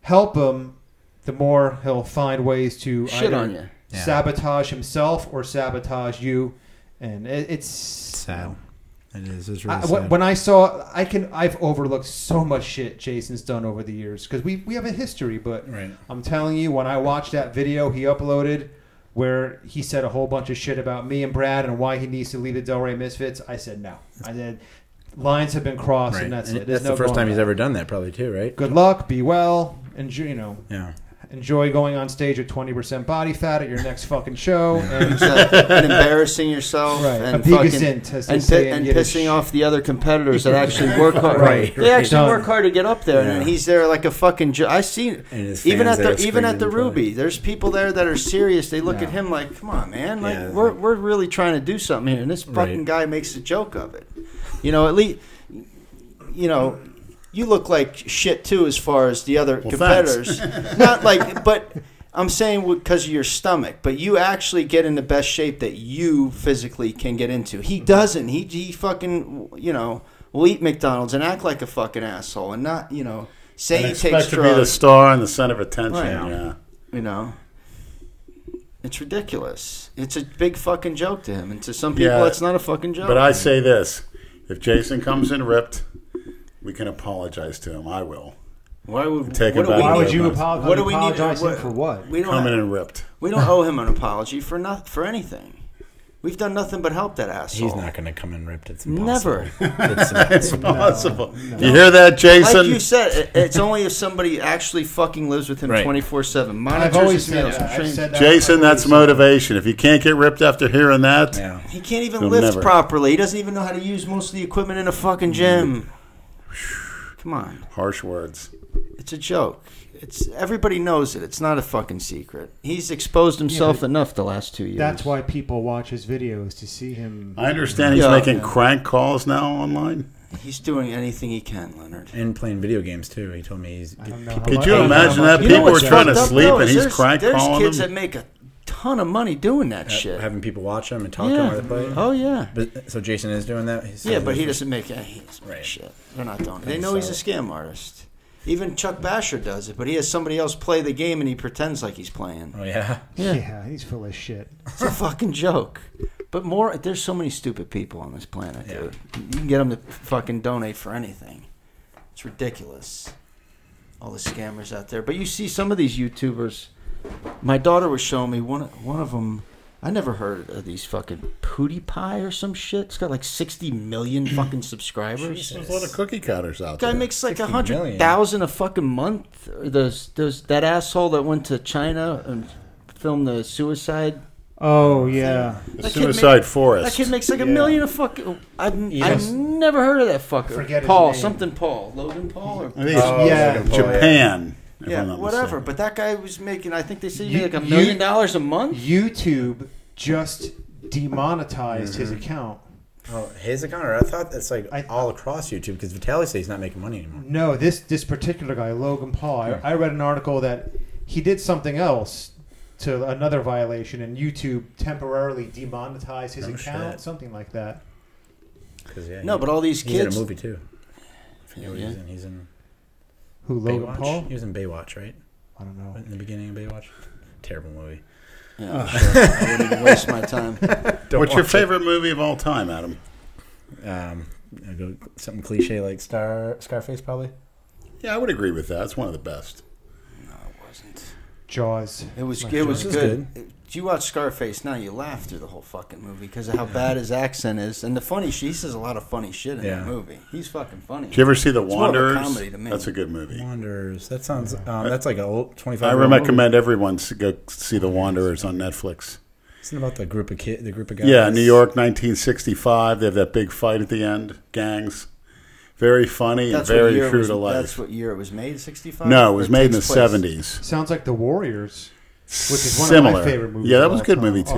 Speaker 2: help him, the more he'll find ways to
Speaker 1: shit
Speaker 2: either
Speaker 1: on you.
Speaker 4: Yeah.
Speaker 2: sabotage himself or sabotage you. And it, it's
Speaker 4: Sad. It is. It's really
Speaker 2: I,
Speaker 4: sad.
Speaker 2: wh- when I saw, I can I've overlooked so much shit Jason's done over the years because we we have a history. But
Speaker 4: right.
Speaker 2: I'm telling you, when I watched that video he uploaded where he said a whole bunch of shit about me and Brad and why he needs to leave the Delray Misfits, I said no. I said lines have been crossed,
Speaker 4: Right.
Speaker 2: and that's
Speaker 4: And
Speaker 2: it. There's
Speaker 4: that's
Speaker 2: no
Speaker 4: the first
Speaker 2: going
Speaker 4: time he's
Speaker 2: back.
Speaker 4: ever done that, probably too, right?
Speaker 2: Good luck. Be well. Enjoy. You know,
Speaker 4: Yeah.
Speaker 2: enjoy going on stage at 20% body fat at your next fucking show. And,
Speaker 1: Exactly. and embarrassing yourself
Speaker 2: Right.
Speaker 1: and
Speaker 2: A big
Speaker 1: fucking,
Speaker 2: ascent, as they
Speaker 1: and,
Speaker 2: say in
Speaker 1: and
Speaker 2: Yiddish.
Speaker 1: pissing off the other competitors that actually work hard.
Speaker 4: Right,
Speaker 1: They
Speaker 4: right.
Speaker 1: actually
Speaker 2: Done.
Speaker 1: work hard to get up there, and
Speaker 4: Yeah.
Speaker 1: then he's there like a fucking. Jo- I seen
Speaker 4: And his
Speaker 1: even
Speaker 4: fans
Speaker 1: at the
Speaker 4: there
Speaker 1: even at the
Speaker 4: screaming,
Speaker 1: Ruby. There's people there that are serious. They look
Speaker 2: Yeah.
Speaker 1: at him like, "Come on, man! Like
Speaker 4: Yeah.
Speaker 1: we're we're really trying to do something here." And this fucking
Speaker 4: Right.
Speaker 1: guy makes a joke of it. You know, at least you know. You look like shit too, as far as the other
Speaker 3: Well, thanks.
Speaker 1: competitors. Not like, but I'm saying because of your stomach, but you actually get in the best shape that you physically can get into. He
Speaker 3: Mm-hmm.
Speaker 1: doesn't. He he fucking you know will eat McDonald's and act like a fucking asshole and not you know say
Speaker 3: And
Speaker 1: he takes
Speaker 3: expect to be the
Speaker 1: drugs.
Speaker 3: star and the center of attention.
Speaker 1: Right.
Speaker 3: Yeah.
Speaker 1: You know, it's ridiculous. It's a big fucking joke to him, and to some people,
Speaker 3: Yeah.
Speaker 1: it's not a fucking joke.
Speaker 3: But I say this: if Jason comes in ripped, we can apologize to him. I will
Speaker 1: why would
Speaker 3: Take
Speaker 1: what
Speaker 3: it
Speaker 1: do
Speaker 3: back.
Speaker 1: we-
Speaker 2: why would you
Speaker 3: What
Speaker 2: apologize?
Speaker 1: What do we need?
Speaker 2: apologize
Speaker 1: what-
Speaker 2: for what?
Speaker 1: We don't
Speaker 3: come in and ripped.
Speaker 1: we don't owe him an apology for not for anything. We've done nothing but help that asshole.
Speaker 4: He's not going to come in ripped. It's impossible.
Speaker 1: Never.
Speaker 4: It's
Speaker 3: It's
Speaker 4: impossible.
Speaker 3: possible. You hear that, Jason?
Speaker 1: Like you said, it- it's only if somebody actually fucking lives with him
Speaker 4: Right.
Speaker 1: twenty four seven.
Speaker 2: I've
Speaker 1: Monitors
Speaker 2: always
Speaker 1: his
Speaker 2: said
Speaker 1: meals.
Speaker 2: that. I've
Speaker 1: trains
Speaker 2: said
Speaker 1: him.
Speaker 2: that
Speaker 3: Jason,
Speaker 2: for
Speaker 3: that's
Speaker 2: reasons.
Speaker 3: motivation. If you can't get ripped after hearing that,
Speaker 4: yeah.
Speaker 1: He can't even
Speaker 3: He'll
Speaker 1: lift
Speaker 3: never.
Speaker 1: properly. He doesn't even know how to use most of the equipment in a
Speaker 4: Mm.
Speaker 1: fucking gym. Come on,
Speaker 3: harsh words.
Speaker 1: it's a joke. It's everybody knows it. It's not a fucking secret. He's exposed himself enough the last two years.
Speaker 2: That's why people watch his videos to see him.
Speaker 3: I understand he's
Speaker 1: Yeah.
Speaker 3: making crank calls now online.
Speaker 1: he's doing anything he can, Leonard.
Speaker 4: And playing video games too. He told me he's.
Speaker 2: I don't know how
Speaker 3: Could
Speaker 2: much-
Speaker 3: you
Speaker 2: I don't know how
Speaker 3: imagine
Speaker 2: much
Speaker 3: that?
Speaker 2: he
Speaker 3: People
Speaker 2: watches.
Speaker 3: were trying to
Speaker 1: fucked up,
Speaker 3: sleep
Speaker 1: though,
Speaker 3: and
Speaker 1: is
Speaker 3: he's
Speaker 1: there's-
Speaker 3: crank calling
Speaker 1: There's kids
Speaker 3: them?
Speaker 1: that make a ton of money doing that shit.
Speaker 4: having people watch him and talk to him
Speaker 1: yeah.
Speaker 4: while they play.
Speaker 1: Oh yeah.
Speaker 4: But, so Jason is doing that. He's-
Speaker 1: Yeah, but he doesn't make any he doesn't make
Speaker 4: Right.
Speaker 1: shit. They're not doing it. They know he's a scam artist. Even Chuck Basher does it, but he has somebody else play the game and he pretends like he's playing.
Speaker 4: Oh yeah.
Speaker 1: Yeah.
Speaker 2: Yeah, he's full of shit.
Speaker 1: It's a fucking joke. But more, there's so many stupid people on this planet,
Speaker 4: Yeah.
Speaker 1: dude. You can get them to fucking donate for anything. It's ridiculous. All the scammers out there. But you see some of these YouTubers. My daughter was showing me one. One of them. I never heard of these fucking PewDiePie or some shit. It's got like 60 million fucking subscribers.
Speaker 3: There's a lot of cookie cutters out
Speaker 1: Guy
Speaker 3: there.
Speaker 1: makes like a
Speaker 4: 60
Speaker 1: hundred
Speaker 4: million.
Speaker 1: thousand a fucking month. Or those those that asshole that went to China and filmed the suicide.
Speaker 2: Oh yeah,
Speaker 3: The
Speaker 1: That kid made-
Speaker 3: Suicide
Speaker 1: That
Speaker 3: Forest.
Speaker 1: kid makes like a
Speaker 2: Yeah.
Speaker 1: million a fucking. I've,
Speaker 2: Yes.
Speaker 1: I've never heard of that fucker.
Speaker 2: Forget his
Speaker 1: Paul
Speaker 2: name.
Speaker 1: something Paul Logan Paul or
Speaker 3: I think it's
Speaker 2: Oh, yeah.
Speaker 3: Japan. if
Speaker 1: yeah
Speaker 3: I'm not
Speaker 1: whatever.
Speaker 3: mistaken.
Speaker 1: But that guy was making. I think they said he
Speaker 2: You-
Speaker 1: made like a
Speaker 2: you-
Speaker 1: million dollars a month.
Speaker 2: YouTube just demonetized his
Speaker 3: Mm-hmm.
Speaker 2: account.
Speaker 4: Oh, his account. Or I thought that's like
Speaker 2: I-
Speaker 4: all across YouTube because Vitaly says he's not making money anymore.
Speaker 2: No, this this particular guy, Logan Paul. I, I read an article that he did something else to another violation, and YouTube temporarily demonetized his
Speaker 4: Oh,
Speaker 2: account,
Speaker 4: shit.
Speaker 2: something like that.
Speaker 4: 'Cause, yeah,
Speaker 1: No,
Speaker 4: he-
Speaker 1: but all these
Speaker 4: he's
Speaker 1: kids.
Speaker 4: in a movie too. I forget what
Speaker 1: Yeah.
Speaker 4: he's in. He's in
Speaker 2: Who Logan
Speaker 4: Baywatch.
Speaker 2: Paul?
Speaker 4: He was in Baywatch, right?
Speaker 2: I don't know.
Speaker 4: In the beginning of Baywatch. Terrible movie.
Speaker 1: Yeah,
Speaker 3: Oh.
Speaker 1: I'm sure. I wouldn't even waste my time.
Speaker 3: What's your favorite movie of all time, Adam?
Speaker 4: Um, I go something cliche like Star Scarface probably.
Speaker 3: Yeah, I would agree with that. It's one of the best.
Speaker 1: No, it wasn't.
Speaker 2: Jaws.
Speaker 1: It was
Speaker 2: Like
Speaker 1: it was
Speaker 4: Jaws.
Speaker 1: good. If You watch Scarface now, you laugh through the whole fucking movie because of how bad his accent is, and the funny. She says a lot of funny shit in
Speaker 4: Yeah.
Speaker 1: that movie. He's fucking funny.
Speaker 3: Did you ever see The
Speaker 1: It's more of a
Speaker 3: Wanderers?
Speaker 1: comedy to me.
Speaker 3: That's a good movie.
Speaker 4: Wanderers. That sounds. Um, that's like a old twenty-five.
Speaker 3: I
Speaker 4: year old
Speaker 3: recommend everyone to go see The Wanderers on Netflix.
Speaker 4: movie. Isn't it about the group of kid, the group of guys.
Speaker 3: Yeah, New York, 1965. They have that big fight at the end, gangs. very funny
Speaker 1: That's
Speaker 3: and
Speaker 1: what
Speaker 3: very
Speaker 1: year it
Speaker 3: true
Speaker 1: was,
Speaker 3: to
Speaker 1: That's
Speaker 3: life.
Speaker 1: what year it was made. Sixty five.
Speaker 3: No, it was made in the seventies.
Speaker 2: Sounds like The Warriors. Which is one of my
Speaker 3: Similar.
Speaker 2: favorite movies
Speaker 3: Yeah, that
Speaker 2: of
Speaker 3: was a
Speaker 2: all
Speaker 3: good
Speaker 2: time.
Speaker 3: movie
Speaker 2: Oh.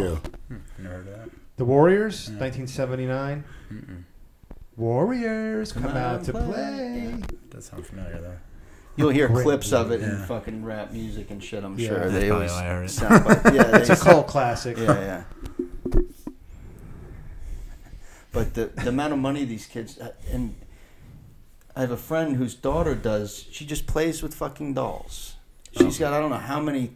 Speaker 3: too.
Speaker 7: Never heard of that.
Speaker 2: The Warriors, 1979. Warriors come, out to play.
Speaker 7: That sounds familiar though.
Speaker 1: You'll hear
Speaker 2: Great
Speaker 1: clips of it and
Speaker 7: Yeah.
Speaker 1: fucking rap music and shit. I'm
Speaker 2: Yeah,
Speaker 1: sure
Speaker 2: that's
Speaker 1: they always
Speaker 7: why I heard it.
Speaker 1: sound. Like, yeah,
Speaker 2: It's
Speaker 1: they
Speaker 2: a cult classic.
Speaker 1: Yeah, yeah. But the the amount of money these kids uh, and I have a friend whose daughter does. She just plays with fucking dolls. She's got I don't know how many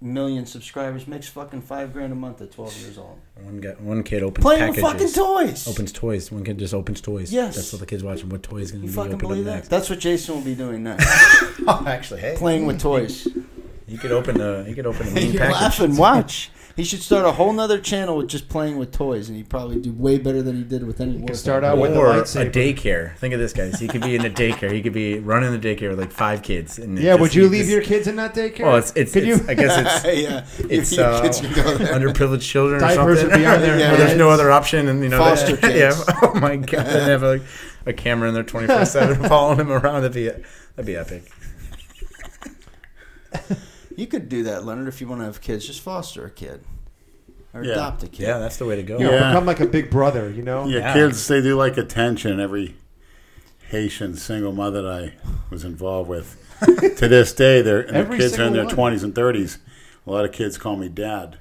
Speaker 1: million subscribers. Makes fucking five grand a month at twelve years old.
Speaker 4: One guy, one kid opens
Speaker 1: Playing with
Speaker 4: packages.
Speaker 1: fucking toys.
Speaker 4: Opens toys. One kid just opens toys.
Speaker 1: Yes.
Speaker 4: That's what the kid's watching. What toy is going
Speaker 1: you
Speaker 4: to be
Speaker 1: fucking
Speaker 4: opened
Speaker 1: believe
Speaker 4: up
Speaker 1: that?
Speaker 4: next?
Speaker 1: That's what Jason will be doing now.
Speaker 2: Oh,
Speaker 7: Actually, hey,
Speaker 1: playing with toys.
Speaker 4: He could open a. He could open a mean
Speaker 1: You're
Speaker 4: package.
Speaker 1: laughing. Watch. He should start a whole nother channel with just playing with toys, and he'd probably do way better than he did with any.
Speaker 2: You
Speaker 1: Warhammer.
Speaker 2: can start out with the
Speaker 4: Or a
Speaker 2: lightsaber.
Speaker 4: daycare. Think of this, guys. He could be in a daycare. He could be running the daycare with like five kids. And
Speaker 2: yeah,
Speaker 4: just-
Speaker 2: would you
Speaker 4: he
Speaker 2: leave
Speaker 4: just-
Speaker 2: your kids in that daycare?
Speaker 4: Well, it's it's.
Speaker 2: Could
Speaker 4: it's
Speaker 2: you-
Speaker 4: I guess it's
Speaker 1: yeah,
Speaker 4: it's
Speaker 1: Your
Speaker 4: uh,
Speaker 1: kids can go there.
Speaker 4: underprivileged children or
Speaker 2: Diapers
Speaker 4: something.
Speaker 2: would be on their
Speaker 1: Yeah,
Speaker 4: Well, there's no
Speaker 2: heads.
Speaker 4: other option, and you know,
Speaker 1: Foster
Speaker 4: that-
Speaker 1: kids.
Speaker 4: Yeah. Oh my god, they have like a camera in there 24 seven following him around. That'd be that'd be epic.
Speaker 1: You could do that, Leonard, if you want to have kids. Just foster a kid or
Speaker 3: Yeah.
Speaker 1: adopt a kid.
Speaker 4: Yeah, that's the way to go.
Speaker 2: You know,
Speaker 3: Yeah.
Speaker 2: become like a big brother, you know?
Speaker 3: Yeah,
Speaker 4: Yeah.
Speaker 3: kids they do like attention. Every Haitian single mother that I was involved with to this day, they're and
Speaker 2: Every
Speaker 3: the kids are in
Speaker 2: single
Speaker 3: their
Speaker 2: one.
Speaker 3: twenties and thirties. A lot of kids call me dad,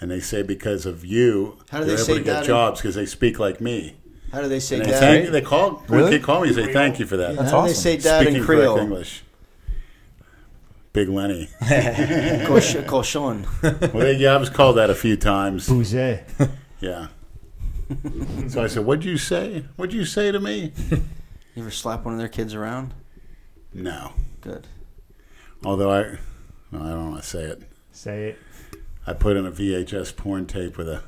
Speaker 3: and they say because of you,
Speaker 1: How do
Speaker 3: they're
Speaker 1: they
Speaker 3: able
Speaker 1: say dad
Speaker 3: to get
Speaker 1: in-
Speaker 3: jobs because they speak like me.
Speaker 1: How do they say
Speaker 3: And they,
Speaker 1: dad?
Speaker 3: thank, they call when
Speaker 4: Really?
Speaker 3: they call me, they say thank you for
Speaker 1: How
Speaker 3: that.
Speaker 4: That's
Speaker 1: do they
Speaker 4: awesome.
Speaker 1: say dad
Speaker 3: Speaking
Speaker 1: in
Speaker 3: correct
Speaker 1: Creole?
Speaker 3: English. Big Lenny.
Speaker 1: Cosh- Cochon.
Speaker 3: well, they, yeah, I was called that a few times.
Speaker 2: Bouze.
Speaker 3: Yeah. So I said, "What'd you say? What'd you say to me?"
Speaker 1: You ever slap one of their kids around?
Speaker 3: No.
Speaker 1: Good.
Speaker 3: Although I, well, I don't want to say it.
Speaker 2: Say it.
Speaker 3: I put in a VHS porn tape with a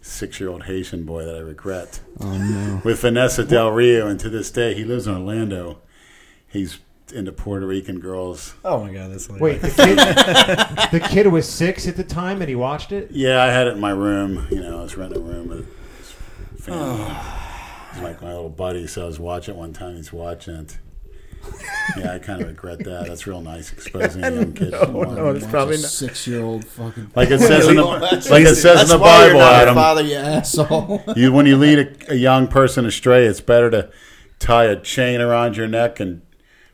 Speaker 3: six-year-old Haitian boy that I regret.
Speaker 1: Oh no.
Speaker 3: With Vanessa Del Rio, and to this day, he lives in Orlando. He's into Puerto Rican girls.
Speaker 4: Oh my god, that's hilarious.
Speaker 2: Wait, the kid, the kid was six at the time and he watched it?
Speaker 3: Yeah, I had it in my room. You know, I was renting a room with his family. It's like my little buddy, so I was watching it one time. He's watching it. Yeah, I kind of regret that. That's real nice exposing a young kid.
Speaker 4: no, no, it's probably not.
Speaker 8: Six-year-old fucking.
Speaker 3: Like it says in the like it says in
Speaker 1: That's
Speaker 3: the
Speaker 1: why you're
Speaker 3: Bible,
Speaker 1: not
Speaker 3: Adam.
Speaker 1: a father, you asshole.
Speaker 3: You when you lead a, a young person astray, it's better to tie a chain around your neck and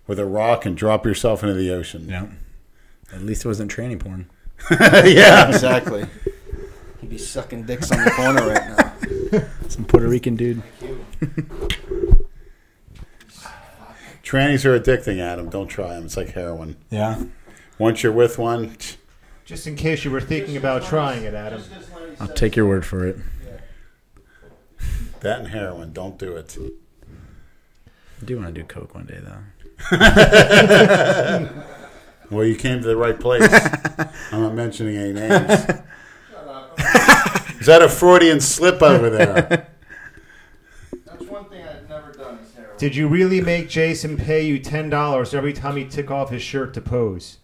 Speaker 3: with a rock and drop yourself into the ocean.
Speaker 4: Yeah. At least it wasn't tranny porn.
Speaker 3: yeah.
Speaker 1: exactly. He'd be sucking dicks on the corner right now.
Speaker 4: Some Puerto Rican dude.
Speaker 3: Trannies are addicting, Adam. Don't try them. It's like heroin.
Speaker 4: Yeah.
Speaker 3: Once you're with one, tch,
Speaker 2: Just in case you were thinking about trying it, Adam.
Speaker 4: I'll take your word for it.
Speaker 3: that and heroin. Don't do it.
Speaker 4: I do want to do coke one day though.
Speaker 3: Well, you came to the right place. I'm not mentioning any names. Is that a Freudian slip over there?
Speaker 1: That's one thing I've never done is heroin.
Speaker 2: Did you really make Jason pay you ten dollars every time he took off his shirt to pose?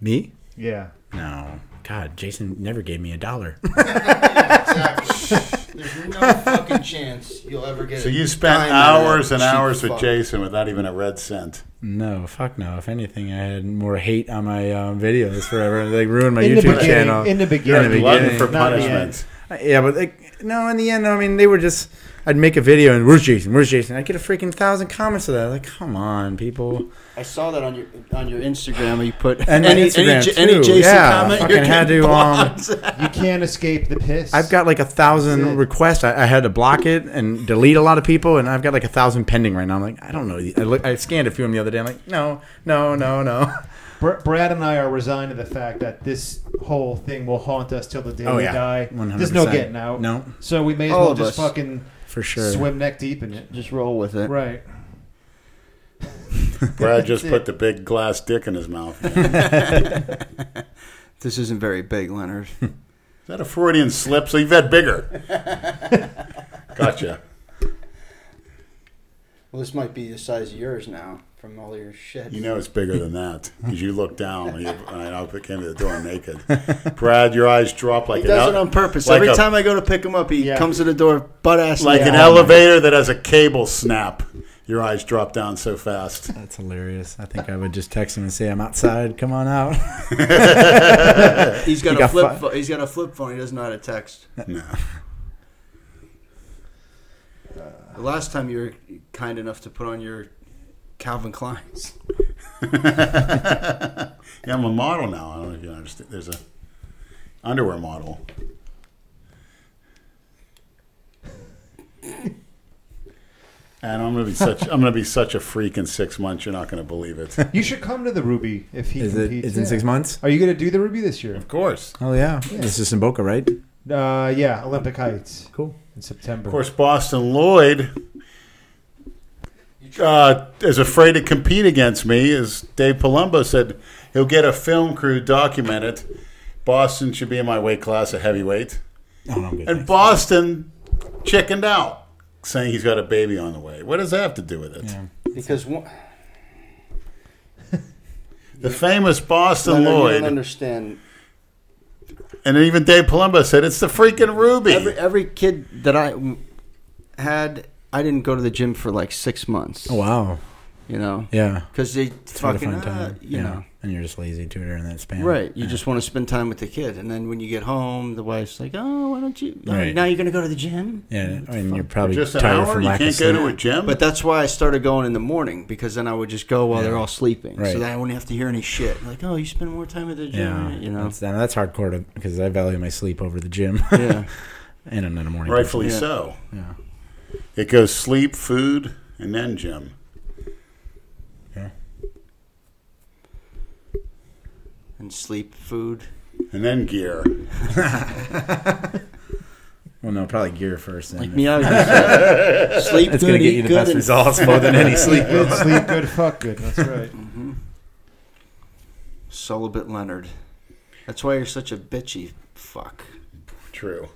Speaker 4: Me?
Speaker 2: Yeah.
Speaker 4: No. God, Jason never gave me a dollar.
Speaker 1: Exactly. There's no fucking chance you'll ever get.
Speaker 3: So
Speaker 1: a
Speaker 3: you spent
Speaker 1: dime out of that
Speaker 3: hours and
Speaker 1: cheap
Speaker 3: hours with
Speaker 1: fuck.
Speaker 3: Jason without even a red cent.
Speaker 4: no, fuck no. If anything, I had more hate on my uh, videos forever. They ruined my
Speaker 2: in, the
Speaker 4: YouTube
Speaker 2: beginning,
Speaker 4: channel.
Speaker 2: in the
Speaker 3: You're
Speaker 2: beginning.
Speaker 4: In the
Speaker 3: glutton
Speaker 4: beginning.
Speaker 3: for
Speaker 2: Not in the
Speaker 3: punishment.
Speaker 4: Uh, Yeah, but like, no, in the end, I mean, they were just. I'd make a video and where's Jason? Where's Jason? I'd get a freaking thousand comments of that. Like, come on, people.
Speaker 1: I saw that on your on your Instagram. You put any,
Speaker 4: And on
Speaker 1: any,
Speaker 4: Instagram,
Speaker 1: J- any
Speaker 4: too.
Speaker 1: Jason
Speaker 4: Yeah,
Speaker 1: comment.
Speaker 4: fucking
Speaker 1: you're
Speaker 4: had
Speaker 1: getting
Speaker 4: to, um,
Speaker 1: blocked.
Speaker 2: You can't escape the piss.
Speaker 4: I've got like a
Speaker 2: That's it.
Speaker 4: thousand requests. I, I had to block it and delete a lot of people, and I've got like a thousand pending right now. I'm like, I don't know. I, look, I scanned a few of them the other day. I'm like, no, no, no, no.
Speaker 2: Br- Brad and I are resigned to the fact that this whole thing will haunt us till the day
Speaker 4: Oh,
Speaker 2: we
Speaker 4: yeah.
Speaker 2: die.
Speaker 4: 100%.
Speaker 2: There's no getting out.
Speaker 4: No,
Speaker 2: So we may as
Speaker 1: All
Speaker 2: well
Speaker 1: of
Speaker 2: just
Speaker 1: us.
Speaker 2: fucking
Speaker 4: for sure.
Speaker 2: swim neck deep in it.
Speaker 1: Just roll with it.
Speaker 2: Right.
Speaker 3: Brad just
Speaker 2: That's
Speaker 3: put
Speaker 2: it.
Speaker 3: the big glass dick in his mouth. Is
Speaker 1: This isn't very big, Leonard.
Speaker 3: that a Freudian slip? So you've had bigger. Gotcha.
Speaker 1: Well, this might be the size of yours now. from all your shit.
Speaker 3: You know it's bigger than that. As you look down, and, you, and I came to the door naked. Brad, your eyes drop like
Speaker 9: He
Speaker 3: an
Speaker 9: does
Speaker 3: el-
Speaker 9: it on purpose.
Speaker 3: like
Speaker 9: Every
Speaker 3: a-
Speaker 9: time I go to pick him up, he
Speaker 2: Yeah.
Speaker 9: comes to the door butt ass
Speaker 3: like an
Speaker 9: naked.
Speaker 3: elevator that has a cable snap. Your eyes drop down so fast.
Speaker 4: That's hilarious. I think I would just text him and say, I'm outside. Come on out.
Speaker 9: He's got
Speaker 4: He
Speaker 9: a
Speaker 4: got
Speaker 9: flip.
Speaker 4: fi-
Speaker 9: pho- he's got a flip phone. He doesn't know how to text.
Speaker 3: No.
Speaker 9: The last time you were kind enough to put on your Calvin Kleins.
Speaker 3: yeah, I'm a model now. I don't know if you understand. There's a underwear model. And I'm gonna be such I'm gonna be such a freak in six months. You're not gonna believe it.
Speaker 2: You should come to the Ruby if he
Speaker 4: Is it?
Speaker 2: competes.
Speaker 4: It's in
Speaker 2: Yeah.
Speaker 4: six months.
Speaker 2: Are you going to do the Ruby this year?
Speaker 3: Of course,
Speaker 4: Oh yeah. This is in Boca, right?
Speaker 2: Uh, yeah, Olympic Heights
Speaker 4: Cool.
Speaker 2: in September.
Speaker 3: of course. Boston Lloyd uh, is afraid to compete against me. As Dave Palumbo said, he'll get a film crew document it. Boston should be in my weight class, a heavyweight.
Speaker 4: Oh, no, I'm good.
Speaker 3: And Boston chickened out, saying he's got a baby on the way. What does that have to do with it?
Speaker 4: Yeah.
Speaker 1: Because one,
Speaker 3: The famous Boston
Speaker 1: Leonard, you don't
Speaker 3: Lloyd,
Speaker 1: understand.
Speaker 3: and even Dave Palumbo said it's the freaking Ruby.
Speaker 1: Every every kid that I w- had, I didn't go to the gym for like six months.
Speaker 4: Oh wow.
Speaker 1: You know,
Speaker 4: Yeah.
Speaker 1: because they
Speaker 4: It's hard to
Speaker 1: fucking,
Speaker 4: find
Speaker 1: uh,
Speaker 4: time.
Speaker 1: you
Speaker 4: yeah.
Speaker 1: know.
Speaker 4: And you're just lazy too during that span.
Speaker 1: Right, you
Speaker 4: Yeah.
Speaker 1: just want to spend time with the kid, and then when you get home, the wife's like, "Oh, why don't you? oh,
Speaker 4: Right.
Speaker 1: Now you're gonna go to the gym."
Speaker 4: Yeah, I mean you're probably
Speaker 3: just an
Speaker 4: tired
Speaker 3: hour.
Speaker 4: from
Speaker 3: You
Speaker 4: lack of
Speaker 3: can't go to a
Speaker 4: sleep.
Speaker 3: gym.
Speaker 1: But that's why I started going in the morning because then I would just go while they're all sleeping,
Speaker 4: Right.
Speaker 1: so that I wouldn't have to hear any shit. Like, oh, you spend more time at the gym,
Speaker 4: Yeah,
Speaker 1: you know?
Speaker 4: that's, that's hardcore to, because I value my sleep over the gym
Speaker 1: yeah,
Speaker 4: and I'm not a morning. person.
Speaker 3: rightfully
Speaker 1: Yeah.
Speaker 3: so.
Speaker 4: Yeah.
Speaker 3: It goes sleep, food, and then gym.
Speaker 1: and sleep, food.
Speaker 3: And then gear.
Speaker 4: Well, no, probably gear first. Then.
Speaker 1: Like me, I was just uh, sleep
Speaker 4: it's
Speaker 1: good,
Speaker 4: gonna get
Speaker 1: eat
Speaker 4: you the
Speaker 1: good,
Speaker 4: best
Speaker 1: and
Speaker 4: results more than any sleep.
Speaker 2: good, sleep good, fuck good. That's right.
Speaker 1: Celibate Leonard. That's why you're such a bitchy fuck.
Speaker 3: True.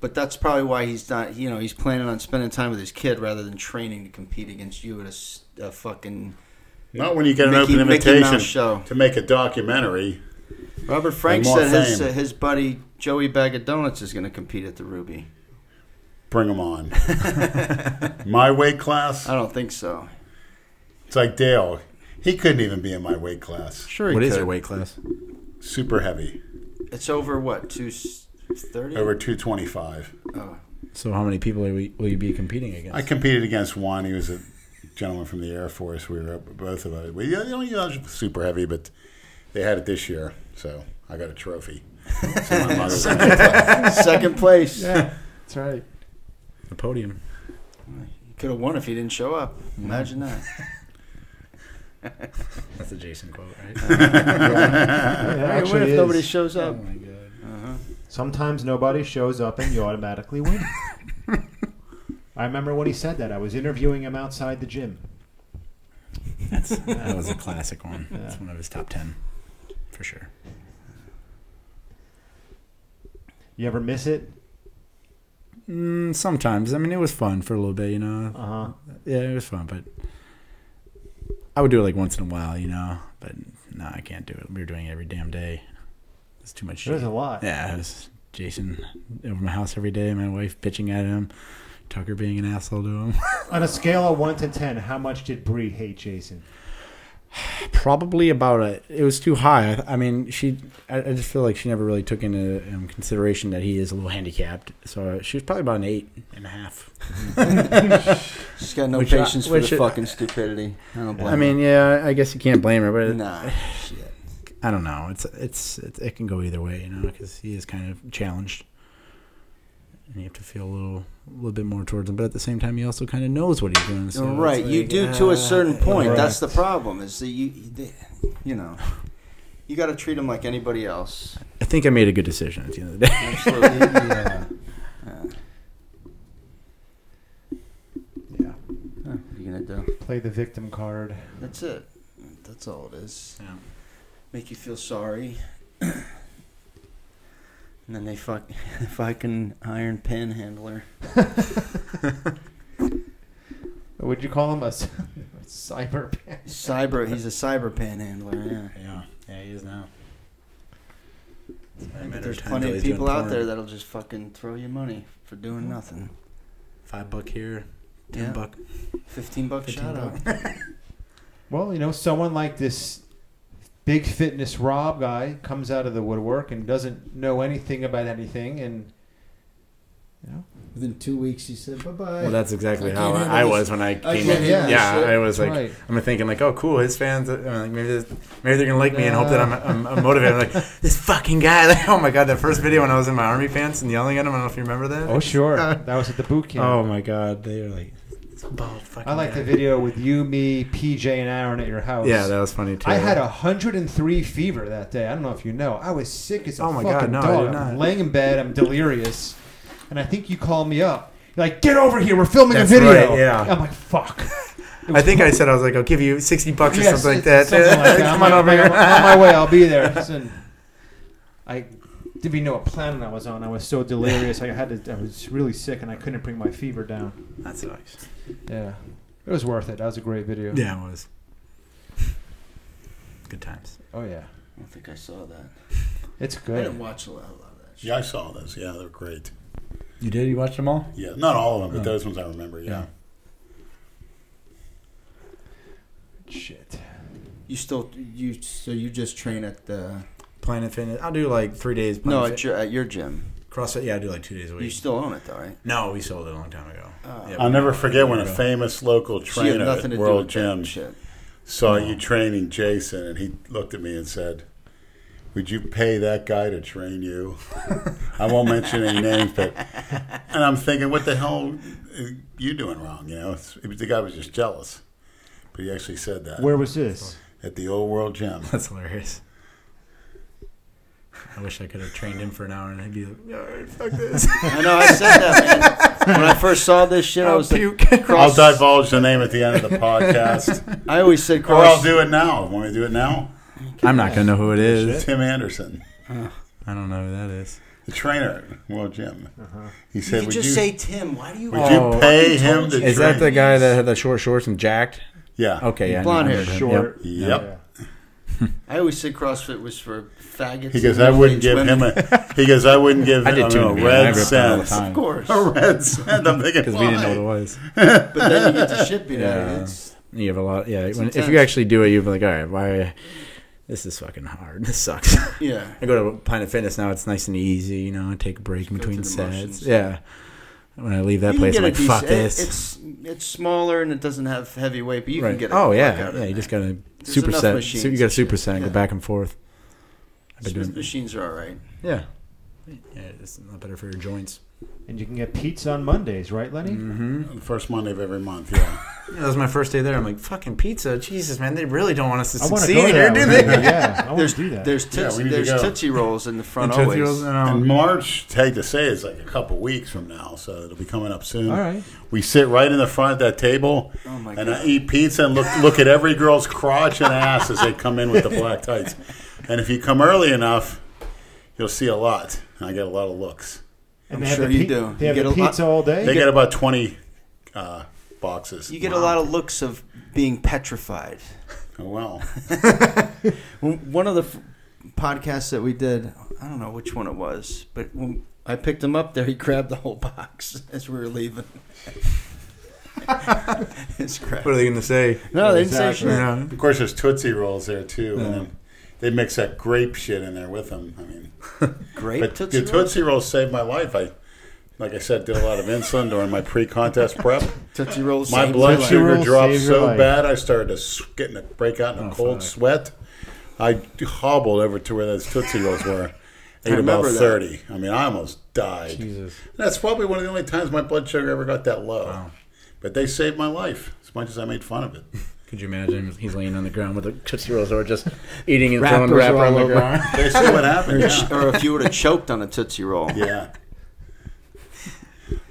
Speaker 1: But that's probably why he's not. You know, he's planning on spending time with his kid rather than training to compete against you at a s- a, fucking
Speaker 3: Not when you get an
Speaker 1: Mickey,
Speaker 3: open
Speaker 1: Mickey Mouse
Speaker 3: invitation
Speaker 1: show.
Speaker 3: to make a documentary.
Speaker 1: Robert Frank
Speaker 3: more
Speaker 1: said his,
Speaker 3: fame.
Speaker 1: uh, his buddy Joey Bag of Donuts is going to compete at the Ruby.
Speaker 3: Bring them on. my weight class.
Speaker 1: I don't think so.
Speaker 3: It's like Dale. He couldn't even be in my weight class.
Speaker 1: Sure, he
Speaker 4: What
Speaker 1: could.
Speaker 4: is your weight class?
Speaker 3: Super heavy.
Speaker 1: It's over what two thirty?
Speaker 3: Over 225.
Speaker 1: Oh.
Speaker 4: So how many people are we, will you be competing against?
Speaker 3: I competed against one. He was a gentleman from the Air Force. We were both of us. We, you know, you know, super heavy, but they had it this year, so I got a trophy. So my mother's like,
Speaker 1: Second place.
Speaker 2: Yeah, that's right.
Speaker 4: the podium.
Speaker 1: Could have won if he didn't show up. Imagine that.
Speaker 4: That's a Jason quote, right?
Speaker 1: Uh,
Speaker 2: Yeah, it
Speaker 1: Hey, what
Speaker 2: actually
Speaker 1: if
Speaker 2: is.
Speaker 1: nobody shows
Speaker 4: oh
Speaker 1: up?
Speaker 4: my god.
Speaker 2: Sometimes nobody shows up and you automatically win. I remember when he said that. I was interviewing him outside the gym.
Speaker 4: That's, that was a classic one.
Speaker 2: Yeah.
Speaker 4: That's one of his top ten, for sure.
Speaker 2: You ever miss it?
Speaker 4: Mm, sometimes, I mean, it was fun for a little bit, you know.
Speaker 2: Uh huh.
Speaker 4: Yeah, it was fun, but I would do it like once in a while, you know. But no, I can't do it. We were doing it every damn day. It's too much.
Speaker 2: There's a lot.
Speaker 4: yeah, it was Jason over my house every day. My wife bitching at him. Tucker being an asshole to him.
Speaker 2: On a scale of 1 to 10, how much did Bree hate Jason?
Speaker 4: Probably about a. It was too high. I, I mean, she. I, I just feel like she never really took into um, consideration that he is a little handicapped. So she was probably about an eight and a half.
Speaker 1: She's got no
Speaker 4: Which I-
Speaker 1: patience for
Speaker 4: which
Speaker 1: the
Speaker 4: I-
Speaker 1: fucking stupidity. I don't blame
Speaker 4: I mean, yeah, I guess you can't blame her,
Speaker 1: her.
Speaker 4: but
Speaker 1: nah, shit.
Speaker 4: I don't know. It's it's it, it can go either way, you know, because he is kind of challenged, and you have to feel a little a little bit more towards him. But at the same time, he also kind of knows what he's doing. So it's
Speaker 1: right, you
Speaker 4: like,
Speaker 1: do to
Speaker 4: ah,
Speaker 1: a certain point.
Speaker 4: right.
Speaker 1: That's the problem. Is that you, you- you know, you got to treat them like anybody else.
Speaker 4: I think I made a good decision at the end of the day.
Speaker 1: Absolutely. yeah.
Speaker 2: Yeah.
Speaker 1: Huh, what are you gonna do?
Speaker 2: Play the victim card.
Speaker 1: That's it. That's all it is.
Speaker 4: Yeah.
Speaker 1: Make you feel sorry. and then they fuck. If I can iron panhandler.
Speaker 2: It Would you call him a c- cyber?
Speaker 1: Cyber. He's a cyber panhandler. Yeah.
Speaker 10: Yeah, yeah, he is now.
Speaker 1: But there's plenty of people out there that'll just fucking throw you money for doing nothing.
Speaker 4: Five buck here, ten
Speaker 1: Yeah.
Speaker 4: buck.
Speaker 1: Fifteen bucks
Speaker 4: 15
Speaker 1: shout out.
Speaker 2: Well, you know, someone like this big fitness Rob guy comes out of the woodwork and doesn't know anything about anything, and you know,
Speaker 11: Within two weeks, he said bye bye.
Speaker 4: Well, that's exactly
Speaker 11: I
Speaker 4: how
Speaker 11: can't
Speaker 4: I
Speaker 11: handle
Speaker 4: was when I came
Speaker 11: can't
Speaker 4: in.
Speaker 11: handle
Speaker 4: Yeah,
Speaker 11: this shit.
Speaker 4: I was like,
Speaker 2: right.
Speaker 4: I'm thinking like, oh, cool, his fans. uh, I'm like, maybe this, maybe they're gonna like me and hope that I'm, I'm, I'm motivated. I'm like this fucking guy. Like, oh my god, that first video when I was in my army pants and yelling at him. I don't know if you remember that.
Speaker 2: Oh, sure, that was at the boot camp.
Speaker 4: Oh my god, they are like it's a bald fucking.
Speaker 2: I like
Speaker 4: guy.
Speaker 2: the video with you, me, PJ, and Aaron at your house.
Speaker 4: Yeah, that was funny too.
Speaker 2: I had a hundred and three fever that day. I don't know if you know. I was sick as a
Speaker 4: Oh my God,
Speaker 2: fucking
Speaker 4: no, I
Speaker 2: dog.
Speaker 4: did not.
Speaker 2: I'm laying in bed. I'm delirious, and I think you call me up. You're like, "Get over here. We're filming
Speaker 4: That's
Speaker 2: a video."
Speaker 4: right, yeah.
Speaker 2: I'm like, "Fuck."
Speaker 4: I think I said I was like, I'll give you sixty bucks or
Speaker 2: Yes,
Speaker 4: something like that.
Speaker 2: it's something like that.
Speaker 4: Come
Speaker 2: I'm
Speaker 4: on over
Speaker 2: like,
Speaker 4: here.
Speaker 2: I'm on my way. I'll be there. Listen, I didn't even know what planet I was on. I was so delirious. I had to. I was really sick, and I couldn't bring my fever down.
Speaker 4: That sucks.
Speaker 2: Yeah, it was worth it. That was a great video.
Speaker 4: Yeah, it was. Good times.
Speaker 2: Oh yeah,
Speaker 1: I don't think I saw that.
Speaker 2: it's
Speaker 1: I
Speaker 2: good.
Speaker 1: didn't watch a lot, a lot of that. Shit.
Speaker 3: Yeah, I saw those. Yeah, they're great.
Speaker 10: You did? You watched them all?
Speaker 3: Yeah, not all of them, but
Speaker 10: Oh.
Speaker 3: those ones I remember. Yeah.
Speaker 2: Shit.
Speaker 1: You still you so you just train at the
Speaker 4: Planet Fitness. I'll do like three days.
Speaker 1: no
Speaker 4: Planet
Speaker 1: at your at your gym.
Speaker 4: Fit- CrossFit. Yeah, I do like two days a
Speaker 1: You
Speaker 4: week.
Speaker 1: still own it though, right?
Speaker 4: No, we sold it a long time ago.
Speaker 1: Oh.
Speaker 4: Yeah,
Speaker 3: I'll
Speaker 4: we-
Speaker 3: never forget when a
Speaker 4: Yeah.
Speaker 3: famous local
Speaker 1: So you
Speaker 3: trainer
Speaker 1: have
Speaker 3: at
Speaker 1: nothing to do
Speaker 3: World
Speaker 1: with gym
Speaker 3: Gym
Speaker 1: shit.
Speaker 3: saw you training Jason, and he looked at me and said, "Would you pay that guy to train you?" I won't mention any names, but and I'm thinking, what the hell are you doing wrong? You know, it's, it was, the guy was just jealous, but he actually said that
Speaker 2: Where was this?
Speaker 3: at the old World Gym.
Speaker 4: That's hilarious. I wish I could have trained him for an hour and he'd be like, all right, fuck this.
Speaker 1: I know I said that. Man. When I first saw this shit, I
Speaker 4: I'll
Speaker 1: was like,
Speaker 4: puke.
Speaker 3: I'll
Speaker 1: cross. I
Speaker 3: divulge the name at the end of the podcast,
Speaker 1: always said
Speaker 3: or I'll
Speaker 1: cross.
Speaker 3: do it now. Want me to do it now?
Speaker 4: I'm not going to know who it is.
Speaker 3: Tim Anderson,
Speaker 4: I don't know who that is.
Speaker 3: the trainer at World Gym. He
Speaker 1: You
Speaker 3: said,
Speaker 1: could
Speaker 3: "Would
Speaker 1: just
Speaker 3: you
Speaker 1: say Tim. Why do you?
Speaker 3: would you
Speaker 4: Oh.
Speaker 3: pay him to train?"
Speaker 4: Is that the guy that had the short shorts and jacked?
Speaker 3: Yeah.
Speaker 4: Okay, yeah. I know-
Speaker 1: Blonde
Speaker 4: I
Speaker 1: hair.
Speaker 4: know him.
Speaker 2: Short.
Speaker 3: Yep.
Speaker 1: I always said CrossFit was for faggots.
Speaker 3: He goes,
Speaker 1: and
Speaker 3: I
Speaker 1: middle-aged
Speaker 3: wouldn't give
Speaker 1: women."
Speaker 3: him a. He goes, I wouldn't give
Speaker 4: I did
Speaker 3: him
Speaker 4: too,
Speaker 3: a
Speaker 4: man. I
Speaker 3: red
Speaker 4: ripped it all the
Speaker 3: cent.
Speaker 4: time.
Speaker 1: Of course,
Speaker 3: A red cent. I'm thinking,
Speaker 4: Because we didn't know
Speaker 3: why?
Speaker 4: what it was.
Speaker 1: but then you get the shit beat out of you.
Speaker 4: Yeah.
Speaker 1: It's-
Speaker 4: You have a lot. Yeah, when, if you
Speaker 1: intense.
Speaker 4: actually do it, you'd be like, all right, why? This is fucking hard. This sucks.
Speaker 1: Yeah.
Speaker 4: I go to Planet Fitness now. It's nice and easy. You know, I take a break
Speaker 1: go
Speaker 4: between
Speaker 1: through the
Speaker 4: sets.
Speaker 1: motions.
Speaker 4: Yeah. When I leave that
Speaker 1: You can
Speaker 4: place,
Speaker 1: get
Speaker 4: I'm
Speaker 1: a
Speaker 4: like, fuck
Speaker 1: decent-
Speaker 4: this.
Speaker 1: it- It's it's smaller and it doesn't have heavy weight, but you
Speaker 4: right.
Speaker 1: can get. A
Speaker 4: oh
Speaker 1: workout
Speaker 4: yeah,
Speaker 1: in
Speaker 4: yeah. You
Speaker 1: there.
Speaker 4: just gotta
Speaker 1: There's enough
Speaker 4: superset.
Speaker 1: machines
Speaker 4: So you got
Speaker 1: and
Speaker 4: to
Speaker 1: shit.
Speaker 4: superset and
Speaker 1: Yeah.
Speaker 4: go back and forth. I've been
Speaker 1: Smith
Speaker 4: doing.
Speaker 1: machines are all right.
Speaker 4: Yeah. Yeah, it's not better for your joints.
Speaker 2: And you can get pizza on Mondays, right, Lenny?
Speaker 4: Mm-hmm.
Speaker 3: The first Monday of every month, yeah.
Speaker 4: Yeah, that was my first day there. I'm like, fucking pizza, Jesus, man! They really don't want us to
Speaker 2: I want to
Speaker 4: succeed
Speaker 2: go
Speaker 4: here,
Speaker 2: there.
Speaker 4: do they?
Speaker 2: yeah, I want
Speaker 1: There's
Speaker 2: to do that.
Speaker 1: there's
Speaker 3: Yeah,
Speaker 1: tits,
Speaker 3: we need to
Speaker 1: there's
Speaker 3: go.
Speaker 1: tootsie rolls in the front
Speaker 4: And
Speaker 1: always.
Speaker 4: Tootsie Rolls, and, um,
Speaker 3: and March, hate to say, is like a couple weeks from now, so it'll be coming up soon.
Speaker 2: All right.
Speaker 3: We sit right in the front of that table,
Speaker 1: Oh, my
Speaker 3: and I
Speaker 1: God.
Speaker 3: eat pizza and look look at every girl's crotch and ass as they come in with the black tights. And if you come early enough, you'll see a lot. And I get a lot of looks.
Speaker 2: And
Speaker 1: I'm
Speaker 2: they have
Speaker 1: sure
Speaker 2: the
Speaker 1: you
Speaker 2: pi-
Speaker 1: do. You
Speaker 2: They
Speaker 1: get
Speaker 2: have the
Speaker 1: a lot-
Speaker 2: pizza all day.
Speaker 3: They get about twenty uh, boxes.
Speaker 1: You get a lot of looks of being petrified.
Speaker 3: Oh, well.
Speaker 1: When- One of the f- podcasts that we did, I don't know which one it was, but when I picked him up there, he grabbed the whole box as we were leaving. it's crap.
Speaker 4: What are they gonna say?
Speaker 1: No, they didn't say
Speaker 2: Exactly.
Speaker 1: shit.
Speaker 4: Yeah.
Speaker 3: Of course, there's Tootsie Rolls there too, and then they mix that grape shit in there with them. I mean,
Speaker 1: Grape
Speaker 3: but
Speaker 1: Tootsie
Speaker 3: the Tootsie Rolls saved my life. I, like I said, did a lot of insulin during my pre-contest prep.
Speaker 1: Tootsie Rolls.
Speaker 3: My
Speaker 1: saved
Speaker 3: blood
Speaker 2: life.
Speaker 3: sugar
Speaker 2: Rolls
Speaker 3: dropped
Speaker 2: saved your
Speaker 3: so
Speaker 2: life.
Speaker 3: bad, I started to s- getting a break out in a
Speaker 4: Oh,
Speaker 3: cold
Speaker 4: fuck.
Speaker 3: sweat. I hobbled over to where those Tootsie Rolls were. Ate about
Speaker 1: remember that.
Speaker 3: thirty. I mean, I almost died.
Speaker 4: Jesus.
Speaker 3: That's probably one of the only times my blood sugar ever got that low.
Speaker 4: Wow.
Speaker 3: But they saved my life, as much as I made fun of it.
Speaker 4: Could you imagine? He's laying on the ground with a Tootsie Rolls or just eating and
Speaker 1: Wrappers
Speaker 4: throwing wrapper
Speaker 1: all
Speaker 4: on the
Speaker 1: over.
Speaker 4: ground.
Speaker 3: They see what happened.
Speaker 1: Or,
Speaker 3: yeah.
Speaker 1: or if you would have choked on a Tootsie Roll.
Speaker 3: Yeah.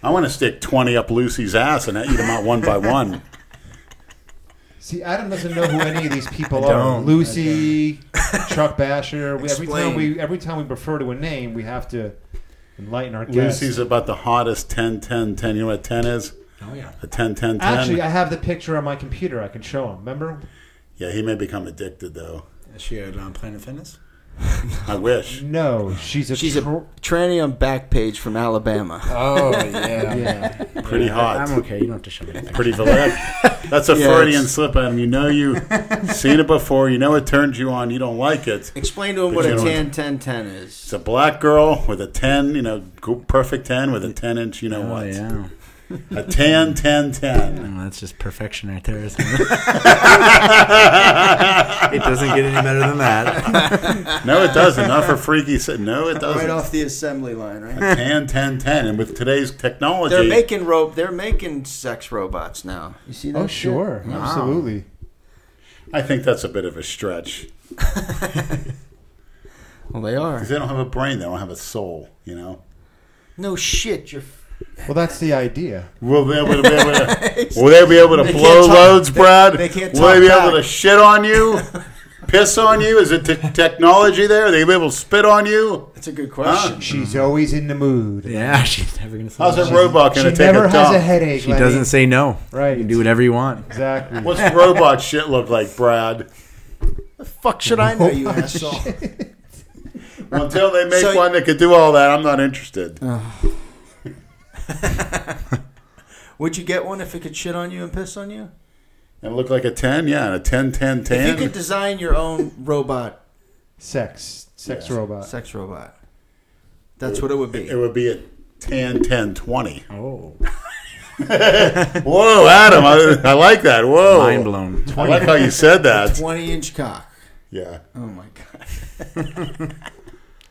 Speaker 3: I want to stick 20 up Lucy's ass and eat them out one by one.
Speaker 2: See, Adam doesn't know who any of these people
Speaker 4: I
Speaker 2: are.
Speaker 4: don't.
Speaker 2: Lucy, Chuck Basher. We, every time
Speaker 1: Explain.
Speaker 2: we every time we refer to a name, we have to enlighten our guests.
Speaker 3: Lucy's about the hottest 10 10 10. You know what 10 is?
Speaker 4: Oh yeah.
Speaker 3: A 10 10 10.
Speaker 2: Actually, I have the picture on my computer. I can show him. Remember?
Speaker 3: yeah, he may become addicted, though.
Speaker 4: Is she at um, Planet Fitness?
Speaker 3: I wish.
Speaker 2: No, she's a
Speaker 1: She's a
Speaker 2: tro-
Speaker 1: tranny on Backpage from Alabama.
Speaker 4: Oh yeah.
Speaker 2: yeah.
Speaker 3: Pretty hot.
Speaker 4: I'm okay. You don't have to show me. That.
Speaker 3: Pretty Vallette. That's a
Speaker 1: Yeah,
Speaker 3: Freudian
Speaker 1: it's-
Speaker 3: slip, Adam. You know you seen it before. You know it turned you on. You don't like it.
Speaker 1: Explain to him
Speaker 3: But
Speaker 1: what
Speaker 3: you
Speaker 1: a
Speaker 3: don't-
Speaker 1: 10 10 10 is.
Speaker 3: It's a black girl with a 10, you know, go- perfect 10 with a 10 inch, you know
Speaker 4: Oh
Speaker 3: what.
Speaker 4: yeah.
Speaker 3: A 10, 10, 10.
Speaker 4: Oh, that's just perfection right there, isn't it? it doesn't get any better than that.
Speaker 3: No, it doesn't. Not for freaky. si- No, it doesn't.
Speaker 1: Right off the assembly line, right?
Speaker 3: A 10, 10, 10. And with today's technology,
Speaker 1: They're making rope. They're making sex robots now. You see that?
Speaker 2: Oh,
Speaker 1: shit?
Speaker 2: sure. Absolutely.
Speaker 3: I think that's a bit of a stretch.
Speaker 1: Well, they are.
Speaker 3: Because they don't have a brain, they don't have a soul, you know?
Speaker 1: No shit. You're.
Speaker 2: Well, that's the idea.
Speaker 3: Will they be able to, be able to, will they be able to
Speaker 1: They can't
Speaker 3: blow
Speaker 1: talk-
Speaker 3: loads, Brad?
Speaker 1: they can't
Speaker 3: will they
Speaker 1: talk
Speaker 3: be
Speaker 1: back.
Speaker 3: able to shit on you? piss on you? Is it t- technology there? Are they be able to spit on you?
Speaker 1: That's a good question.
Speaker 2: She's always in the mood.
Speaker 4: Yeah, she's never gonna. Say
Speaker 3: How's
Speaker 4: no.
Speaker 3: a robot
Speaker 2: She
Speaker 3: going to take
Speaker 2: never
Speaker 3: a
Speaker 2: has a
Speaker 3: dump?
Speaker 2: headache.
Speaker 4: She
Speaker 2: Lenny.
Speaker 4: doesn't say no.
Speaker 2: Right.
Speaker 4: You can do whatever you want.
Speaker 2: Exactly.
Speaker 3: What's robot shit look like, Brad?
Speaker 1: Fuck should I know, you asshole?
Speaker 3: Until they make
Speaker 1: So-
Speaker 3: one that could do all that, I'm not interested.
Speaker 1: Would you get one if it could shit on you and piss on you?
Speaker 3: And look like a 10, yeah, and a 10, 10,
Speaker 1: If you
Speaker 3: 10.
Speaker 1: could design your own robot,
Speaker 2: Sex. Sex
Speaker 3: Yeah.
Speaker 2: robot.
Speaker 1: sex robot, that's what it would
Speaker 3: it
Speaker 1: be.
Speaker 3: would be a 10, 10, 20.
Speaker 4: Oh,
Speaker 3: Whoa, Adam, I, I like that. Whoa.
Speaker 4: mind blown.
Speaker 3: I like how you said that.
Speaker 1: Twenty inch cock.
Speaker 3: Yeah.
Speaker 1: Oh my god.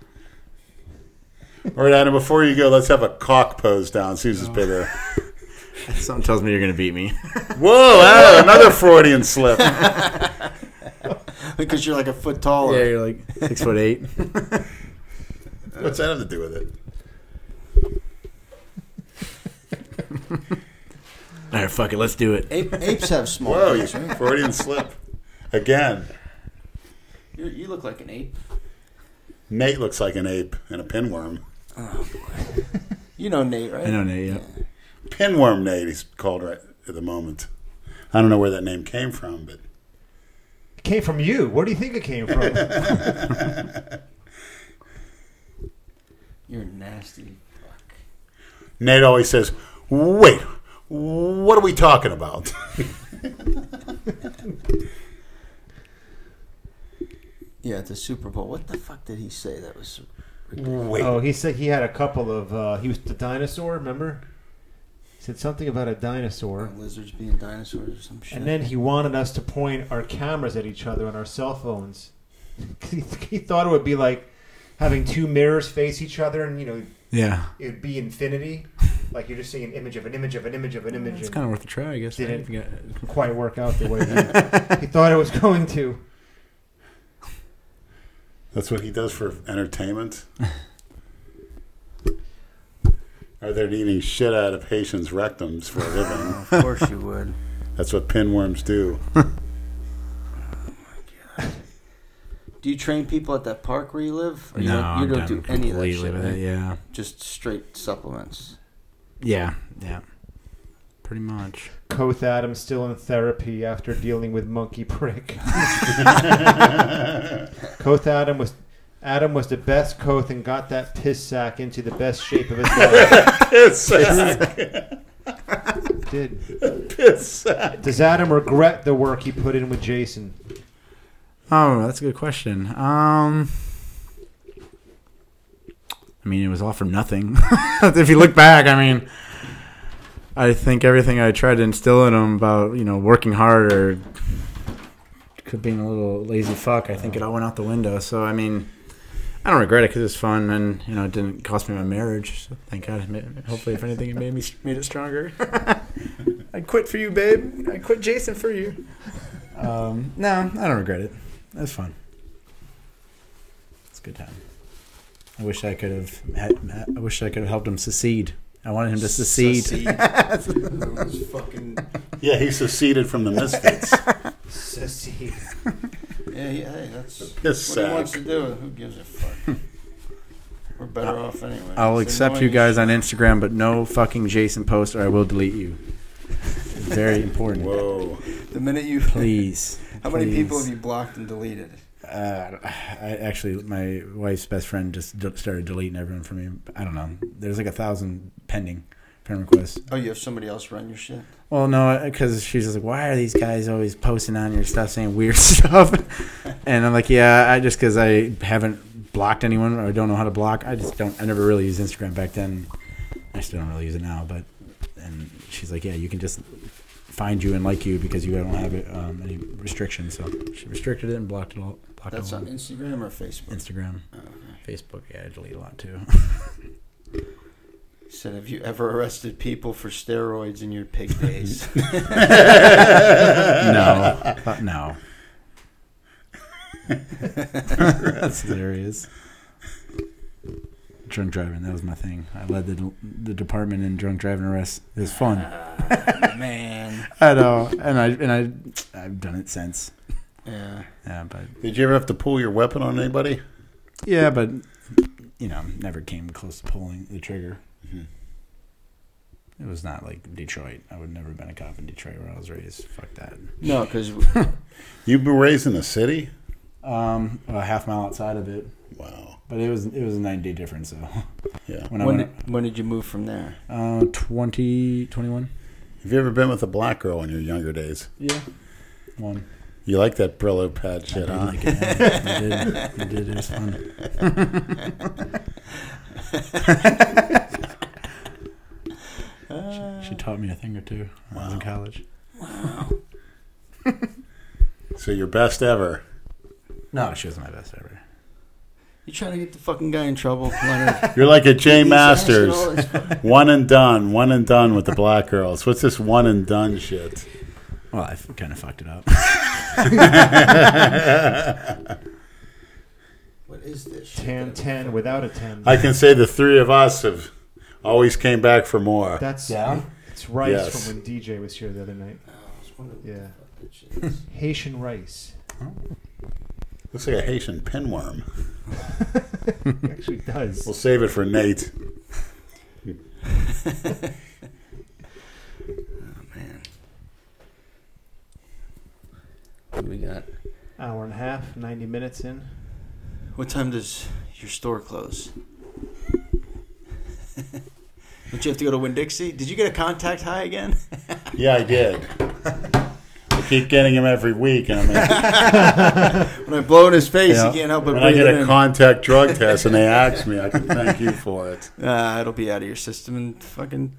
Speaker 3: All right, Adam, before you go, let's have a cock pose down. See who's bigger.
Speaker 4: Something tells me you're gonna beat me.
Speaker 3: Whoa, Adam, another Freudian slip.
Speaker 1: Because you're like a foot taller.
Speaker 4: Yeah, you're like six foot eight.
Speaker 3: What's that have to do with it?
Speaker 4: All right, fuck it, let's do it.
Speaker 1: Ape, apes have small.
Speaker 3: Whoa, you
Speaker 1: dicks, right?
Speaker 3: Freudian slip. Again,
Speaker 1: You're- you look like an ape.
Speaker 3: Nate looks like an ape and a pinworm.
Speaker 1: You know Nate, right?
Speaker 4: I know, Nate. Yeah.
Speaker 3: Pinworm Nate, he's called right at the moment. I don't know where that name came from, but
Speaker 2: It came from you. Where do you think it came from?
Speaker 1: You're nasty. Fuck.
Speaker 3: Nate always says, Wait, what are we talking about?
Speaker 1: Yeah, at the Super Bowl. What the fuck did he say? That was.
Speaker 3: Wait.
Speaker 2: oh, he said he had a couple of. Uh, he was the dinosaur. Remember? He said something about a dinosaur.
Speaker 1: Lizards being dinosaurs or some Oh, shit.
Speaker 2: And then he wanted us to point our cameras at each other on our cell phones. 'Cause he, he thought it would be like having two mirrors face each other, and you know,
Speaker 4: yeah.
Speaker 2: it'd be infinity. Like you're just seeing an image of an image of an image of an image.
Speaker 4: It's
Speaker 2: and
Speaker 4: kind of worth a try, I guess.
Speaker 2: Did
Speaker 4: right?
Speaker 2: it-
Speaker 4: If you got-
Speaker 2: didn't quite work out the way he, he thought it was going to.
Speaker 3: That's what he does for entertainment. Are they eating shit out of Haitians' rectums for a living?
Speaker 1: of course you would.
Speaker 3: That's what pinworms do.
Speaker 1: Do you train people at that park where you live? you
Speaker 4: no,
Speaker 1: don't, you
Speaker 4: I'm
Speaker 1: don't
Speaker 4: done
Speaker 1: do any of that
Speaker 4: completely
Speaker 1: shit.
Speaker 4: with
Speaker 1: right?
Speaker 4: it. Yeah,
Speaker 1: Just straight supplements.
Speaker 4: yeah, yeah. Pretty much.
Speaker 2: Koth Adams still in therapy after dealing with monkey prick. Koth Adam was Adam was the best Koth and got that piss sack into the best shape of his life.
Speaker 3: It's a
Speaker 2: Did
Speaker 3: piss.
Speaker 2: does Adam regret the work he put in with Jason?
Speaker 4: Oh, that's a good question. Um, I mean, it was all for nothing. if you look back, I mean, I think everything I tried to instill in him about you know working hard or could being a little lazy fuck, I think it all went out the window. So I mean, I don't regret it because it's fun and you know it didn't cost me my marriage. So thank God. It made- Hopefully, if anything, it made me made it stronger. I quit for you, babe. I quit Jason for you. Um, no, I don't regret it. It was fun. It's a good time. I wish I could have. Had, I wish I could have helped him secede. I wanted him to secede.
Speaker 1: Those fucking-
Speaker 3: Yeah, he seceded from the Misfits.
Speaker 2: Sissy.
Speaker 1: yeah, yeah, hey, that's what
Speaker 3: Piss
Speaker 1: he wants
Speaker 3: sack.
Speaker 1: to do. Who gives a fuck? We're better off anyway.
Speaker 4: I'll
Speaker 1: It's
Speaker 4: accept you
Speaker 1: annoying.
Speaker 4: guys on Instagram, but no fucking Jason post, or I will delete you. very important.
Speaker 3: Whoa.
Speaker 1: The minute you,
Speaker 4: Please.
Speaker 1: how many people
Speaker 4: please.
Speaker 1: have you blocked and deleted?
Speaker 4: Uh, I actually, my wife's best friend just d- started deleting everyone from me. I don't know. There's like a thousand pending friend requests.
Speaker 1: Oh, you have somebody else run your shit.
Speaker 4: Well, no, because she's just like, why are these guys always posting on your stuff, saying weird stuff? and I'm like, yeah, I just because I haven't blocked anyone or don't know how to block. I just don't. I never really used Instagram back then. I still don't really use it now. But and she's like, yeah, you can just find you and like you because you don't have um, any restrictions. So she restricted it and blocked it all. Blocked
Speaker 1: That's
Speaker 4: all
Speaker 1: on Instagram or Facebook.
Speaker 4: Instagram,
Speaker 1: Oh, okay.
Speaker 4: Facebook. Yeah, I delete a lot too.
Speaker 1: Said, have you ever arrested people for steroids in your pig days?
Speaker 4: no, Uh, no. That's hilarious. Drunk driving, that was my thing. I led the, the department in drunk driving arrests. It was fun. Ah,
Speaker 1: Man.
Speaker 4: I know, and I and I I've done it since.
Speaker 1: Yeah.
Speaker 4: Yeah, but
Speaker 3: Did you ever have to pull your weapon on anybody?
Speaker 4: yeah, but you know, never came close to pulling the trigger.
Speaker 3: Mhm.
Speaker 4: It was not like Detroit. I would never have been a cop in Detroit where I was raised. Fuck that.
Speaker 1: No, because
Speaker 3: You were raised in the city?
Speaker 4: Um, a half mile outside of it,
Speaker 3: Wow.
Speaker 4: but it was it was a nine day difference. So
Speaker 3: Yeah.
Speaker 4: when I
Speaker 1: when
Speaker 4: went,
Speaker 1: did, when did you move from there?
Speaker 4: Uh, 20, 21?
Speaker 3: Have you ever been with a black girl in your younger days?
Speaker 4: Yeah. One.
Speaker 3: You like that Brillo pad shit, huh?
Speaker 4: I did. I did. I did. It was fun. she, she taught me a thing or two when I was in college.
Speaker 3: So your best ever.
Speaker 4: No, she was my best ever.
Speaker 1: You trying to get the fucking guy in trouble, Leonard?
Speaker 3: You're like a Jay
Speaker 1: He's asking
Speaker 3: Masters.
Speaker 1: all this-
Speaker 3: One and done, one and done with the black girls. What's this one and done shit?
Speaker 4: Well, I kind of fucked it up.
Speaker 1: What is this? shit?
Speaker 2: 10 10 without a 10.
Speaker 3: I can say the three of us have always came back for more.
Speaker 2: That's
Speaker 4: Yeah?
Speaker 2: It's rice
Speaker 3: Yes.
Speaker 2: from when DJ was here the other night.
Speaker 1: Oh, I was wondering what
Speaker 2: Yeah.
Speaker 1: the fuck that shit is.
Speaker 2: Haitian rice.
Speaker 3: Looks like a Haitian pinworm.
Speaker 2: It actually does.
Speaker 3: We'll save it for Nate.
Speaker 1: Oh, Man. What do we got?
Speaker 2: Hour and a half, 90 minutes in.
Speaker 1: What time does your store close? Don't you have to go to Winn Dixie? Did you get a contact high again?
Speaker 3: Yeah, I did. I keep getting him every week, and I'm like,
Speaker 1: when I blow in his face,
Speaker 4: Yeah.
Speaker 1: he can't help but
Speaker 3: when I
Speaker 1: breathe it
Speaker 3: get a
Speaker 1: in.
Speaker 3: contact drug test and they ask me, I can thank you for it.
Speaker 1: Ah, it'll be out of your system and fucking.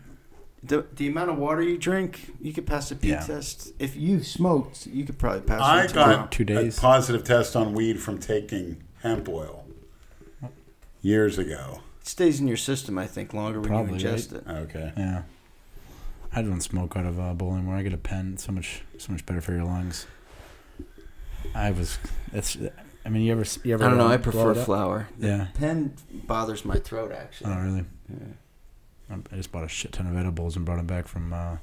Speaker 1: The, the amount of water you drink, you could pass a pee
Speaker 4: Yeah.
Speaker 1: test. If you smoked, you could probably pass.
Speaker 3: I
Speaker 1: one tomorrow.
Speaker 3: got
Speaker 4: Two days.
Speaker 3: a positive test on weed from taking hemp oil years ago.
Speaker 1: It stays in your system, I think, longer when
Speaker 4: Probably,
Speaker 1: you ingest it.
Speaker 3: Okay.
Speaker 4: Yeah. I don't smoke out of uh, bowling where I get a pen. It's so much, so much better for your lungs. I was. That's. I mean, you ever? You ever
Speaker 1: I don't know.
Speaker 4: uh,
Speaker 1: I
Speaker 4: blow
Speaker 1: prefer
Speaker 4: it up?
Speaker 1: flour.
Speaker 4: Yeah.
Speaker 1: Pen bothers my throat actually.
Speaker 4: Oh, really?
Speaker 1: Yeah.
Speaker 4: I I just bought a shit ton of edibles and brought them back from uh,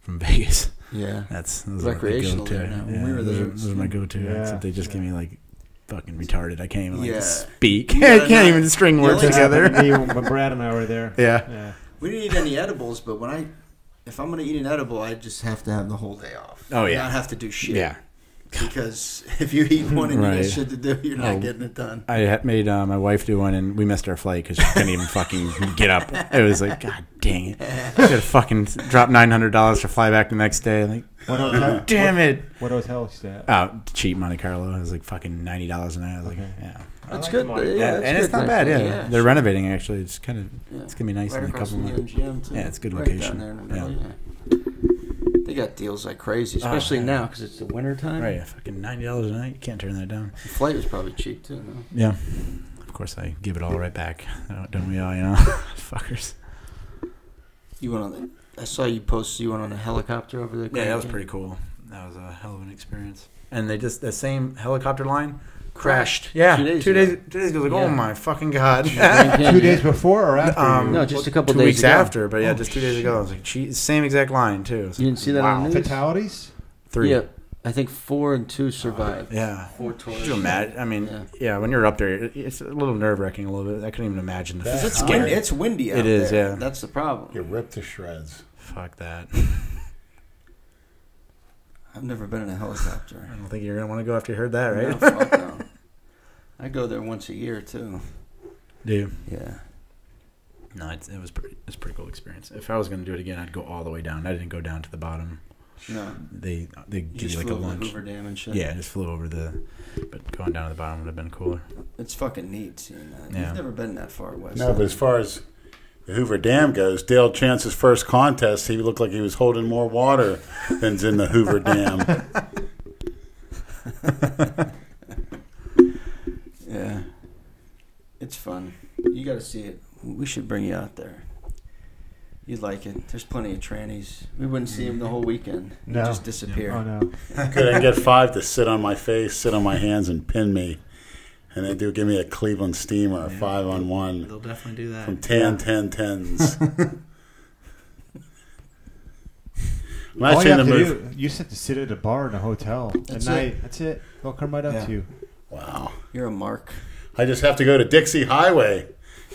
Speaker 4: from Vegas.
Speaker 1: Yeah.
Speaker 4: That's those
Speaker 1: Recreational
Speaker 4: Are
Speaker 1: there
Speaker 4: like my
Speaker 1: now.
Speaker 4: go-to.
Speaker 1: When we were
Speaker 4: those,
Speaker 1: there,
Speaker 4: are, those are my go-to.
Speaker 2: Yeah.
Speaker 4: Except they just give me like fucking retarded. I can't even like
Speaker 1: Yeah.
Speaker 4: speak.
Speaker 1: You
Speaker 4: I
Speaker 1: gotta
Speaker 4: can't
Speaker 1: not-
Speaker 4: even string
Speaker 1: the
Speaker 4: words
Speaker 1: only-
Speaker 2: It happened to
Speaker 4: together.
Speaker 2: me when when Brad and I were there.
Speaker 4: yeah.
Speaker 2: Yeah.
Speaker 1: We didn't eat any edibles, but when I, if I'm gonna eat an edible, I just have to have the whole day off.
Speaker 4: Oh, yeah.
Speaker 1: Not have to do shit.
Speaker 4: Yeah.
Speaker 1: Because if you eat one and you
Speaker 4: Right.
Speaker 1: got shit to do, you're not
Speaker 4: Oh.
Speaker 1: getting it done.
Speaker 4: I had made uh, my wife do one, and we missed our flight because she couldn't even fucking get up. It was like, God dang it! Should have fucking dropped nine hundred dollars to fly back the next day. Like,
Speaker 2: What hotel,
Speaker 4: damn it!
Speaker 2: what hotel is that?
Speaker 4: Oh, cheap Monte Carlo. It was like fucking ninety dollars a night. I was like, yeah.
Speaker 1: That's good.
Speaker 2: Monte
Speaker 1: Yeah,
Speaker 4: Yeah,
Speaker 1: that's
Speaker 4: and it's
Speaker 1: good
Speaker 4: not
Speaker 1: right
Speaker 4: bad.
Speaker 1: there.
Speaker 4: Yeah.
Speaker 1: Yeah.
Speaker 4: they're renovating actually. It's kind of
Speaker 1: Yeah.
Speaker 4: it's gonna be nice
Speaker 1: Right
Speaker 4: in a
Speaker 1: across
Speaker 4: couple
Speaker 1: from the
Speaker 4: months.
Speaker 1: MGM, too.
Speaker 4: Yeah, it's a good
Speaker 1: Right down
Speaker 4: location.
Speaker 1: there in the middle,
Speaker 4: Yeah. Oh,
Speaker 1: yeah. They got deals like crazy, especially
Speaker 4: yeah.
Speaker 1: now 'cause now because it's the winter time.
Speaker 4: Right, yeah, fucking ninety dollars a night. You can't turn that down.
Speaker 1: The flight was probably cheap too. No?
Speaker 4: Yeah. Of course, I give it all right back. Don't- Don't we all? You know, fuckers.
Speaker 1: You went on the. I saw you post. You went on a helicopter over there.
Speaker 4: Yeah, that was pretty cool. That was a hell of an experience. And they just the same helicopter line crashed. Yeah,
Speaker 1: Two
Speaker 4: two
Speaker 1: days
Speaker 4: days.
Speaker 1: ago.
Speaker 4: Two days ago, like,
Speaker 1: Yeah.
Speaker 4: oh my fucking god.
Speaker 2: Two days before or after?
Speaker 4: Um,
Speaker 1: No, just a couple
Speaker 4: two
Speaker 1: days
Speaker 4: weeks
Speaker 1: ago.
Speaker 4: after, but yeah,
Speaker 2: Oh,
Speaker 4: just two days ago. I was like, gee, same exact line too.
Speaker 1: You didn't see that on
Speaker 4: Wow.
Speaker 1: the news?
Speaker 2: Fatalities?
Speaker 4: Three.
Speaker 1: Yeah, I think four and two survived.
Speaker 4: Yeah.
Speaker 1: Four tours.
Speaker 4: Could you imagine? I mean,
Speaker 1: Yeah.
Speaker 4: yeah. when you're up there, it- it's a little nerve wracking, a little bit. I couldn't even imagine the
Speaker 3: That's
Speaker 1: It's
Speaker 3: hot.
Speaker 1: windy. It's windy. Out
Speaker 4: It is,
Speaker 1: there.
Speaker 4: yeah.
Speaker 1: That's the problem.
Speaker 3: You're ripped to shreds.
Speaker 4: fuck that.
Speaker 1: I've never been in a helicopter.
Speaker 4: I don't think you're gonna want to go after you heard that, right?
Speaker 1: No, fuck no. I go there once a year too.
Speaker 4: Do you?
Speaker 1: Yeah.
Speaker 4: No, it's, it was pretty, it's a pretty cool experience. If I was gonna do it again, I'd go all the way down. I didn't go down to the bottom.
Speaker 1: No.
Speaker 4: They they
Speaker 1: You
Speaker 4: give
Speaker 1: just
Speaker 4: you like a
Speaker 1: flew over
Speaker 4: lunch.
Speaker 1: Hoover Dam and shit.
Speaker 4: Yeah, I just flew over the. But going down to the bottom would have been cooler.
Speaker 1: It's fucking neat seeing that.
Speaker 4: Yeah.
Speaker 1: You've never been that far west.
Speaker 3: No, but as far as the Hoover Dam goes, Dale Chance's first contest, he looked like he was holding more water than's in the Hoover Dam.
Speaker 1: Yeah. It's fun. You got to see it. We should bring you out there. You'd like it. There's plenty of trannies. We wouldn't see them the whole weekend. They'd
Speaker 2: No.
Speaker 1: just disappear.
Speaker 2: Oh no.
Speaker 3: Couldn't get five to sit on my face, sit on my hands, and pin me. And they do give me a Cleveland steamer, a five on one,
Speaker 4: They'll definitely do that.
Speaker 3: from 10, 10, 10s. I'm
Speaker 2: All
Speaker 3: actually
Speaker 2: you
Speaker 3: in
Speaker 2: have
Speaker 3: the
Speaker 2: to
Speaker 3: mood.
Speaker 2: do, you just have to sit at a bar in a hotel
Speaker 1: That's
Speaker 2: at night. That's it. They'll come right up
Speaker 4: Yeah.
Speaker 2: to you.
Speaker 3: Wow.
Speaker 1: You're a mark.
Speaker 3: I just have to go to Dixie Highway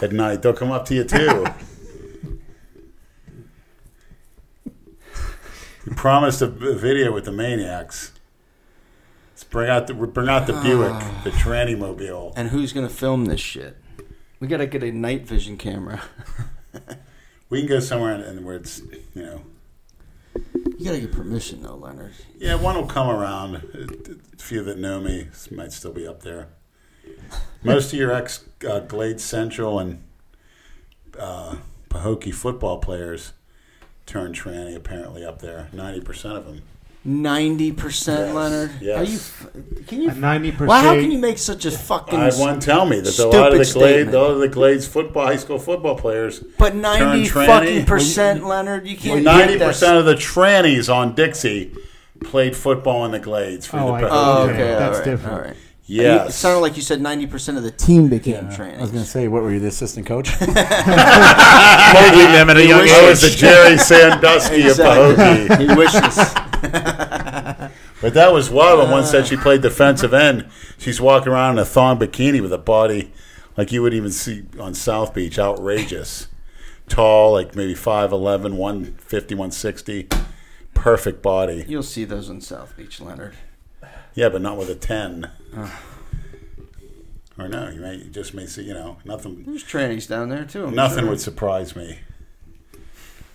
Speaker 3: at night. They'll come up to you too. you promised a v- video with the maniacs. Let's bring out the bring out the Buick, the tranny mobile.
Speaker 1: And who's going to film this shit? We got to get a night vision camera.
Speaker 3: We can go somewhere and, and where it's you know
Speaker 1: You got to get permission, though, Leonard.
Speaker 3: yeah one will come around. A- A few that know me might still be up there. Most of your ex uh, Glade Central and uh, Pahokee football players turn tranny apparently up there. Ninety percent of them.
Speaker 1: 90%
Speaker 3: Yes.
Speaker 1: Leonard?
Speaker 3: Yes.
Speaker 1: Are you. f- Can you.
Speaker 2: Ninety percent.
Speaker 1: Why, how can you make such a fucking.
Speaker 3: I one tell me that a lot of the
Speaker 1: Stupid
Speaker 3: Glade,
Speaker 1: statement.
Speaker 3: a lot of the Glades football high school football players,
Speaker 1: But 90
Speaker 3: Turn tranny?
Speaker 1: fucking percent, Leonard? You can't.
Speaker 3: ninety
Speaker 1: get that
Speaker 3: percent of the trannies on Dixie played football in the Glades. For
Speaker 2: Oh,
Speaker 3: the
Speaker 2: I-
Speaker 3: Pahokie.
Speaker 1: Oh,
Speaker 2: Yeah,
Speaker 1: okay. all
Speaker 2: that's
Speaker 1: right,
Speaker 2: different.
Speaker 1: All right.
Speaker 3: yes,
Speaker 1: It sounded like you said 90% of the team became trannies.
Speaker 4: I was gonna say, what were you, the assistant coach?
Speaker 3: them at a young I was the Jerry Sandusky of
Speaker 1: Exactly.
Speaker 3: Pahokee.
Speaker 1: He wishes.
Speaker 3: But that was wild. One said she played defensive end. She's walking around in a thong bikini with a body like you would even see on South Beach. Outrageous. Tall, like maybe 5'11, 150, 160. Perfect body.
Speaker 1: You'll see those in South Beach, Leonard.
Speaker 3: Yeah, but not with a 10. Or no, you, may, you just may see, you know, nothing
Speaker 1: There's trannies down there too. I'm
Speaker 3: nothing
Speaker 1: Hmm. sure.
Speaker 3: would surprise me.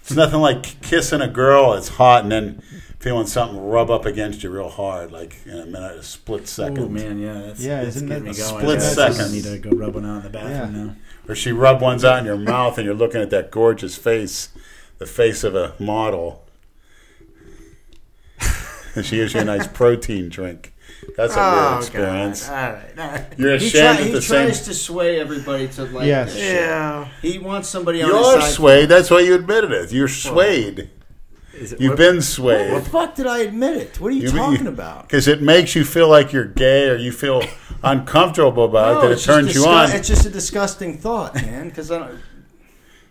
Speaker 3: It's nothing like kissing a girl that's hot and then feeling something rub up against you real hard, like in a minute, a split second.
Speaker 4: Oh man, yeah, that's,
Speaker 2: Yeah,
Speaker 4: that's
Speaker 2: isn't
Speaker 4: getting
Speaker 2: that
Speaker 4: me going.
Speaker 3: split
Speaker 4: I
Speaker 3: second?
Speaker 4: need to go rub one out in the bathroom
Speaker 2: Yeah.
Speaker 4: now.
Speaker 3: or she rub ones out in your mouth and you're looking at that gorgeous face, the face of a model. and she gives you a nice protein drink. That's a
Speaker 1: Oh,
Speaker 3: weird experience.
Speaker 1: Uh,
Speaker 3: You're
Speaker 1: He,
Speaker 3: ashamed
Speaker 1: try-
Speaker 3: of
Speaker 1: he
Speaker 3: the same.
Speaker 1: tries to sway everybody to like.
Speaker 2: Yes.
Speaker 1: this shit. He wants somebody on
Speaker 3: You're
Speaker 1: his side.
Speaker 3: swayed. That's why you admitted it. You're swayed.
Speaker 4: Is it,
Speaker 3: You've
Speaker 4: what-
Speaker 3: been
Speaker 1: What
Speaker 3: swayed
Speaker 1: the fuck did I admit it? What are you,
Speaker 3: You-
Speaker 1: talking
Speaker 3: you-
Speaker 1: about?
Speaker 3: because it makes you feel like you're gay or you feel uncomfortable about it. That it
Speaker 1: just
Speaker 3: turns you
Speaker 1: disgust-
Speaker 3: on.
Speaker 1: It's just a disgusting thought, man. Because I don't.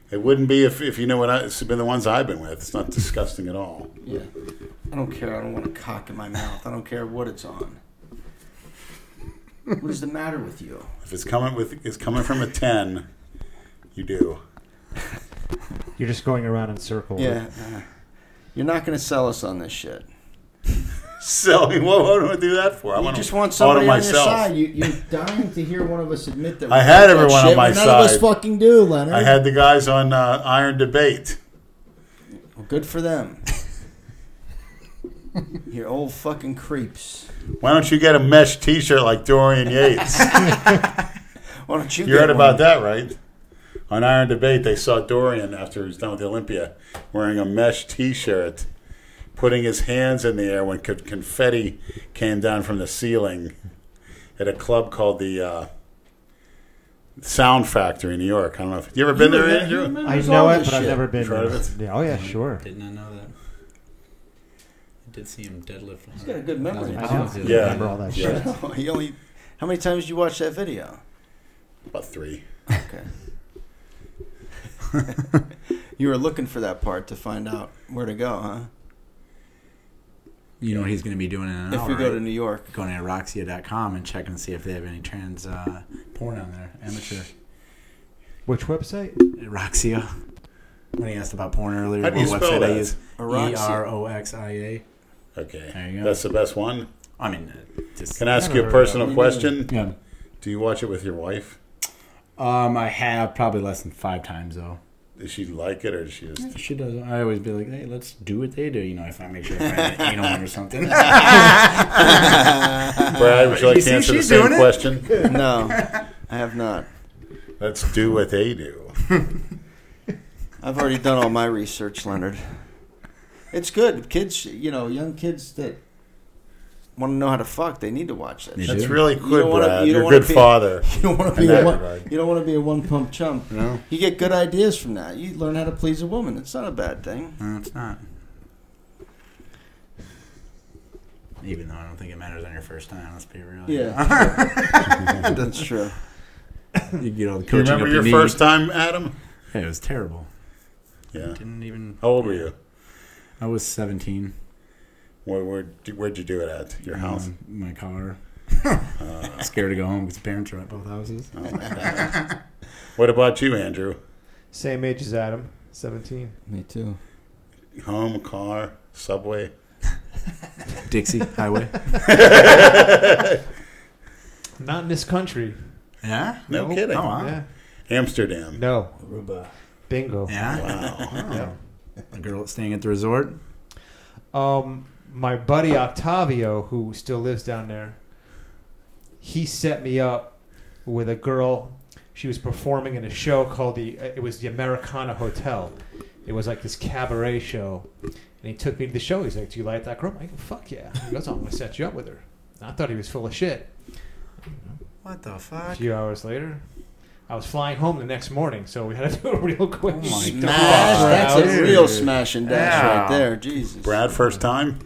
Speaker 3: It wouldn't be if, if you know what I, it's been the ones I've been with. It's not disgusting at all.
Speaker 1: Yeah. I don't care. I don't want a cock in my mouth. I don't care what it's on. What is the matter with you?
Speaker 3: If it's coming with it's coming from a ten, you do.
Speaker 2: You're just going around in circles.
Speaker 1: Yeah. uh, You're not going to sell us on this shit.
Speaker 3: So what, what do I do that for? I
Speaker 1: You
Speaker 3: wanna-
Speaker 1: just want
Speaker 3: all to
Speaker 1: somebody on your side.
Speaker 12: You, you're dying to hear one of us admit that.
Speaker 3: I
Speaker 12: we
Speaker 3: had
Speaker 12: did that
Speaker 3: everyone on
Speaker 12: shit,
Speaker 3: my
Speaker 12: but None of us
Speaker 3: side.
Speaker 12: fucking do, Leonard.
Speaker 3: I had the guys on uh, Iron Debate.
Speaker 1: Well, good for them. You're old fucking creeps.
Speaker 3: Why don't you get a mesh T-shirt like Dorian Yates?
Speaker 1: Why don't you?
Speaker 3: you heard
Speaker 1: get
Speaker 3: about
Speaker 1: one?
Speaker 3: that, right? On Iron Debate, they saw Dorian after he was done with the Olympia wearing a mesh T-shirt, putting his hands in the air when co- confetti came down from the ceiling at a club called the uh, Sound Factory in New York. I don't know if you ever been there, Andrew.
Speaker 2: I
Speaker 1: There's
Speaker 2: know
Speaker 1: all
Speaker 2: it, but
Speaker 1: this
Speaker 2: I've
Speaker 1: shit.
Speaker 2: never been.
Speaker 3: Tried
Speaker 2: there.
Speaker 3: it?
Speaker 2: Yeah, oh yeah, sure.
Speaker 4: Did not know that. I did see him deadlift. He's
Speaker 1: got a good memory.
Speaker 2: I
Speaker 1: Yeah.
Speaker 2: don't
Speaker 3: Yeah.
Speaker 2: remember all that shit.
Speaker 1: You only- how many times did you watch that video?
Speaker 3: About three.
Speaker 1: Okay. you were looking for that part to find out where to go, huh?
Speaker 4: You know what he's going to be doing in an
Speaker 1: If
Speaker 4: hour.
Speaker 1: we go
Speaker 4: right?
Speaker 1: to New York,
Speaker 4: going to Roxia.com and checking to see if they have any trans uh, porn on there. Amateur.
Speaker 2: Which website?
Speaker 4: Roxia. When he asked about porn earlier,
Speaker 3: How do you
Speaker 4: what
Speaker 3: spell
Speaker 4: website I
Speaker 3: that?
Speaker 4: use? E
Speaker 1: Eroxia.
Speaker 4: R O X I A.
Speaker 3: Okay.
Speaker 4: There you go.
Speaker 3: That's the best one.
Speaker 4: I mean, uh, just
Speaker 3: Can I ask you a
Speaker 2: heard of that.
Speaker 3: personal question?
Speaker 4: yeah.
Speaker 3: Do you watch it with your wife?
Speaker 4: Um, I have probably less than five times though.
Speaker 3: Does she like it or is she just.
Speaker 4: She does. I always be like, hey, let's do what they do. You know, if I make sure I find an anal one or something.
Speaker 3: Brad, would you like to
Speaker 4: You see,
Speaker 3: answer the
Speaker 4: she's
Speaker 3: same
Speaker 4: doing it.
Speaker 3: question?
Speaker 13: No, I have not.
Speaker 3: Let's do what they do.
Speaker 13: I've already done all my research, Leonard.
Speaker 1: It's good. Kids, you know, young kids that want to know how to fuck, they need to watch that.
Speaker 4: You
Speaker 3: That's
Speaker 4: do?
Speaker 3: really
Speaker 1: You
Speaker 3: good,
Speaker 1: don't wanna-
Speaker 3: Brad.
Speaker 1: you
Speaker 3: You
Speaker 1: don't
Speaker 3: are a
Speaker 1: wanna
Speaker 3: good
Speaker 1: be-
Speaker 3: father.
Speaker 1: You don't want to
Speaker 3: In
Speaker 1: be
Speaker 3: that
Speaker 1: a one,
Speaker 3: regard.
Speaker 1: you don't want to be a one pump chump.
Speaker 4: no,
Speaker 1: You get good ideas from that. You learn how to please a woman. It's not a bad thing.
Speaker 4: no, it's not. Even though I don't think it matters on your first time. Let's be real.
Speaker 1: Yeah,
Speaker 13: That's true.
Speaker 4: you get all
Speaker 3: Do you
Speaker 4: the coaching
Speaker 3: remember
Speaker 4: up
Speaker 3: your
Speaker 4: need.
Speaker 3: first time, Adam?
Speaker 4: Yeah, it was terrible.
Speaker 3: Yeah.
Speaker 4: Didn't even.
Speaker 3: How old were you?
Speaker 4: I was seventeen.
Speaker 3: Where, where, where'd you do it at? Your house? Uh.
Speaker 4: Um, my car. Scared to go home because parents are at both houses.
Speaker 3: Oh, my God. what about you, Andrew?
Speaker 2: Same age as Adam, 17.
Speaker 1: me too.
Speaker 3: Home, car, subway?
Speaker 4: Dixie Highway.
Speaker 2: Not in this country.
Speaker 4: Yeah.
Speaker 3: No kidding.
Speaker 4: Oh, wow.
Speaker 2: Yeah.
Speaker 3: Amsterdam.
Speaker 2: No. Bingo.
Speaker 4: Yeah.
Speaker 3: Wow.
Speaker 2: Yeah.
Speaker 4: A girl staying at the resort.
Speaker 2: Um, my buddy Octavio, who still lives down there, he set me up with a girl. She was performing in a show called the. uh, It was the Americana Hotel. It was like this cabaret show, and he took me to the show. He's like, "Do you like that girl?" I go, "Fuck yeah!" He goes, "Oh, "I'm gonna set you up with her." And I thought he was full of shit.
Speaker 4: What the
Speaker 2: A
Speaker 4: fuck?
Speaker 2: few hours later, I was flying home the next morning, so we had to do it real quick.
Speaker 4: Oh my
Speaker 1: Smash. That's
Speaker 4: Dude.
Speaker 1: a real smash and dash
Speaker 4: Yeah.
Speaker 1: right there. Jesus.
Speaker 3: Brad, first time?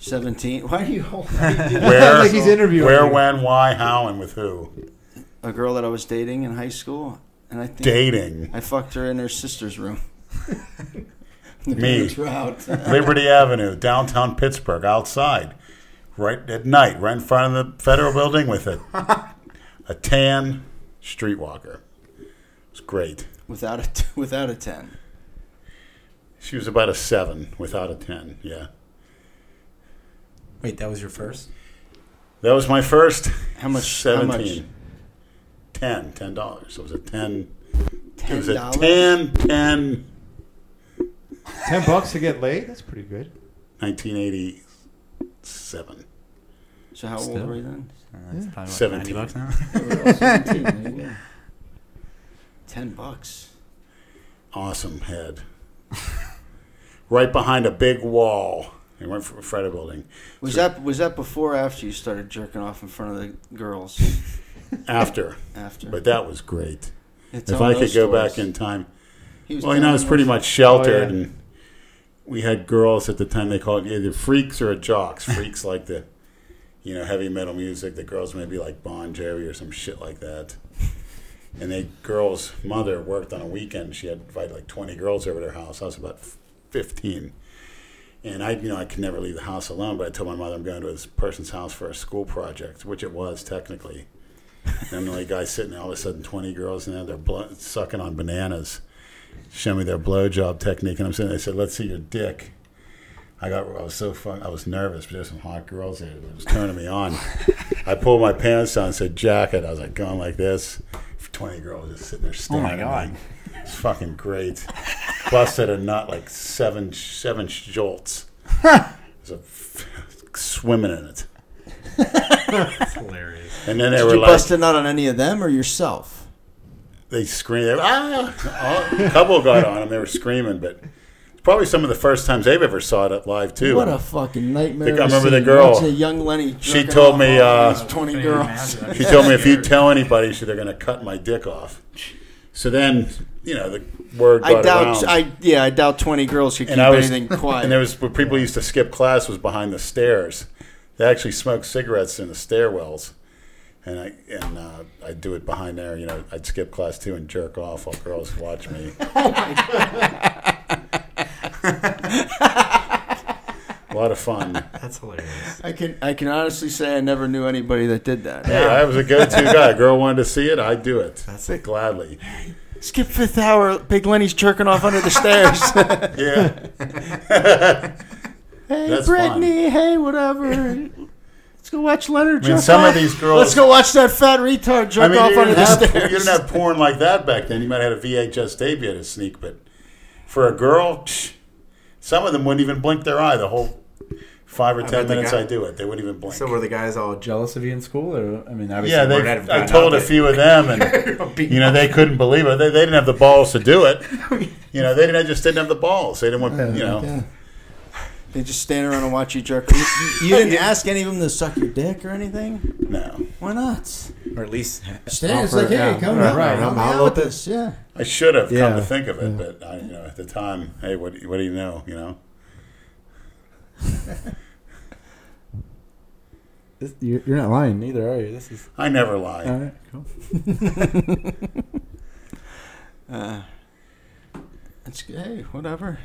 Speaker 1: Seventeen. Why do you hold?
Speaker 3: Where?
Speaker 2: Like he's interviewing
Speaker 3: Where,
Speaker 2: you.
Speaker 3: when, why, how, and with who?
Speaker 1: a girl that I was dating in high school, and I think
Speaker 3: Dating.
Speaker 1: I fucked her in her sister's room.
Speaker 3: Me.
Speaker 1: Trout.
Speaker 3: Liberty Avenue, downtown Pittsburgh, outside, right at night, right in front of the federal building with a, a tan streetwalker. It was great.
Speaker 1: without a t- without a ten.
Speaker 3: She was about a seven without a 10, yeah.
Speaker 4: Wait, that was your first?
Speaker 3: That was my first.
Speaker 1: How much- how
Speaker 3: 17.
Speaker 1: much?
Speaker 3: Ten. Ten dollars. It was a ten. It
Speaker 1: Ten
Speaker 3: was a
Speaker 1: dollars.
Speaker 3: ten, ten,
Speaker 2: Ten bucks to get laid? That's pretty good.
Speaker 3: 1987.
Speaker 1: So how
Speaker 4: Still.
Speaker 1: old were you then?
Speaker 4: That's Uh, probably what,
Speaker 3: 17.
Speaker 4: 90 bucks now.
Speaker 1: Ten bucks.
Speaker 3: Awesome head. right behind a big wall. It went for a Freda building.
Speaker 1: Was
Speaker 3: Sure.
Speaker 1: that was that before or after you started jerking off in front of the girls?
Speaker 3: After.
Speaker 1: After.
Speaker 3: But that was great.
Speaker 1: Yeah,
Speaker 3: if
Speaker 1: tell
Speaker 3: I
Speaker 1: those
Speaker 3: could go
Speaker 1: stories.
Speaker 3: back in time.
Speaker 1: He was
Speaker 3: Well, you
Speaker 1: telling
Speaker 3: know, it's
Speaker 1: those-
Speaker 3: pretty much sheltered,
Speaker 2: Oh, yeah.
Speaker 3: and we had girls at the time. They called it either freaks or jocks. Freaks like the, you know, heavy metal music. The girls maybe like Bon Jovi or some shit like that. And the girl's mother worked on a weekend. She had invited like twenty girls over to her house. I was about fifteen, and I, you know, I could never leave the house alone. But I told my mother I'm going to this person's house for a school project, which it was technically. And I'm the only guy sitting there. All of a sudden, twenty girls in there. They're bl- sucking on bananas show me their blowjob technique, and I'm sitting. They said, "Let's see your dick." I got. I was so fun. I was nervous, but there's some hot girls there. It was turning me on. I pulled my pants down, said jacket. I was like going like this. Twenty girls just sitting there
Speaker 1: Oh
Speaker 3: staring.
Speaker 4: my
Speaker 3: at me.
Speaker 4: God.
Speaker 3: it's fucking great. Busted a nut like seven seven jolts. There's a f- swimming in it,
Speaker 4: That's hilarious.
Speaker 3: and then they
Speaker 1: Did
Speaker 3: were
Speaker 1: you
Speaker 3: like,
Speaker 1: bust a nut on any of them or yourself?
Speaker 3: they screamed. They were, ah! A couple got on them. They were screaming, but. it's Probably some of the first times they've ever saw it live too.
Speaker 1: What a fucking nightmare!
Speaker 3: Think I
Speaker 1: to
Speaker 3: remember
Speaker 1: see.
Speaker 3: the girl.
Speaker 1: Watching a young Lenny.
Speaker 3: She
Speaker 1: jerking
Speaker 3: told
Speaker 1: off
Speaker 3: me,
Speaker 1: all these
Speaker 3: uh,
Speaker 1: twenty girls.
Speaker 3: She told me if you tell anybody, she they're going to cut my dick off. So then, you know, the word got
Speaker 1: I doubt.
Speaker 3: around.
Speaker 1: I yeah, I doubt twenty girls could
Speaker 3: And
Speaker 1: keep
Speaker 3: I was-
Speaker 1: anything quiet.
Speaker 3: and there was where people used to skip class was behind the stairs. They actually smoked cigarettes in the stairwells, and I and uh, I'd do it behind there. You know, I'd skip class too and jerk off while girls watch me.
Speaker 1: Oh,
Speaker 3: A lot of fun.
Speaker 4: That's hilarious.
Speaker 1: I can I can honestly say I never knew anybody that did that.
Speaker 3: Hey, I was a go-to guy. Girl wanted to see it, I'd do it. That's it. Gladly.
Speaker 1: Skip fifth hour. Big Lenny's jerking off under the stairs.
Speaker 3: Yeah.
Speaker 14: Hey,
Speaker 3: That's
Speaker 14: Brittany. Hey, whatever. Let's go watch Leonard.
Speaker 3: I mean,
Speaker 14: jerk
Speaker 3: some
Speaker 14: off.
Speaker 3: of these girls.
Speaker 14: Let's go watch that fat retard jerk
Speaker 3: I mean,
Speaker 14: off
Speaker 3: you didn't,
Speaker 14: under the
Speaker 3: have, you
Speaker 14: stairs.
Speaker 3: didn't have porn like that back then. You might have had a VHS tape you had to sneak, but for a girl, psh, some of them wouldn't even blink their eye the whole five or ten
Speaker 4: bet the
Speaker 3: minutes
Speaker 4: guy-
Speaker 3: I do it. They wouldn't even blink.
Speaker 4: So were the guys all jealous of you in school? Or I mean, obviously,
Speaker 3: yeah,
Speaker 4: they,
Speaker 3: they,
Speaker 4: weren't out of
Speaker 3: I told a few of them, and you know they couldn't believe it. They, they didn't have the balls to do it. You know, they didn't. They just didn't have the balls. They didn't want. You know,
Speaker 15: Yeah.
Speaker 1: They just stand around and watch you jerk. You, you- you didn't ask any of them to suck your dick or anything.
Speaker 3: no.
Speaker 1: Why not?
Speaker 4: or at least
Speaker 15: Stand, it's like, hey,
Speaker 4: yeah.
Speaker 15: come
Speaker 4: Right,
Speaker 15: on,
Speaker 4: right.
Speaker 15: help me
Speaker 4: I'll
Speaker 15: out with
Speaker 4: let
Speaker 15: this. Yeah.
Speaker 3: I should have come
Speaker 4: Yeah.
Speaker 3: to think of it, but I, you know, at the time, hey, what, do you- what do you know? You know,
Speaker 4: This- you- You're not lying, neither are you. This is
Speaker 3: I never lie.
Speaker 4: all right. Cool.
Speaker 1: Uh, it's hey, whatever.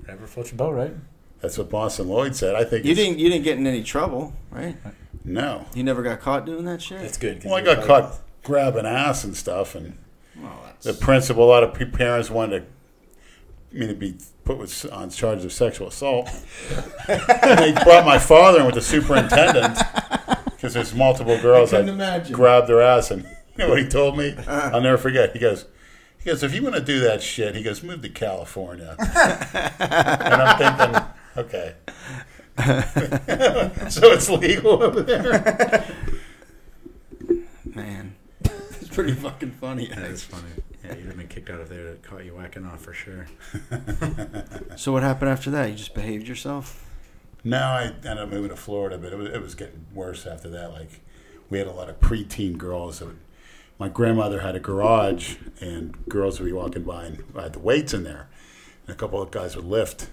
Speaker 4: Whatever floats your boat, right?
Speaker 3: That's what Boston Lloyd said. I think
Speaker 1: You
Speaker 3: it's-
Speaker 1: didn't you didn't get in any trouble, right?
Speaker 3: No.
Speaker 1: You never got caught doing that shit.
Speaker 4: good.
Speaker 3: Well, I got caught grabbing ass and stuff, and
Speaker 1: Well, that's-
Speaker 3: the principal, a lot of pe- parents wanted to, me to be put with, on charges of sexual assault. and they brought my father in with the superintendent because there's multiple girls that
Speaker 15: couldn't imagine.
Speaker 3: grabbed their ass, and you know what he told me? I'll never forget. He goes. He goes, if you want to do that shit, he goes, move to California. and I'm thinking, okay. so it's legal over there.
Speaker 1: man, it's pretty fucking funny.
Speaker 4: That is funny. Yeah, you'd have been kicked out of there. That caught you whacking off for sure.
Speaker 1: So what happened after that? You just behaved yourself.
Speaker 3: No, I ended up moving to Florida, but it was, it was getting worse after that. Like, we had a lot of preteen girls. That would, my grandmother had a garage, and girls would be walking by, and I had the weights in there. And a couple of guys would lift.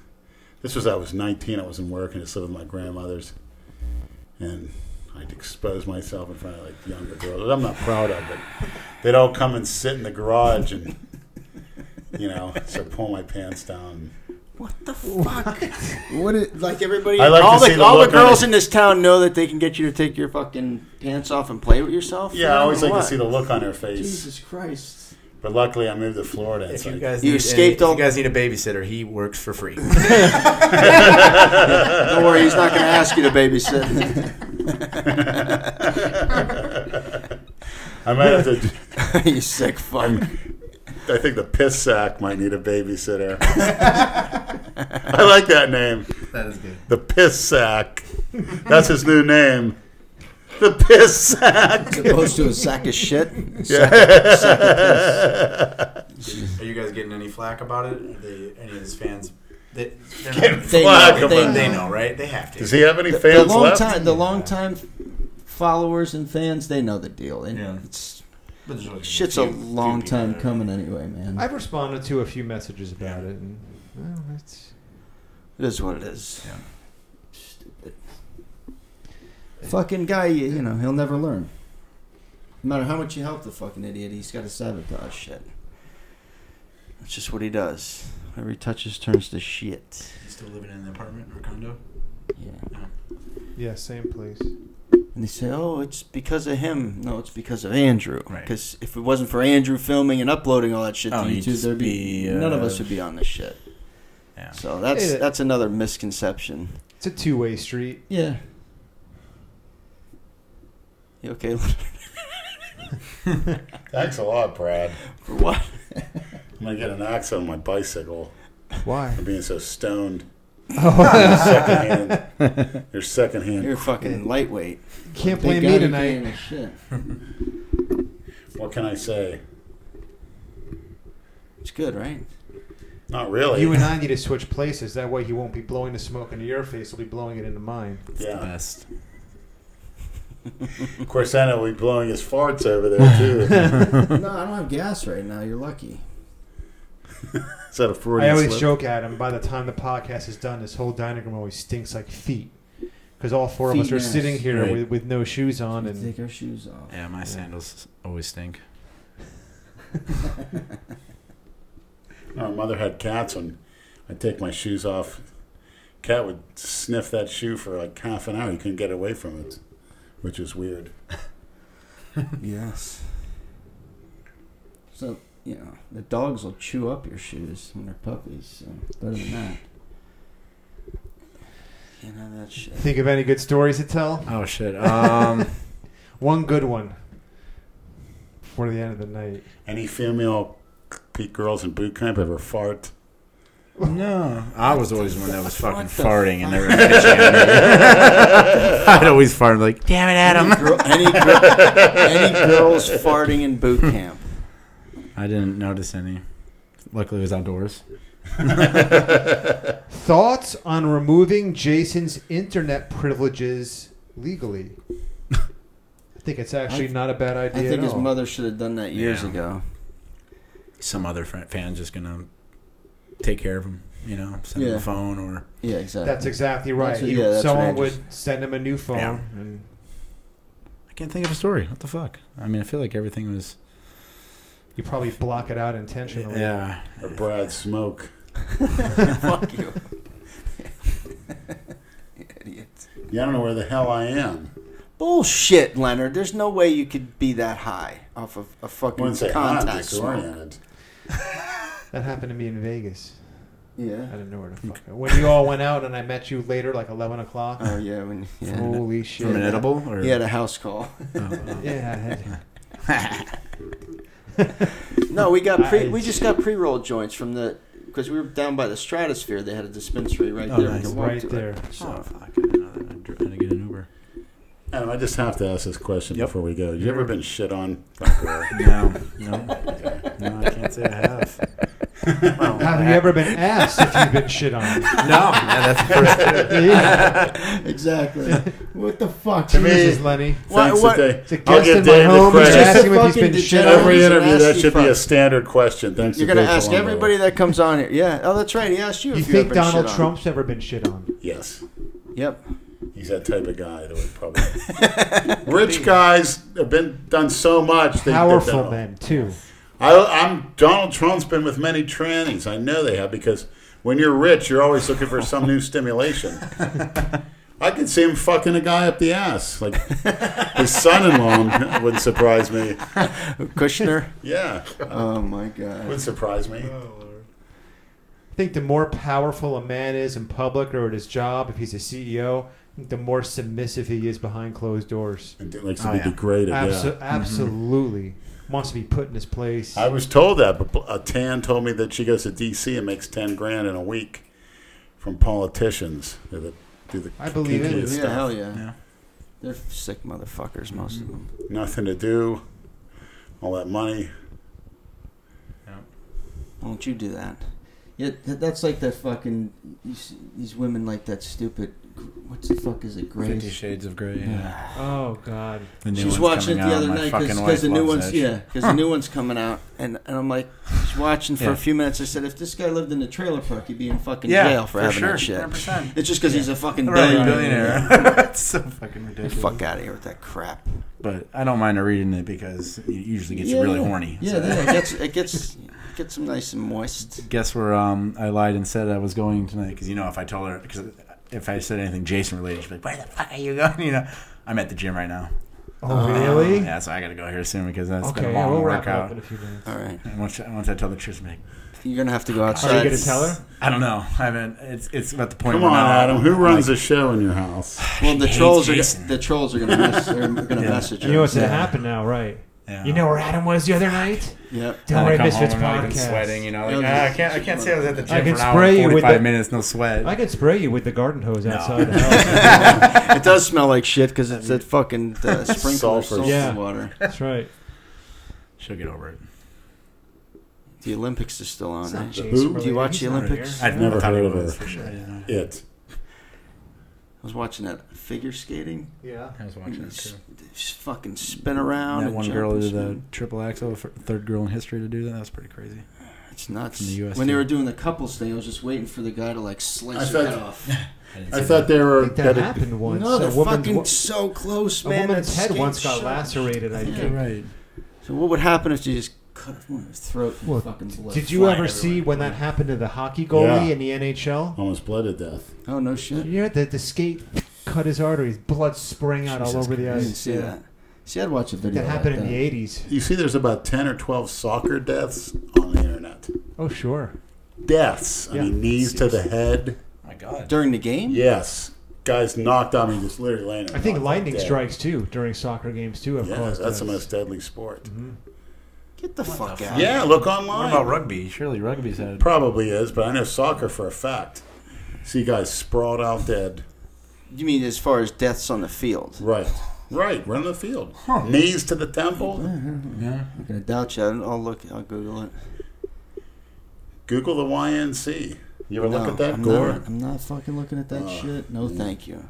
Speaker 3: This was, I was 19, I wasn't working, just living with my grandmother's. And I'd expose myself in front of, like, younger girls, that I'm not proud of, but they'd all come and sit in the garage and, you know, so pull my pants down.
Speaker 15: What is, like everybody.
Speaker 3: I like
Speaker 1: all
Speaker 3: to see
Speaker 1: the,
Speaker 3: the
Speaker 1: all the
Speaker 3: look on
Speaker 1: girls
Speaker 3: it.
Speaker 1: in this town know that they can get you to take your fucking pants off and play with yourself.
Speaker 3: Yeah, I always
Speaker 1: Or
Speaker 3: like
Speaker 1: what?
Speaker 3: to see the look on her face.
Speaker 15: Jesus Christ.
Speaker 3: But luckily, I moved to Florida. It's
Speaker 4: If you
Speaker 3: like,
Speaker 4: guys,
Speaker 1: You
Speaker 4: need,
Speaker 1: escaped
Speaker 4: any- if
Speaker 1: all-
Speaker 4: you guys need a babysitter. He works for free.
Speaker 1: Don't worry, he's not going to ask you to babysit.
Speaker 3: I might have to.
Speaker 1: you sick fuck.
Speaker 3: I think the piss sack might need a babysitter. I like that name,
Speaker 4: that is good.
Speaker 3: the piss sack. That's his new name, the piss sack.
Speaker 1: Opposed to a sack of shit.
Speaker 4: Are you guys getting any flack about it? Are they, any of his fans? They, they're not-
Speaker 1: They
Speaker 3: Fuck
Speaker 1: know,
Speaker 3: him
Speaker 1: they
Speaker 3: up.
Speaker 4: they
Speaker 1: know.
Speaker 4: know, right? They have to.
Speaker 3: Does he have any
Speaker 1: The
Speaker 3: fans
Speaker 1: long
Speaker 3: left?
Speaker 1: time, the long time followers and fans, they know the deal. And
Speaker 4: Yeah.
Speaker 1: it's,
Speaker 4: But there's really
Speaker 1: shit's a
Speaker 4: few- few
Speaker 1: long
Speaker 4: people
Speaker 1: time
Speaker 4: that are-
Speaker 1: coming anyway, man.
Speaker 2: I've responded to a few messages about it, and well, it's
Speaker 1: It is what it is.
Speaker 4: Yeah.
Speaker 1: Stupid. Fucking guy, you, you know, he'll never learn. No matter how much you help the fucking idiot, he's got to sabotage shit. That's just what he does. Whatever he touches turns to shit.
Speaker 4: You still living in an apartment or condo?
Speaker 1: Yeah.
Speaker 2: yeah, same place.
Speaker 1: And they say, oh, it's because of him. No, it's because of Andrew.
Speaker 4: Right.
Speaker 1: Because if it wasn't for Andrew filming and uploading all that shit
Speaker 4: Oh,
Speaker 1: to
Speaker 4: you'd
Speaker 1: YouTube, there'd be,
Speaker 4: be, uh,
Speaker 1: none of us would be on this shit.
Speaker 4: Yeah.
Speaker 1: So that's
Speaker 2: Yeah.
Speaker 1: that's another misconception.
Speaker 2: It's a two-way street.
Speaker 1: Yeah. You okay
Speaker 3: Thanks a lot, Brad.
Speaker 1: for what?
Speaker 3: I'm gonna get an axe on my bicycle
Speaker 2: Why?
Speaker 3: for being so stoned.
Speaker 2: Oh,
Speaker 3: secondhand. Your secondhand.
Speaker 1: You're fucking lightweight.
Speaker 2: can't
Speaker 15: They
Speaker 2: blame
Speaker 15: got
Speaker 2: me
Speaker 15: you
Speaker 2: tonight.
Speaker 15: being a shit.
Speaker 3: What can I say?
Speaker 1: It's good, right?
Speaker 3: Not really.
Speaker 2: You and I need to switch places. That way, he won't be blowing the smoke into your face. He'll be blowing it into mine.
Speaker 3: yeah.
Speaker 4: Best.
Speaker 3: Of course, I know we're blowing his farts over there too.
Speaker 1: no, I don't have gas right now. You're lucky.
Speaker 3: Is that a Freudian
Speaker 2: I always
Speaker 3: slip?
Speaker 2: joke at him. By the time the podcast is done, this whole dining room always stinks like feet, because all four
Speaker 1: Feet
Speaker 2: of us are
Speaker 1: mess.
Speaker 2: sitting here
Speaker 4: Right.
Speaker 2: with, with no shoes on,
Speaker 1: We
Speaker 2: and
Speaker 1: take our shoes off.
Speaker 4: Yeah, my sandals always stink.
Speaker 3: Our mother had cats, and I'd take my shoes off. Cat would sniff that shoe for like half an hour. You couldn't get away from it, which is weird.
Speaker 1: Yes. So, you know, the dogs will chew up your shoes when they're puppies. So better than that. can't have that shit.
Speaker 2: Think of any good stories to tell?
Speaker 4: Oh shit. Um,
Speaker 2: One good one. For the end of the night.
Speaker 3: Any female peak girls in boot camp ever fart?
Speaker 4: no, I was always the one that was fucking farting and they were bitching at me. I'd always fart like, damn it, Adam.
Speaker 1: Girl, any, gir- any girls farting in boot camp?
Speaker 4: I didn't notice any. Luckily, it was outdoors.
Speaker 2: Thoughts on removing Jason's internet privileges legally? I think it's actually not a bad
Speaker 1: I
Speaker 2: idea.
Speaker 1: think
Speaker 2: at
Speaker 1: his
Speaker 2: all.
Speaker 1: mother should have done that years
Speaker 4: Yeah.
Speaker 1: ago.
Speaker 4: Some other fr- fan's just gonna take care of him. You know, send him
Speaker 1: Yeah.
Speaker 4: a phone or
Speaker 1: Yeah, exactly.
Speaker 2: That's exactly right.
Speaker 1: That's-
Speaker 2: You-
Speaker 1: yeah, that's
Speaker 2: someone
Speaker 1: what I just-
Speaker 2: would send him a new phone.
Speaker 4: Yeah.
Speaker 2: And
Speaker 4: I can't think of a story. What the fuck? I mean, I feel like everything was.
Speaker 2: you probably block it out intentionally.
Speaker 4: Yeah.
Speaker 3: Or Brad Smoke?
Speaker 1: Fuck you. Idiot.
Speaker 3: Yeah, I don't know where the hell I am.
Speaker 1: Bullshit, Leonard. There's no way you could be that high off of a
Speaker 3: I
Speaker 1: fucking
Speaker 3: wouldn't say hot, I'm
Speaker 1: contact smoke.
Speaker 3: disoriented.
Speaker 2: That happened to me in Vegas. I
Speaker 1: Yeah. Mm.
Speaker 2: didn't know where to fuck go. When you all went out and I met you later, like 11 o'clock.
Speaker 1: Oh yeah. When yeah.
Speaker 2: Holy
Speaker 4: From an
Speaker 2: shit.
Speaker 4: edible or oh,
Speaker 1: He had a house call.
Speaker 2: Yeah, I had-
Speaker 1: No, we got pre.
Speaker 2: I-
Speaker 1: We just got pre-rolled joints from the because we were down by the Stratosphere. They had a dispensary right
Speaker 4: Oh,
Speaker 1: there.
Speaker 4: nice.
Speaker 1: We could walk
Speaker 2: right
Speaker 1: to it.
Speaker 2: there.
Speaker 4: Oh, fuck. I didn't know that. I dr- had to get an Uber.
Speaker 3: Adam, I just have to ask this question
Speaker 4: Yep.
Speaker 3: before we go. You ever been shit on?
Speaker 4: No, no, no. I can't say I have.
Speaker 2: Have you ever been asked if you've been shit on?
Speaker 4: No, man, that's the first.
Speaker 2: Yeah.
Speaker 16: Exactly. what the fuck?
Speaker 3: To me,
Speaker 2: Jesus, Lenny.
Speaker 3: Thanks
Speaker 1: what-
Speaker 3: today.
Speaker 2: It's a guest
Speaker 3: I'll give
Speaker 2: in my
Speaker 3: Dave the
Speaker 2: home. He's
Speaker 3: credit.
Speaker 2: asking if he's
Speaker 1: Fucking
Speaker 2: been shit
Speaker 1: degenerate.
Speaker 2: on.
Speaker 3: Every interview, that
Speaker 1: nasty
Speaker 3: should be a
Speaker 1: fuck.
Speaker 3: standard question. Thanks.
Speaker 1: You're
Speaker 3: to
Speaker 1: gonna
Speaker 3: Dave
Speaker 1: ask
Speaker 3: Palumbo.
Speaker 1: everybody that comes on here. Yeah. Oh, that's right. He asked you.
Speaker 2: You
Speaker 1: if you
Speaker 2: think
Speaker 1: ever been
Speaker 2: Donald
Speaker 1: shit on.
Speaker 2: Trump's ever been shit on?
Speaker 3: Yes,
Speaker 1: Yep.
Speaker 3: he's that type of guy that would probably. Rich guys have been done so much. They, they've
Speaker 2: Powerful
Speaker 3: been-
Speaker 2: men, too.
Speaker 3: I, I'm Donald Trump's been with many trannies. I know they have because when you're rich, you're always looking for some new stimulation. I could see him fucking a guy up the ass, like his son-in-law wouldn't surprise me.
Speaker 1: Kushner.
Speaker 3: Yeah,
Speaker 1: oh my god.
Speaker 3: wouldn't surprise me.
Speaker 2: Oh. I think the more powerful a man is in public or at his job, if he's a CEO, the more submissive he is behind closed doors.
Speaker 3: And didn't like to
Speaker 4: Oh,
Speaker 3: be
Speaker 4: yeah. Mm-hmm.
Speaker 3: degraded. yeah.
Speaker 2: Abso- Absolutely. Wants to be put in his place.
Speaker 3: I was told that, but a Tan told me that she goes to D.C. and makes ten grand in a week from politicians. Do the, do the
Speaker 2: I believe it.
Speaker 3: kinkiest
Speaker 1: Yeah.
Speaker 3: stuff.
Speaker 1: Hell yeah.
Speaker 4: Yeah.
Speaker 1: They're sick motherfuckers, most of them.
Speaker 3: Nothing to do. All that money.
Speaker 1: Won't you do that? Yeah, th- that's like that fucking you see these women like that stupid. What the fuck is it?
Speaker 4: Fifty
Speaker 1: Grace.
Speaker 4: Shades of Grey. Yeah.
Speaker 2: oh, God.
Speaker 4: The new
Speaker 1: She's
Speaker 4: one's
Speaker 1: watching it
Speaker 4: coming
Speaker 1: the
Speaker 4: out.
Speaker 1: other
Speaker 4: My
Speaker 1: night
Speaker 4: fucking
Speaker 1: because
Speaker 4: wife
Speaker 1: the new
Speaker 4: loves
Speaker 1: one's
Speaker 4: that
Speaker 1: yeah
Speaker 4: shit.
Speaker 1: because the new one's coming out and, and I'm like she's watching for
Speaker 4: Yeah.
Speaker 1: a few minutes. I said if this guy lived in a trailer park he'd be in fucking
Speaker 4: Yeah,
Speaker 1: jail for,
Speaker 4: for
Speaker 1: having
Speaker 4: sure,
Speaker 1: that shit.
Speaker 4: 100%.
Speaker 1: It's just because he's a fucking
Speaker 4: Right,
Speaker 1: billionaire.
Speaker 4: billionaire. it's so fucking
Speaker 1: Get
Speaker 4: ridiculous.
Speaker 1: the fuck out of here with that crap.
Speaker 4: But I don't mind reading it because it usually gets you
Speaker 1: Yeah,
Speaker 4: really
Speaker 1: yeah.
Speaker 4: horny.
Speaker 1: Yeah,
Speaker 4: So-
Speaker 1: yeah, it gets it gets it gets them nice and moist.
Speaker 4: Guess where um, I lied and said I was going tonight? Because you know, if I told her, because if I said anything Jason related, she'd be like, "Where the fuck are you going?" You know, I'm at the gym right now.
Speaker 2: Oh, really?
Speaker 4: Yeah, so I got to go here soon because that's
Speaker 2: Okay,
Speaker 4: been a
Speaker 2: yeah,
Speaker 4: long
Speaker 2: we'll wrap it up
Speaker 4: workout.
Speaker 2: in a few minutes.
Speaker 1: All right,
Speaker 4: And once, I- once I tell the truth, I'm like,
Speaker 1: you're gonna have to go outside.
Speaker 2: Are you going to tell her?
Speaker 4: I don't know. I haven't. It's it's about the point.
Speaker 3: Come
Speaker 4: where
Speaker 3: on,
Speaker 4: now-
Speaker 3: Adam. Who
Speaker 4: I'm
Speaker 3: runs
Speaker 4: like,
Speaker 3: a show in your house?
Speaker 1: Well, the
Speaker 4: hates
Speaker 1: trolls are
Speaker 4: Jason.
Speaker 1: gonna, the trolls are gonna mess, they're gonna
Speaker 4: Yeah.
Speaker 1: message her.
Speaker 2: You know what's going
Speaker 4: Yeah.
Speaker 2: to happen now, right?
Speaker 4: yeah.
Speaker 2: You know where Adam was the other night?
Speaker 1: Yep.
Speaker 4: And I
Speaker 2: Don't worry,
Speaker 4: come
Speaker 2: Misfits
Speaker 4: home, I'm not even
Speaker 2: podcast.
Speaker 4: sweating. You know, like,
Speaker 1: Yeah,
Speaker 4: ah, I
Speaker 1: just-
Speaker 4: can't. I can't say I was at the gym
Speaker 2: can
Speaker 4: for an hour
Speaker 2: spray
Speaker 4: and
Speaker 2: you with
Speaker 4: forty-five
Speaker 2: the-
Speaker 4: minutes, no sweat.
Speaker 2: I could spray you with the garden hose outside
Speaker 4: Oh.
Speaker 2: the house.
Speaker 1: It does smell like shit because it's that fucking uh, sprinkler
Speaker 3: Sulfur.
Speaker 1: sulfur
Speaker 2: Yeah.
Speaker 1: water.
Speaker 2: That's right.
Speaker 4: She'll get over it.
Speaker 1: The Olympics is still on. eh? Right?
Speaker 2: Jason
Speaker 3: Who?
Speaker 2: related.
Speaker 1: Do you watch the
Speaker 2: He's not
Speaker 1: Olympics?
Speaker 2: here.
Speaker 4: I've
Speaker 3: never
Speaker 4: thought
Speaker 3: heard
Speaker 4: it
Speaker 3: of
Speaker 4: was
Speaker 3: her.
Speaker 4: for sure. I didn't know.
Speaker 3: It.
Speaker 1: I was watching that figure skating.
Speaker 2: Yeah.
Speaker 4: I was watching it too.
Speaker 1: Just, just fucking spin around.
Speaker 4: That
Speaker 1: and
Speaker 4: one
Speaker 1: jump
Speaker 4: girl
Speaker 1: and
Speaker 4: did the
Speaker 1: spin.
Speaker 4: triple axel, fir- third girl in history to do that. That's pretty crazy.
Speaker 1: It's nuts.
Speaker 4: from the US
Speaker 1: when they
Speaker 4: team.
Speaker 1: were doing the couples thing, I was just waiting for the guy to like
Speaker 3: I
Speaker 1: slice
Speaker 3: thought-
Speaker 1: her head off.
Speaker 3: I thought they
Speaker 2: I
Speaker 3: were.
Speaker 2: think that
Speaker 3: that it-
Speaker 2: happened once.
Speaker 1: No,
Speaker 2: a
Speaker 1: they're
Speaker 2: woman's,
Speaker 1: fucking so close,
Speaker 2: a
Speaker 1: man.
Speaker 2: woman's
Speaker 1: That
Speaker 2: head
Speaker 1: skate
Speaker 2: once got
Speaker 1: shot.
Speaker 2: lacerated, I think.
Speaker 4: You're right.
Speaker 1: So what would happen if you just cut off one of his throat? and
Speaker 2: Well,
Speaker 1: fucking blood
Speaker 2: Did you
Speaker 1: flying
Speaker 2: ever see
Speaker 1: everywhere?
Speaker 2: when that happened to the hockey goalie
Speaker 3: Yeah.
Speaker 2: in the NHL?
Speaker 3: almost bled to death.
Speaker 1: Oh no shit!
Speaker 2: You know, the, the skate cut his arteries, blood sprang out all
Speaker 4: Jesus
Speaker 2: over the
Speaker 1: I didn't
Speaker 2: ice.
Speaker 1: see that. See, I'd watch a video.
Speaker 2: That happened
Speaker 1: like
Speaker 2: in
Speaker 1: that.
Speaker 2: the 80s.
Speaker 3: You see, there's about ten or twelve soccer deaths on the internet.
Speaker 2: Oh, sure.
Speaker 3: Deaths. I
Speaker 2: Yeah.
Speaker 3: mean, knees to the head.
Speaker 4: my God.
Speaker 1: during the game.
Speaker 3: Yes. guys knocked on me, just literally laying. there
Speaker 2: I
Speaker 1: Oh,
Speaker 2: think
Speaker 3: knocked
Speaker 2: lightning
Speaker 3: dead.
Speaker 2: strikes too during soccer games too. I've
Speaker 3: Yeah,
Speaker 2: caused
Speaker 3: that's the
Speaker 2: deaths.
Speaker 3: most deadly sport.
Speaker 1: Get the fuck out.
Speaker 3: Yeah, look online.
Speaker 4: What about rugby? Surely rugby's had.
Speaker 3: Probably is, but I know soccer for a fact. See guys sprawled out dead.
Speaker 1: You mean as far as deaths on the field?
Speaker 3: Right. Right, run the field. Knees to the temple.
Speaker 4: Yeah.
Speaker 1: I'm gonna doubt you. I'll I'll look. I'll Google it.
Speaker 3: Google the YNC. You ever look
Speaker 1: No,
Speaker 3: at that
Speaker 1: I'm
Speaker 3: gore?
Speaker 1: Not, I'm not fucking looking at that
Speaker 3: Oh,
Speaker 1: shit. No, thank you.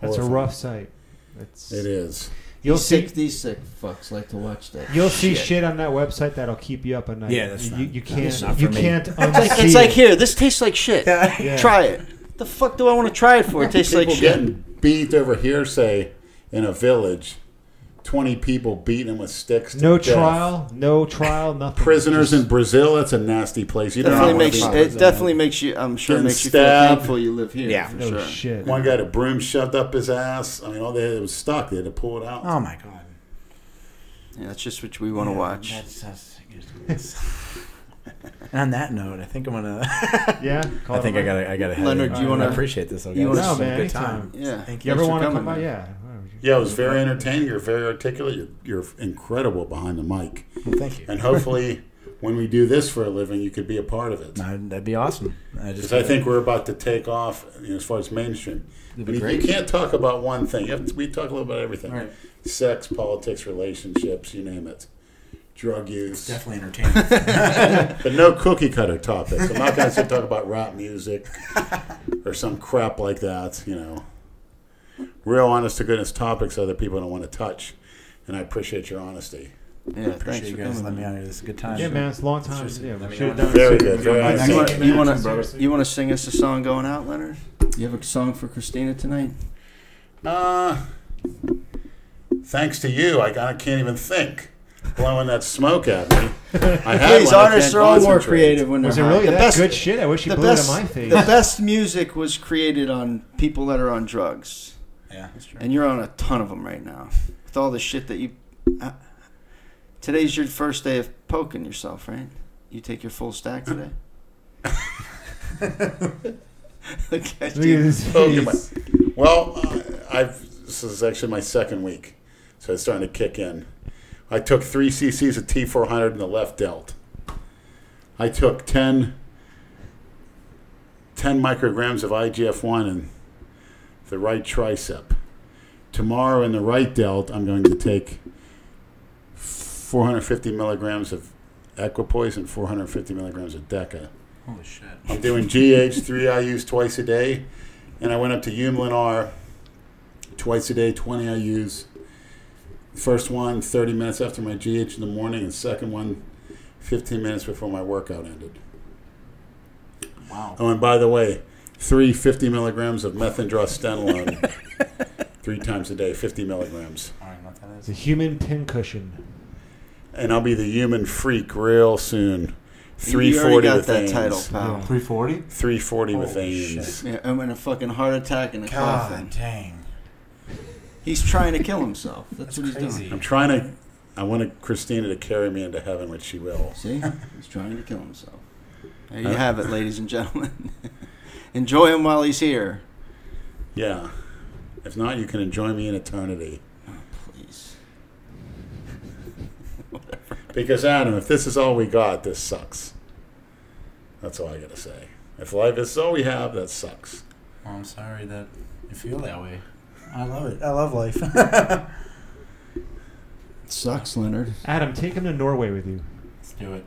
Speaker 2: That's a
Speaker 3: Horrifying.
Speaker 2: rough sight. It's,
Speaker 3: It is.
Speaker 2: You'll
Speaker 1: these
Speaker 2: see.
Speaker 1: sick, these sick fucks like to watch that.
Speaker 2: You'll see shit on that website that'll keep you up at night.
Speaker 4: Yeah, that's
Speaker 2: you,
Speaker 4: not-
Speaker 2: you, you can't.
Speaker 4: not for
Speaker 2: you
Speaker 4: me.
Speaker 2: can't.
Speaker 1: It's like,
Speaker 2: unsee
Speaker 1: it's like
Speaker 2: it.
Speaker 1: here. This tastes like shit.
Speaker 2: Yeah.
Speaker 1: Try it. The fuck do I want to try it for? It tastes
Speaker 3: People
Speaker 1: like shit.
Speaker 3: getting beat over here, say, in a village. 20 people beating them with sticks. To
Speaker 2: No
Speaker 3: death.
Speaker 2: trial. No trial. Nothing.
Speaker 3: Prisoners in Brazil, that's a nasty place. You don't
Speaker 1: Definitely
Speaker 3: want to
Speaker 1: makes
Speaker 3: be.
Speaker 1: it definitely makes you. I'm sure it
Speaker 3: Getting
Speaker 1: makes you feel
Speaker 3: stabbed.
Speaker 1: thankful you live here.
Speaker 4: Yeah.
Speaker 1: for
Speaker 2: No
Speaker 1: sure.
Speaker 2: shit.
Speaker 3: One guy had a broom shoved up his ass. I mean, all they had it was stuck. They had to pull it out.
Speaker 4: Oh my god.
Speaker 1: Yeah, that's just what we want to watch.
Speaker 4: That's, that's, And on that note, I think I'm gonna.
Speaker 2: Yeah.
Speaker 4: I think I gotta. I gotta. head
Speaker 1: Leonard,
Speaker 4: in.
Speaker 1: do you wanna-
Speaker 4: I appreciate this.
Speaker 1: you wanna-
Speaker 4: this has
Speaker 2: No,
Speaker 4: been a
Speaker 2: man,
Speaker 4: good time.
Speaker 1: Yeah.
Speaker 4: Thank
Speaker 2: You
Speaker 4: you.
Speaker 2: ever
Speaker 1: for
Speaker 2: want to
Speaker 1: coming,
Speaker 2: come by?
Speaker 1: man.
Speaker 2: Yeah.
Speaker 3: Yeah, it was very entertaining. You're very articulate. You're, you're incredible behind the mic.
Speaker 4: Thank you.
Speaker 3: And hopefully, when we do this for a living, you could be a part of it.
Speaker 4: No, that'd be awesome. I just.
Speaker 3: Because I think we're about to take off you know, as far as mainstream.
Speaker 4: That'd
Speaker 3: I
Speaker 4: be
Speaker 3: mean,
Speaker 4: great.
Speaker 3: You can't talk about one thing. You have to- we talk a little about everything
Speaker 4: All right.
Speaker 3: sex, politics, relationships, you name it, drug use.
Speaker 4: Definitely entertaining.
Speaker 3: But no cookie cutter topics. I'm not going to talk about rap music or some crap like that, you know. Real honest to goodness topics other people don't want to touch. And I appreciate your honesty.
Speaker 1: Yeah, thanks
Speaker 4: Appreciate
Speaker 1: for
Speaker 4: you guys
Speaker 1: coming.
Speaker 4: letting me on here. This is a good time.
Speaker 2: Yeah, man. It's a long time.
Speaker 4: Seriously.
Speaker 2: Yeah,
Speaker 4: I
Speaker 2: we
Speaker 4: mean,
Speaker 2: should have
Speaker 4: I
Speaker 2: done
Speaker 4: wanna-
Speaker 3: Very
Speaker 2: it.
Speaker 3: good. Very
Speaker 4: Thank
Speaker 3: nice.
Speaker 1: You
Speaker 4: you.
Speaker 1: want, you want to
Speaker 2: Seriously.
Speaker 1: you want to sing us a song going out, Leonard? You have a song for Christina tonight?
Speaker 3: Uh, thanks to you, I, I can't even think. Blowing that smoke at me. I had
Speaker 1: Please,
Speaker 3: one, I
Speaker 1: artists
Speaker 3: can't
Speaker 1: are all more
Speaker 3: concentrate.
Speaker 1: creative when they're
Speaker 2: Was it
Speaker 1: high.
Speaker 2: really
Speaker 1: the
Speaker 2: that
Speaker 1: best,
Speaker 2: good shit? I wish he
Speaker 1: the
Speaker 2: blew
Speaker 1: best,
Speaker 2: it in my face.
Speaker 1: The best music was created on people that are on drugs,
Speaker 4: Yeah, that's true.
Speaker 1: and you're on a ton of them right now. With all the shit that you, uh, today's your first day of poking yourself, right? You take your full stack today. Look at
Speaker 2: Look at
Speaker 1: you.
Speaker 2: his
Speaker 3: Oh, come
Speaker 2: face.
Speaker 3: Well, uh, I've this is actually my second week, so it's starting to kick in. I took three CCs of T400 in the left delt. I took 10, 10 micrograms of IGF-1 in the right tricep. Tomorrow in the right delt, I'm going to take 450 milligrams of equipoise and 450 milligrams of deca.
Speaker 4: Holy shit.
Speaker 3: I'm doing GH three IUs twice a day, and I went up to Umlin R twice a day, twenty IUs. First one 30 minutes after my GH in the morning, and second one 15 minutes before my workout ended.
Speaker 4: Wow.
Speaker 3: Oh, and by the way, three 50 milligrams of methadrostenolone three times a day, 50 milligrams.
Speaker 4: I don't know what that
Speaker 2: It's
Speaker 4: is.
Speaker 2: a human pincushion.
Speaker 3: And I'll be the human freak real soon.
Speaker 1: You already
Speaker 3: 340
Speaker 1: got
Speaker 3: with
Speaker 1: that
Speaker 3: veins.
Speaker 1: title, pal.
Speaker 4: 340?
Speaker 3: 340 with
Speaker 4: Holy shit.
Speaker 3: veins.
Speaker 1: Yeah, I'm in a fucking heart attack and a coughing.
Speaker 4: God dang.
Speaker 1: He's trying to kill himself. That's,
Speaker 4: That's
Speaker 1: what he's
Speaker 4: crazy.
Speaker 3: I'm trying to. I want Christina to carry me into heaven, which she will.
Speaker 1: doing. See? He's trying to kill himself. There you have it, ladies and gentlemen. Enjoy him while he's here.
Speaker 3: Yeah. If not, you can enjoy me in eternity.
Speaker 1: Please.
Speaker 3: Because Adam, if this is all we got, this sucks. That's all I gotta say. If life is all we have, that sucks.
Speaker 4: Well, I'm sorry that you feel that way. I love it. I love life.
Speaker 1: sucks, Leonard.
Speaker 2: Adam, take him to Norway with you.
Speaker 4: Let's do it.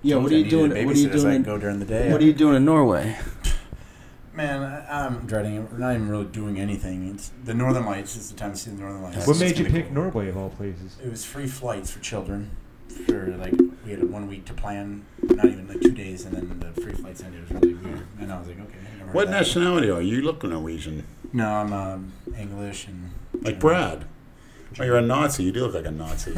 Speaker 1: Yeah, what are you doing? What are you doing? In,
Speaker 4: go during the day.
Speaker 1: what are you doing in Norway?
Speaker 4: Man, I, I'm dreading it. We're not even really doing anything. It's the Northern Lights. It's the time to see the Northern Lights.
Speaker 2: what
Speaker 4: It's
Speaker 2: made you
Speaker 4: gonna be
Speaker 2: pick
Speaker 4: cool.
Speaker 2: Norway of all places?
Speaker 4: It was free flights for children. For like, we had one week to plan, not even like two days, and then the free flights ended. It was really weird. And I was like, okay. I never heard
Speaker 3: What
Speaker 4: that.
Speaker 3: nationality are you? You look Norwegian.
Speaker 4: No, I'm um, English and
Speaker 3: Like Brad. Oh, you're a Nazi. You do look like a Nazi.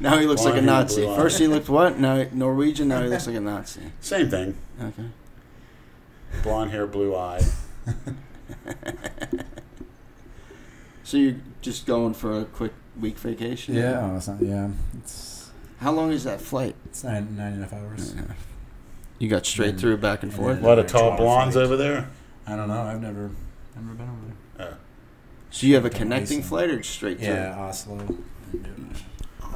Speaker 1: Now he looks like a
Speaker 3: Blonde,
Speaker 1: Nazi.
Speaker 3: blue eyes.
Speaker 1: First he looked what? Now Norwegian. Now he looks like a Nazi.
Speaker 3: Same thing.
Speaker 1: Okay.
Speaker 3: Blonde hair, blue eye.
Speaker 1: So you're just going for a quick week vacation?
Speaker 4: Yeah, oh, it's not. Yeah, it's
Speaker 1: How long is that flight?
Speaker 4: it's nine nine and a half hours.
Speaker 1: You got straight
Speaker 4: Mm.
Speaker 1: through, back and forth.
Speaker 3: A lot of tall blondes over there.
Speaker 4: I don't know. I've never I've never been over there.
Speaker 1: So you have a
Speaker 4: Don't
Speaker 1: connecting
Speaker 4: waste it.
Speaker 1: flight or straight through?
Speaker 4: Yeah, Oslo.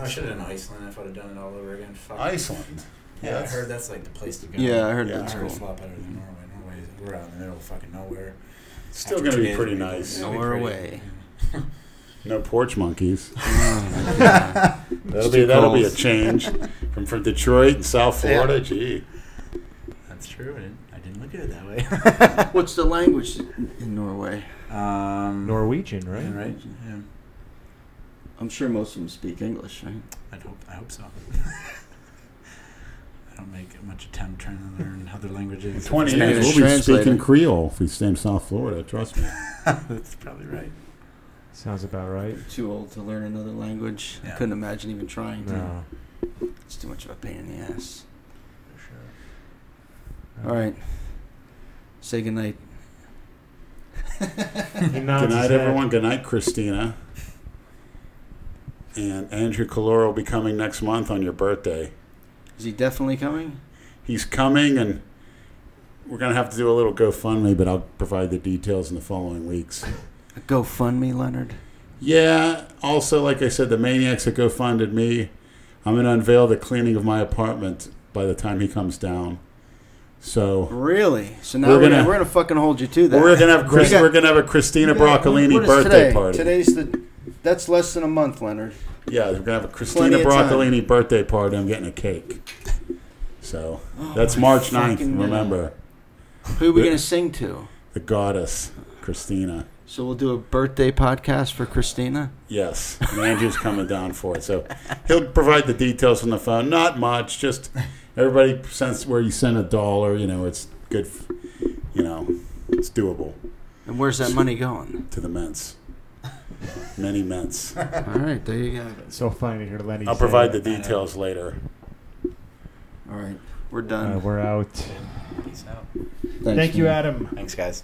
Speaker 4: I should have done Iceland if I'd have done it all over again. Fuck.
Speaker 3: Iceland.
Speaker 4: Yeah, I
Speaker 3: Yes.
Speaker 4: heard that's like the place to go.
Speaker 1: Yeah, I heard
Speaker 3: Yeah, I
Speaker 1: that's
Speaker 4: I heard it's a
Speaker 1: cool.
Speaker 4: lot better than Norway. Norway, is- we're out in the middle of fucking nowhere.
Speaker 3: Still
Speaker 4: After
Speaker 3: going
Speaker 4: two
Speaker 3: to be
Speaker 4: days,
Speaker 3: pretty
Speaker 4: we'll be-
Speaker 3: nice.
Speaker 4: it'll be pretty.
Speaker 1: Norway.
Speaker 3: No porch monkeys.
Speaker 1: Oh
Speaker 4: Yeah.
Speaker 3: That'll be that'll be a change from from Detroit and South Florida. Gee,
Speaker 4: that's true. I didn't, I didn't look at it that way.
Speaker 1: What's the language in Norway?
Speaker 4: Um,
Speaker 2: Norwegian,
Speaker 4: yeah,
Speaker 2: right?
Speaker 4: right? Yeah.
Speaker 1: I'm sure most of them speak English, right?
Speaker 4: I'd hope, I hope so. I don't make much attempt trying to learn other languages.
Speaker 3: in twenty
Speaker 1: Spanish
Speaker 3: years we'll be
Speaker 1: translator.
Speaker 3: speaking Creole if we stay in South Florida. Trust me.
Speaker 4: That's probably right.
Speaker 2: Sounds about right.
Speaker 1: Too old to learn another language. I
Speaker 4: Yeah.
Speaker 1: couldn't imagine even trying to.
Speaker 2: No.
Speaker 1: It's too much of a pain in the ass.
Speaker 4: For sure.
Speaker 1: All right. Say goodnight.
Speaker 2: He nods
Speaker 3: Good
Speaker 2: his
Speaker 3: night,
Speaker 2: head.
Speaker 3: everyone. Good night, Christina. And Andrew Calora will be coming next month on your birthday.
Speaker 1: Is he definitely coming?
Speaker 3: He's coming, and we're gonna have to do a little GoFundMe, but I'll provide the details in the following weeks.
Speaker 1: A GoFundMe, Leonard.
Speaker 3: Yeah. Also, like I said, the maniacs that GoFunded me, I'm gonna unveil the cleaning of my apartment by the time he comes down. So
Speaker 1: Really? So now
Speaker 3: We're
Speaker 1: we're gonna,
Speaker 3: gonna-
Speaker 1: we're gonna fucking hold you to that.
Speaker 3: we're gonna have Chris,
Speaker 1: You got-
Speaker 3: we're gonna have a Christina
Speaker 1: you got-
Speaker 3: Broccolini
Speaker 1: what is
Speaker 3: birthday
Speaker 1: today?
Speaker 3: party.
Speaker 1: Today's the. That's less than a month, Leonard.
Speaker 3: Yeah, we're gonna have a Christina
Speaker 1: Plenty of time.
Speaker 3: Broccolini birthday party. I'm getting a cake. So
Speaker 1: Oh,
Speaker 3: that's March 9th.
Speaker 1: fucking God.
Speaker 3: Remember
Speaker 1: Who are we
Speaker 3: Yeah.
Speaker 1: gonna sing to?
Speaker 3: the goddess Christina.
Speaker 1: So we'll do a birthday podcast for Christina.
Speaker 3: Yes, and Andrew's coming down for it. So he'll provide the details on the phone. Not much. Just everybody sends where you send a dollar. You know, it's good. f- You know, it's doable
Speaker 1: And where's that money going?
Speaker 3: to the mints. Many mints.
Speaker 1: All right, there you have it.
Speaker 2: So funny to hear Lenny.
Speaker 3: I'll
Speaker 2: say
Speaker 3: provide the
Speaker 2: it.
Speaker 3: details later.
Speaker 1: All right, we're
Speaker 2: Uh,
Speaker 1: done.
Speaker 2: we're out.
Speaker 4: Peace out.
Speaker 1: Thanks,
Speaker 2: Thank you,
Speaker 1: man.
Speaker 2: Adam.
Speaker 4: Thanks, guys.